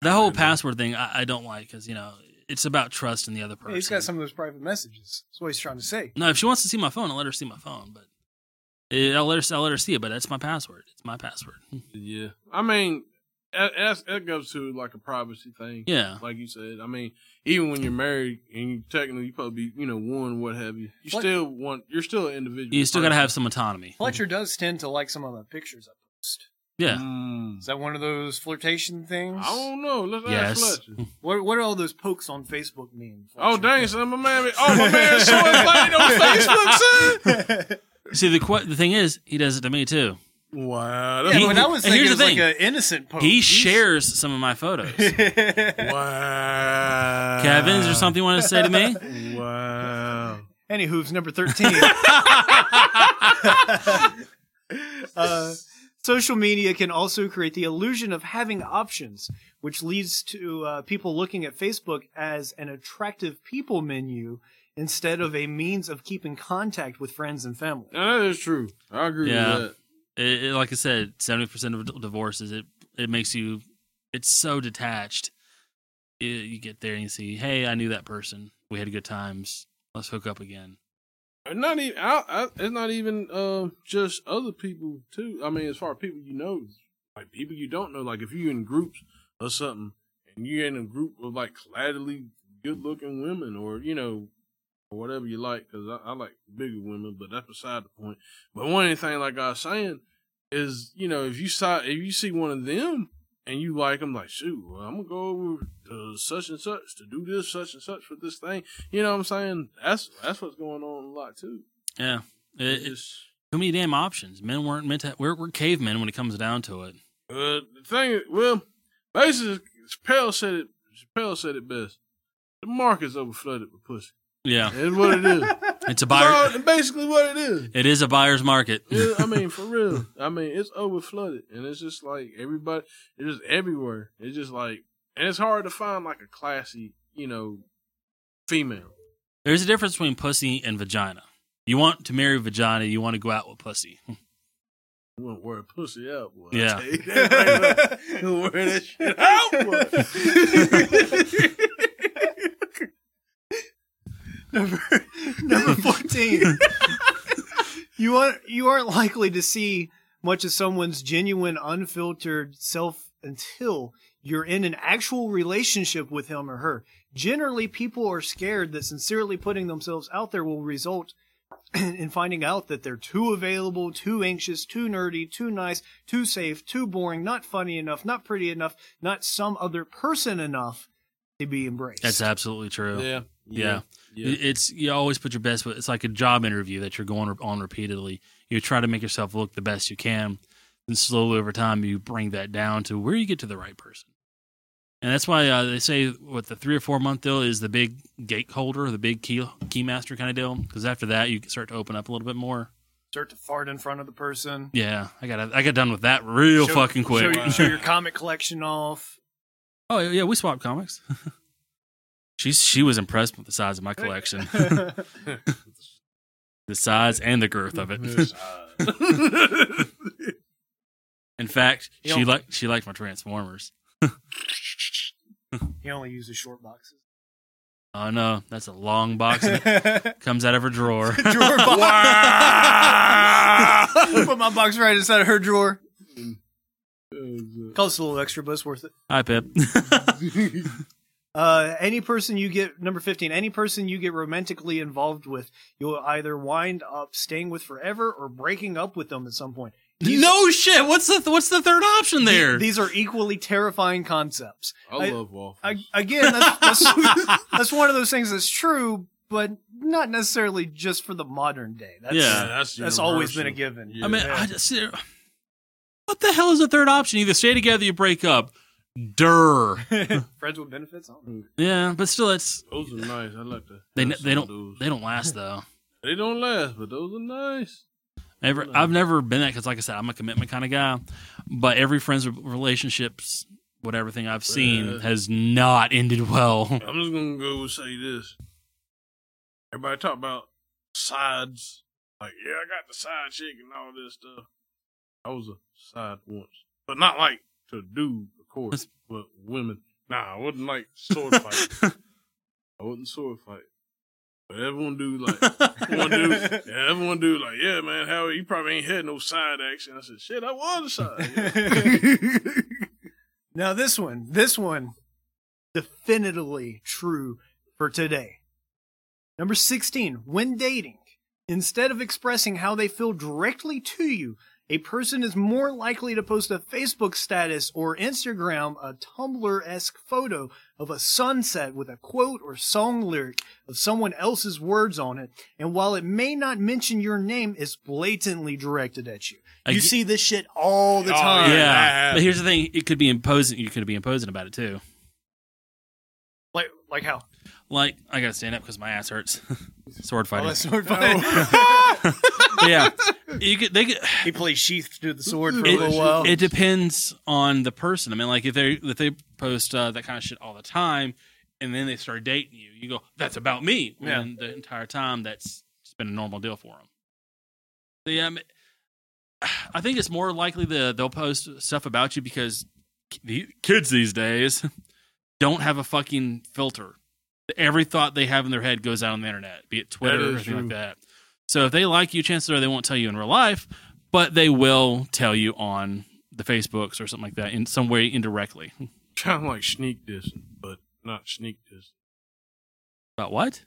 [SPEAKER 1] The whole password thing, I, I don't like because you know it's about trust in the other person.
[SPEAKER 2] He's got some of those private messages. That's what he's trying to say.
[SPEAKER 1] No, if she wants to see my phone, I'll let her see my phone. But eh, I'll let her, I'll let her see it. But that's my password. It's my password.
[SPEAKER 3] (laughs) yeah, I mean, that- that's, that goes to like a privacy thing.
[SPEAKER 1] Yeah,
[SPEAKER 3] Like you said, I mean, even when you're married and you technically you probably be, you know one what have you, you
[SPEAKER 2] What-
[SPEAKER 3] still want you're still an individual.
[SPEAKER 1] you still got to have some autonomy.
[SPEAKER 2] (laughs) Fletcher does tend to like some of the pictures I post.
[SPEAKER 1] Yeah,
[SPEAKER 3] Mm.
[SPEAKER 2] Is that one of those flirtation things?
[SPEAKER 3] I don't know. Let's
[SPEAKER 1] Yes.
[SPEAKER 3] ask
[SPEAKER 1] (laughs)
[SPEAKER 3] Fletcher.
[SPEAKER 2] What what do all those pokes on Facebook mean? (laughs)
[SPEAKER 3] Oh dang, son, my man! be- Oh my
[SPEAKER 1] (laughs)
[SPEAKER 3] man, showing lady on Facebook, son.
[SPEAKER 1] see the que- the thing is, he does it to me too.
[SPEAKER 3] Wow,
[SPEAKER 2] Yeah,
[SPEAKER 3] that's
[SPEAKER 1] He-
[SPEAKER 2] when I was
[SPEAKER 1] and
[SPEAKER 2] thinking it
[SPEAKER 1] here's
[SPEAKER 2] was
[SPEAKER 1] the
[SPEAKER 2] like an innocent poke.
[SPEAKER 1] He
[SPEAKER 2] He's-
[SPEAKER 1] shares some of my photos.
[SPEAKER 3] wow.
[SPEAKER 1] Kevin, is there something you want to say
[SPEAKER 2] (laughs)
[SPEAKER 1] to me?
[SPEAKER 3] Wow.
[SPEAKER 2] Anywho's number 13. uh, social media can also create the illusion of having options, which leads to uh, people looking at Facebook as an attractive people menu instead of a means of keeping contact with friends and family.
[SPEAKER 3] Now, that is true. I agree
[SPEAKER 1] Yeah.
[SPEAKER 3] with
[SPEAKER 1] it, it- like I said, seventy percent of d- divorces it it makes you it's so detached. It, you get there and you see, hey, I knew that person. We had good times. Let's hook up again.
[SPEAKER 3] that. Not even I, I, it's not even uh, just other people too. I mean, as far as people you know, like people you don't know, like if you in groups or something, and you're in a group of like collaterally good-looking women, or you know, or whatever you like, because I, I like bigger women, but that's beside the point. But one of the thing, like I was saying, is you know if you saw if you see one of them and you like them, like shoot, well, I'm gonna go over to such and such to do this, such and such for this thing. You know what I'm saying? That's that's what's going on a lot too.
[SPEAKER 1] Yeah,
[SPEAKER 3] It's
[SPEAKER 1] it, it's
[SPEAKER 3] just-
[SPEAKER 1] too many damn options. Men weren't meant to. We're, we're cavemen when it comes down to it.
[SPEAKER 3] Uh, the thing, is- well, basically, Chappelle said it. Chappelle said it best. The market's overflooded with pussy. (laughs)
[SPEAKER 1] Yeah,
[SPEAKER 3] It's what it is.
[SPEAKER 1] it's a buyer.
[SPEAKER 3] That's all- basically, what it is. (laughs)
[SPEAKER 1] It is a buyer's market.
[SPEAKER 3] Yeah, I mean, for real. I mean, it's over flooded, and it's just like everybody. It's just everywhere. It's just like, and it's hard to find like a classy, you know, female.
[SPEAKER 1] (laughs) There's a difference between pussy and vagina. You want to marry vagina. You want to go out with pussy.
[SPEAKER 3] You want to wear a pussy out, boy. I
[SPEAKER 1] Yeah.
[SPEAKER 3] tell you that right now. You wear that shit out, boy.
[SPEAKER 2] number (laughs) number 14 you aren't you aren't likely to see much of someone's genuine unfiltered self until you're in an actual relationship with him or her generally people are scared that sincerely putting themselves out there will result (clears throat) in finding out that they're too available, too anxious, too nerdy, too nice, too safe, too boring, not funny enough, not pretty enough, not some other person enough to be embraced.
[SPEAKER 1] That's absolutely true.
[SPEAKER 3] yeah,
[SPEAKER 1] Yeah.
[SPEAKER 3] yeah.
[SPEAKER 1] It's you always put your best foot. It's like a job interview that you're going on repeatedly. You try to make yourself look the best you can, and slowly over time you bring that down to where you get to the right person. And that's why uh, they say what the three or four month deal is the big gate holder, the big key key master kind of deal. Because after that you can start to open up a little bit more.
[SPEAKER 2] Start to fart in front of the person.
[SPEAKER 1] Yeah, I got I got done with that real
[SPEAKER 2] Show-
[SPEAKER 1] fucking quick.
[SPEAKER 2] Show, show your comic collection off.
[SPEAKER 1] (laughs) oh yeah, we swapped comics. (laughs) She's she was impressed with the size of my collection, the size and the girth of (laughs) it.
[SPEAKER 2] (laughs)
[SPEAKER 1] In fact,
[SPEAKER 2] You
[SPEAKER 1] she
[SPEAKER 2] know-
[SPEAKER 1] liked she liked my Transformers.
[SPEAKER 2] (laughs) he only uses short boxes.
[SPEAKER 1] Oh no, that's a long box
[SPEAKER 2] (laughs)
[SPEAKER 1] that comes out of her drawer.
[SPEAKER 2] drawer box. (laughs) Put my box right inside of her drawer. Costs a little extra, but it's worth it.
[SPEAKER 1] Hi Pip.
[SPEAKER 2] Uh, any person you get number fifteen, any person you get romantically involved with, you'll either wind up staying with forever or breaking up with them at some point.
[SPEAKER 1] no shit. What's the what's the third option there?
[SPEAKER 2] These are equally terrifying concepts.
[SPEAKER 3] (laughs) I love waffles.
[SPEAKER 1] (laughs)
[SPEAKER 2] I, again, that's, that's, that's one of those things that's true, but not necessarily just for the modern day. That's,
[SPEAKER 1] Yeah.
[SPEAKER 3] that's
[SPEAKER 2] that's always been a
[SPEAKER 3] universal.
[SPEAKER 2] given.
[SPEAKER 1] I uh, mean,
[SPEAKER 2] Yeah.
[SPEAKER 1] I just what the hell is the third option? Either stay together, you break up. Durr.
[SPEAKER 2] Friends with benefits. I don't know.
[SPEAKER 1] Yeah, but still, it's
[SPEAKER 3] Those are nice. I like that.
[SPEAKER 1] They-
[SPEAKER 3] I like
[SPEAKER 1] they don't-
[SPEAKER 3] those.
[SPEAKER 1] they don't last though.
[SPEAKER 3] They don't last, but those are nice.
[SPEAKER 1] Ever, I've never been that because, like I said, I'm a commitment kind of guy. But every friends with relationships, whatever thing I've seen,
[SPEAKER 3] Bruh.
[SPEAKER 1] has not ended well.
[SPEAKER 3] I'm just gonna go say this. Everybody talk about sides. Like, yeah, I got the side chick and all this stuff. I was a side once, but not like to do, of course, but women. Nah, I wasn't like sword fight. I wasn't sword fight. But everyone
[SPEAKER 2] (laughs)
[SPEAKER 3] do like one dude, yeah, everyone dude like, yeah, man, Howie, you probably ain't had no side action. I said, shit, I was a side.
[SPEAKER 2] (laughs) now this one, this one, definitively true for today. Number 16, when dating, instead of expressing how they feel directly to you, a person is more likely to post a Facebook status or Instagram a Tumblr esque photo of a sunset with a quote or song lyric of someone else's words on it. And while it may not mention your name, it's blatantly directed at you.
[SPEAKER 1] I
[SPEAKER 2] you
[SPEAKER 1] ge-
[SPEAKER 2] see this shit all the
[SPEAKER 3] Oh,
[SPEAKER 2] time.
[SPEAKER 1] yeah,
[SPEAKER 2] (laughs)
[SPEAKER 3] yeah.
[SPEAKER 1] but here's the thing: it could be imposing. You could be imposing about it too.
[SPEAKER 2] Like, like how?
[SPEAKER 1] Like I gotta stand up because my ass hurts. (laughs) Sword
[SPEAKER 2] Oh,
[SPEAKER 1] fighting.
[SPEAKER 2] that's sword fighting. (laughs)
[SPEAKER 1] yeah, you could. They could.
[SPEAKER 2] he plays sheathed to the sword for a
[SPEAKER 1] It,
[SPEAKER 2] little while.
[SPEAKER 1] it depends on the person. I mean, like if they if they post uh, that kind of shit all the time, and then they start dating you, you go, "That's about me."
[SPEAKER 2] Yeah.
[SPEAKER 1] And the entire time, that's just been a normal deal for them. So, yeah, I, mean, (sighs) I think it's more likely that they'll post stuff about you because ki- the kids these days don't have a fucking filter. Every thought they have in their head goes out on the internet, be it Twitter
[SPEAKER 3] That
[SPEAKER 1] or
[SPEAKER 3] is
[SPEAKER 1] anything like
[SPEAKER 3] true.
[SPEAKER 1] that. So if they like you, chances are they won't tell you in real life, but they will tell you on the Facebooks or something like that in some way indirectly.
[SPEAKER 3] Kind of like sneak dissing, but not sneak dissing.
[SPEAKER 1] About what?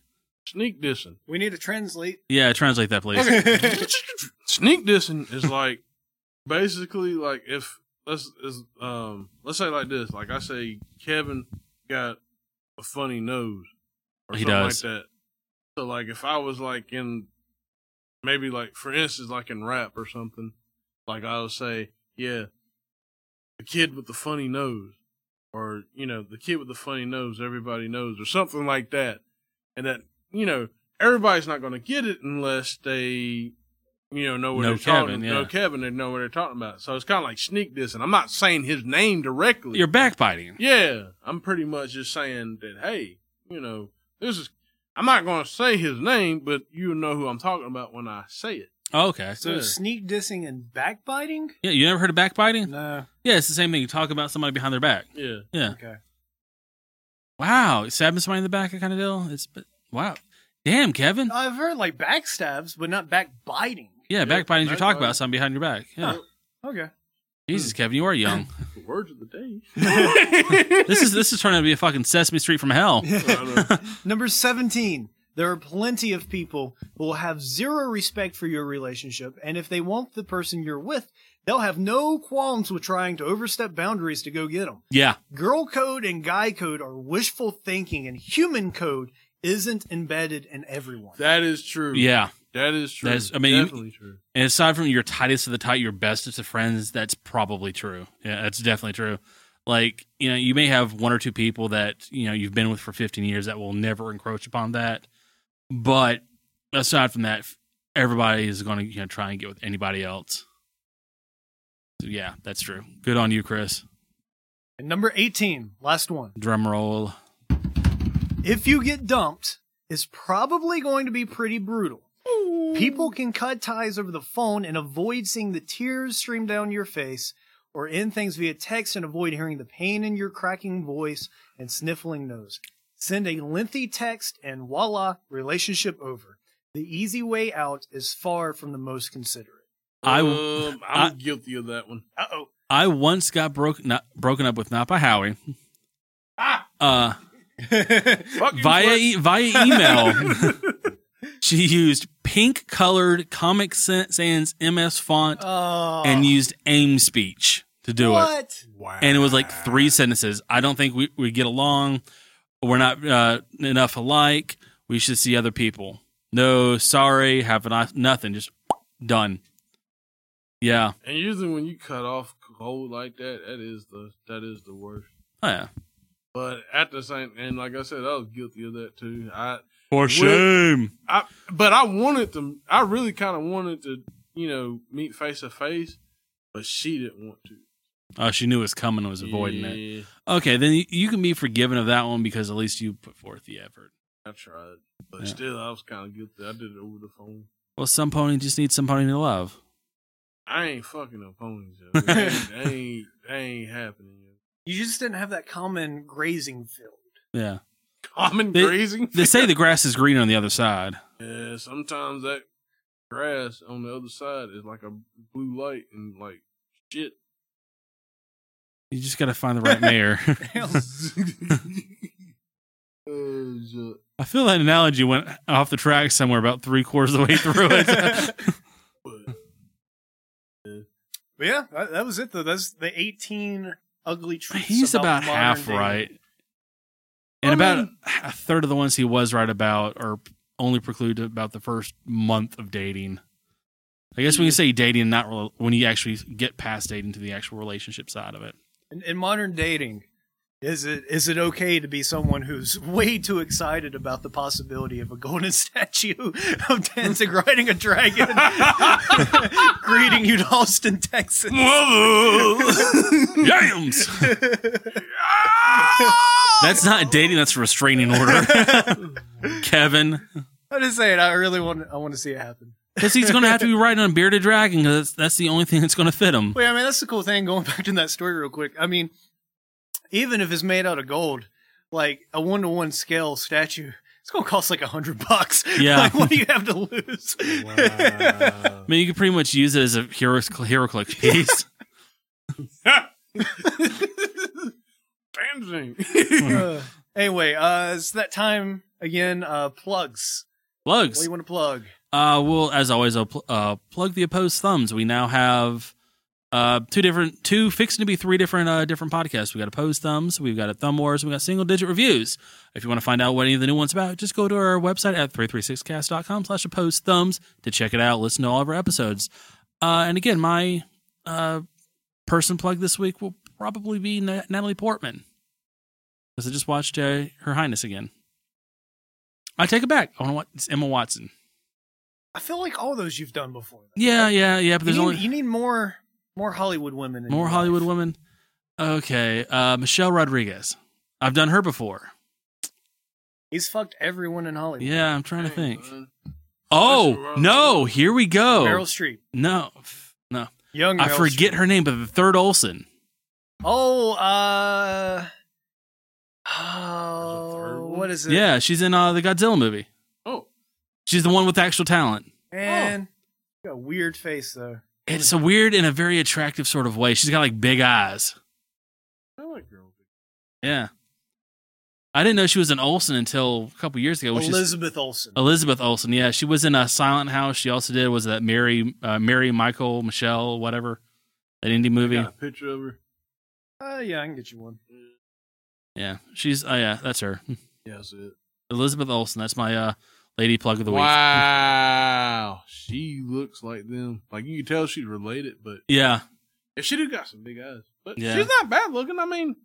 [SPEAKER 3] Sneak dissing.
[SPEAKER 2] we need to translate.
[SPEAKER 1] Yeah, translate that, please.
[SPEAKER 3] (laughs) sneak dissing is like basically like if let's is um let's say like this like I say Kevin got a funny nose or
[SPEAKER 1] He
[SPEAKER 3] something
[SPEAKER 1] does.
[SPEAKER 3] like that. So like if I was like in maybe like for instance like in rap or something like I would say yeah the kid with the funny nose or you know the kid with the funny nose everybody knows or something like that and that you know everybody's not going to get it unless they you know know what
[SPEAKER 1] Know
[SPEAKER 3] they're
[SPEAKER 1] Kevin,
[SPEAKER 3] talking
[SPEAKER 1] yeah.
[SPEAKER 3] know Kevin they know what they're talking about so it's kind of like sneak this and I'm not saying his name directly
[SPEAKER 1] You're backbiting.
[SPEAKER 3] yeah I'm pretty much just saying that hey you know this is I'm not going to say his name but you know who I'm talking about when I say it
[SPEAKER 1] Oh, okay.
[SPEAKER 2] (laughs) So
[SPEAKER 3] Yeah.
[SPEAKER 2] sneak dissing and backbiting?
[SPEAKER 1] Yeah, you never heard of backbiting?
[SPEAKER 2] No.
[SPEAKER 1] Yeah, it's the same thing. You talk about somebody behind their back.
[SPEAKER 3] yeah
[SPEAKER 1] Yeah.
[SPEAKER 2] Okay.
[SPEAKER 1] Wow, stabbing somebody in the back, that kind of deal. It's but wow, damn, Kevin.
[SPEAKER 2] I've heard like backstabs, but not backbiting.
[SPEAKER 1] Yeah, backbiting. Oh. You talk
[SPEAKER 3] backbiting.
[SPEAKER 1] about something behind your back. Yeah. (laughs)
[SPEAKER 2] Okay.
[SPEAKER 1] Jesus, Kevin, you are young.
[SPEAKER 3] the words of the day
[SPEAKER 1] (laughs) this is this is turning out to be a fucking Sesame Street from hell.
[SPEAKER 2] Number 17. There are plenty of people who will have zero respect for your relationship, and if they want the person you're with, they'll have no qualms with trying to overstep boundaries to go get them.
[SPEAKER 1] Yeah,
[SPEAKER 2] Girl code and guy code are wishful thinking, and human code isn't embedded in everyone.
[SPEAKER 3] that is true
[SPEAKER 1] yeah.
[SPEAKER 3] that is true
[SPEAKER 1] That's- I mean, you-
[SPEAKER 3] definitely true
[SPEAKER 1] And aside from your tightest of the tight, your bestest of friends, that's probably true. Yeah, that's definitely true. Like, you know, you may have one or two people that, you know, you've been with for 15 years that will never encroach upon that. But aside from that, everybody is going to, you know, try and get with anybody else. So, yeah, that's true. Good on you, Chris.
[SPEAKER 2] And number 18, last one.
[SPEAKER 1] Drum roll.
[SPEAKER 2] if you get dumped, it's probably going to be pretty brutal. People can cut ties over the phone and avoid seeing the tears stream down your face, or end things via text and avoid hearing the pain in your cracking voice and sniffling nose. Send a lengthy text and voila, relationship over. The easy way out is far from the most considerate.
[SPEAKER 1] I-
[SPEAKER 3] um, I'm
[SPEAKER 1] I-
[SPEAKER 3] guilty of that one.
[SPEAKER 2] Uh oh.
[SPEAKER 1] I once got broke, not, broken up with, not by Howie. Uh,
[SPEAKER 3] Fuck you,
[SPEAKER 1] via
[SPEAKER 3] Flex.
[SPEAKER 1] e- via email. she used pink colored Comic Sa- Sans MS font (laughs) and used AIM speech to do it,
[SPEAKER 2] Oh. what?
[SPEAKER 3] Wow.
[SPEAKER 1] and it was like three sentences. I don't think we we get along. We're not uh, enough alike. We should see other people. No, sorry, have a nice nothing. Just done. Yeah,
[SPEAKER 3] And usually when you cut off c- bold like that, that is the that is the worst.
[SPEAKER 1] Oh, yeah.
[SPEAKER 3] But at the same, and like I said, I was guilty of that too. I
[SPEAKER 1] For shame.
[SPEAKER 3] I but I wanted to. I really kind of wanted to, you know, meet face to face, but she didn't want to.
[SPEAKER 1] Oh, she knew it was coming and was avoiding it.
[SPEAKER 3] Yeah,
[SPEAKER 1] Okay, then you- you can be forgiven of that one because at least you put forth the effort.
[SPEAKER 3] I tried, but
[SPEAKER 1] Yeah.
[SPEAKER 3] still, I was kind of guilty. I did it over the phone.
[SPEAKER 1] Well, some pony just needs some pony to love.
[SPEAKER 3] I ain't fucking no ponies.
[SPEAKER 1] (laughs)
[SPEAKER 3] yo. That ain't, that ain't that ain't happening. yo.
[SPEAKER 2] You just didn't have that common grazing
[SPEAKER 1] (laughs)
[SPEAKER 2] field. (laughs)
[SPEAKER 1] Yeah.
[SPEAKER 3] Common
[SPEAKER 1] They-
[SPEAKER 3] grazing.
[SPEAKER 1] They say the grass is green on the other side.
[SPEAKER 3] Yeah, sometimes that grass on the other side is like a blue light and like
[SPEAKER 1] (laughs)
[SPEAKER 3] shit. (laughs)
[SPEAKER 1] You just got to find the right mayor.
[SPEAKER 3] Uh, shit.
[SPEAKER 1] (laughs) I feel that analogy went off the track somewhere about three quarters of the way through it.
[SPEAKER 3] But,
[SPEAKER 2] (laughs) But yeah, that, that was it though. That's the 18 ugly truths.
[SPEAKER 1] He's about,
[SPEAKER 2] modern
[SPEAKER 1] half
[SPEAKER 2] dating.
[SPEAKER 1] right. And
[SPEAKER 2] I
[SPEAKER 1] about a third of the ones he was right about are only precluded about the first month of dating. I guess
[SPEAKER 2] Hmm.
[SPEAKER 1] when you say dating, not rel- when you actually get past dating to the actual relationship side of it.
[SPEAKER 2] In, in modern dating, is it is it okay to be someone who's (laughs) way too excited about the possibility of a golden (laughs) statue of
[SPEAKER 1] (laughs)
[SPEAKER 2] Danzig riding a dragon (laughs) greeting you to Austin, Texas?
[SPEAKER 1] (laughs)
[SPEAKER 2] (laughs) Hmm.
[SPEAKER 1] Yams! That's not dating, that's a restraining order.
[SPEAKER 2] (laughs)
[SPEAKER 1] Kevin.
[SPEAKER 2] I'm just saying, I really want I want to see it happen.
[SPEAKER 1] Because he's going to have to be riding on a bearded dragon because that's, that's the only thing that's going to fit him.
[SPEAKER 2] Wait, I mean that's the cool thing. Going (laughs) back to that story real quick. I mean, even if it's made out of gold, like a one to one scale statue, it's gonna cost like a hundred bucks. (laughs)
[SPEAKER 1] Yeah.
[SPEAKER 2] like, what do you have to
[SPEAKER 1] (laughs)
[SPEAKER 2] lose? (laughs)
[SPEAKER 1] I mean, you could pretty much use it as a hero, hero
[SPEAKER 2] (laughs)
[SPEAKER 1] click piece.
[SPEAKER 3] Tangent.
[SPEAKER 2] Uh, anyway, uh, it's that time again. Uh, plugs. What do
[SPEAKER 1] Plugs.
[SPEAKER 2] you want to plug?
[SPEAKER 1] Uh, well, as always, I'll pl- uh, plug the opposed thumbs. We now have uh, two different, two fixing to be three different uh, different podcasts. We got opposed thumbs, we've got a thumb wars, we got single digit reviews. If you want to find out what any of the new ones about, just go to our website at 336cast.com slash opposed thumbs to check it out. Listen to all of our episodes. Uh, and again, my uh, person plug this week will probably be Na- Natalie Portman because I just watched uh, Her Highness again. I take it back. I want to watch it's Emma Watson.
[SPEAKER 2] I feel like all those you've done before.
[SPEAKER 1] Yeah, yeah, yeah.
[SPEAKER 2] You
[SPEAKER 1] But there's
[SPEAKER 2] need,
[SPEAKER 1] only
[SPEAKER 2] you need more more Hollywood women. in your
[SPEAKER 1] more
[SPEAKER 2] life.
[SPEAKER 1] Hollywood women. Okay, uh, Michelle Rodriguez. I've done her before.
[SPEAKER 2] He's fucked everyone in Hollywood.
[SPEAKER 1] Yeah, I'm trying to
[SPEAKER 3] Dang,
[SPEAKER 1] think.
[SPEAKER 3] son.
[SPEAKER 1] Oh no, here we
[SPEAKER 2] Meryl
[SPEAKER 1] go.
[SPEAKER 2] Streep,
[SPEAKER 1] No, f- no,
[SPEAKER 2] young.
[SPEAKER 1] I
[SPEAKER 2] Meryl
[SPEAKER 1] forget
[SPEAKER 2] Streep.
[SPEAKER 1] her name, but the third Olsen.
[SPEAKER 2] Oh, uh,
[SPEAKER 3] third
[SPEAKER 2] oh,
[SPEAKER 3] one?
[SPEAKER 2] what is it?
[SPEAKER 1] Yeah, she's in uh, the Godzilla movie.
[SPEAKER 3] Oh,
[SPEAKER 1] She's the one with actual talent.
[SPEAKER 2] and Oh. you got a weird face though.
[SPEAKER 1] It's a weird in a very attractive sort of way. She's got like big eyes.
[SPEAKER 3] I like girl.
[SPEAKER 1] Yeah, I didn't know she was an Olsen until a couple years ago, which is
[SPEAKER 2] Elizabeth Olsen.
[SPEAKER 1] Elizabeth Olsen, yeah, she was in a Silent House. She also did was that Mary, uh, Mary Michael Michelle, whatever, that indie movie.
[SPEAKER 3] Got
[SPEAKER 1] Yeah,
[SPEAKER 3] a picture of her.
[SPEAKER 2] Uh, yeah, I can get you one.
[SPEAKER 1] she's oh yeah, that's her,
[SPEAKER 3] Yeah, that's it.
[SPEAKER 1] Elizabeth Olsen. That's my uh, lady plug of the week.
[SPEAKER 3] Wow, she looks like them. Like you can tell she's related, but
[SPEAKER 1] Yeah,
[SPEAKER 3] and she do got some big eyes. But
[SPEAKER 1] Yeah.
[SPEAKER 3] she's not bad looking. I mean,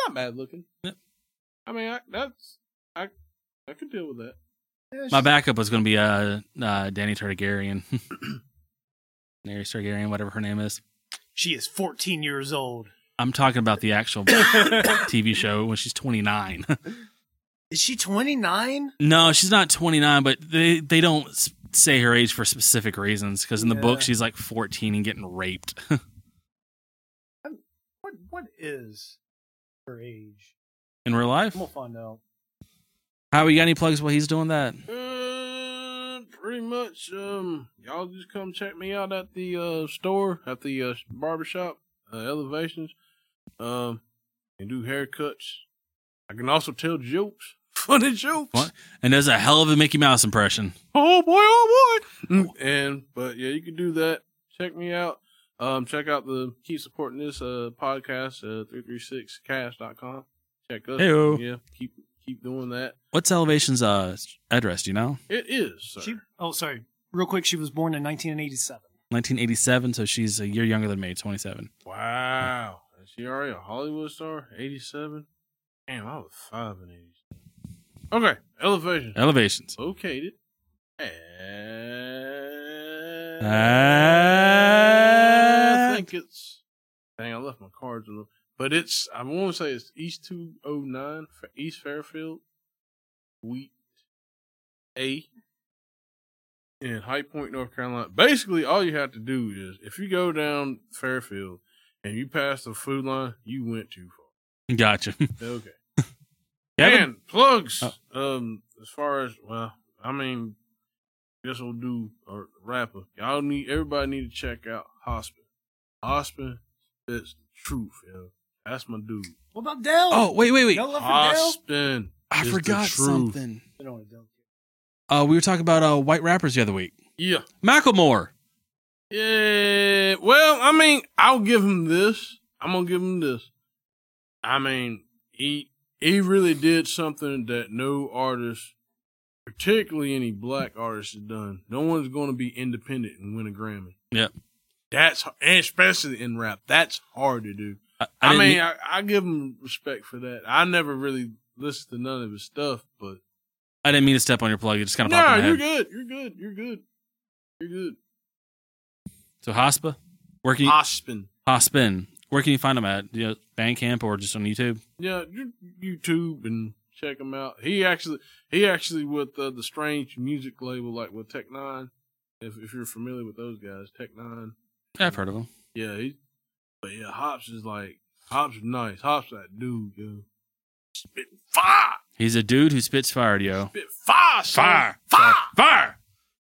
[SPEAKER 3] not bad looking.
[SPEAKER 1] Yep.
[SPEAKER 3] I mean, I, that's I I could deal with that.
[SPEAKER 2] Yeah,
[SPEAKER 1] my
[SPEAKER 2] she's-
[SPEAKER 1] backup was going to be uh, uh Danny Targaryen, (coughs) Mary Targaryen, whatever her name is.
[SPEAKER 2] She is 14 years
[SPEAKER 1] (laughs)
[SPEAKER 2] old.
[SPEAKER 1] I'm talking about the actual (coughs) TV show when she's 29.
[SPEAKER 2] Is she 29?
[SPEAKER 1] (laughs) no, she's not 29, but they they don't s- say her age for specific reasons because in the book
[SPEAKER 2] Yeah.
[SPEAKER 1] she's like 14 and getting raped.
[SPEAKER 2] What what is her age?
[SPEAKER 1] in real life.
[SPEAKER 2] We'll find out.
[SPEAKER 1] How you got any plugs while he's doing that?
[SPEAKER 3] Uh, pretty much. Um, y'all just come check me out at the uh store at the uh, barbershop, uh, Elevations. Um, can do haircuts. I can also tell jokes, (laughs) funny jokes.
[SPEAKER 1] What? And there's a hell of a Mickey Mouse impression.
[SPEAKER 3] Oh boy, oh boy. And but yeah, you can do that. Check me out. Um, check out the keep supporting this uh podcast uh 336cast.com. Check us.
[SPEAKER 1] Heyo.
[SPEAKER 3] Yeah, keep keep doing that.
[SPEAKER 1] What's Elevation's uh address? Do you know?
[SPEAKER 3] It is. Sir.
[SPEAKER 2] She, oh, sorry. Real quick, she was born in 1987.
[SPEAKER 1] 1987, so she's a year younger than me, 27.
[SPEAKER 3] Wow. Is she already a Hollywood star? 87? Damn, I was five in 80s. Okay, elevation.
[SPEAKER 1] Elevations.
[SPEAKER 3] Located. And I
[SPEAKER 1] Uh,
[SPEAKER 3] think it's. Dang, I left my cards a little. But it's, I want to say it's East 209, Fa- East Fairfield, Wheat A, in High Point, North Carolina. Basically, all you have to do is if you go down Fairfield and you pass the food line, you went too far.
[SPEAKER 1] gotcha. (laughs)
[SPEAKER 3] Okay.
[SPEAKER 1] Kevin?
[SPEAKER 3] And plugs. Um, as far as well, I mean, this will do a rapper. Y'all need everybody need to check out Hospin. Hospin, that's the truth. Yo. That's my dude.
[SPEAKER 2] What about Dell?
[SPEAKER 1] Oh, wait, wait, wait.
[SPEAKER 2] Y'all love for Dell?
[SPEAKER 3] Hospin.
[SPEAKER 1] I
[SPEAKER 3] is the
[SPEAKER 1] forgot
[SPEAKER 3] truth.
[SPEAKER 1] something.
[SPEAKER 2] I don't want Dell.
[SPEAKER 1] Uh, we were talking about uh, white rappers the other week.
[SPEAKER 3] Yeah.
[SPEAKER 1] Macklemore.
[SPEAKER 3] Yeah. Well, I mean, I'll give him this. I'm gonna give him this. I mean, he he really did something that no artist, particularly any black artist, has done. No one's gonna be independent and win a Grammy.
[SPEAKER 1] Yep.
[SPEAKER 3] That's and especially in rap. That's hard to do.
[SPEAKER 1] I, I
[SPEAKER 3] I,
[SPEAKER 1] didn't e-
[SPEAKER 3] mean,
[SPEAKER 1] mean-
[SPEAKER 3] I, I give him respect for that. I never really listened to none of his stuff, but
[SPEAKER 1] I didn't mean to step on your plug. It just kind of
[SPEAKER 3] no,
[SPEAKER 1] popped in my
[SPEAKER 3] you're
[SPEAKER 1] head.
[SPEAKER 3] good. You're good. You're good. You're good.
[SPEAKER 1] So Hospa, where can you
[SPEAKER 3] Aspen.
[SPEAKER 1] Hospin? Where can you find him at? You know, Bandcamp or just on YouTube?
[SPEAKER 3] yeah, you- YouTube and check him out. He actually, he actually with uh, the Strange Music label, like with Tech Nine. If if you're familiar with those guys, Tech Nine.
[SPEAKER 1] Yeah, I've heard of him.
[SPEAKER 3] Yeah, he, but yeah, Hops is like Hops is nice. Hops that dude, yo. Spit fire,
[SPEAKER 1] He's a dude who spits fire, yo.
[SPEAKER 3] spit fire, son.
[SPEAKER 1] Fire.
[SPEAKER 3] fire.
[SPEAKER 1] Fire.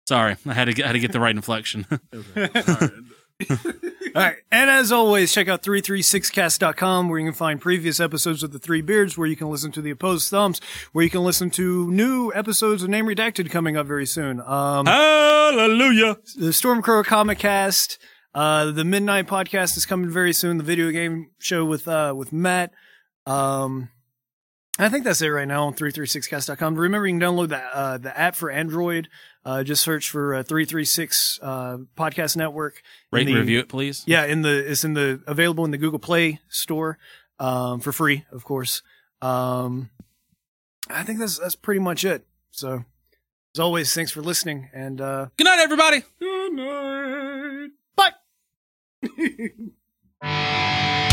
[SPEAKER 1] Sorry, I had to get, had to get the right inflection. (laughs)
[SPEAKER 3] Okay. all right.
[SPEAKER 2] All right. And as always, check out 336cast.com where you can find previous episodes of The Three Beards, where you can listen to The Opposed Thumbs, where you can listen to new episodes of Name Redacted coming up very soon. Um,
[SPEAKER 1] Hallelujah.
[SPEAKER 2] the Stormcrow Comic Cast, uh, the Midnight Podcast is coming very soon, the video game show with, uh, with Matt. Um, I think that's it right now on 336cast.com. Remember, you can download the, uh, the app for Android. Uh, just search for uh, 336 uh, Podcast Network.
[SPEAKER 1] Rate and
[SPEAKER 2] The-
[SPEAKER 1] review it, please.
[SPEAKER 2] yeah, in the it's in the available in the Google Play store um, for free, of course. Um, I think that's that's pretty much it. So, as always, thanks for listening, and uh,
[SPEAKER 1] Good night, everybody.
[SPEAKER 2] bye.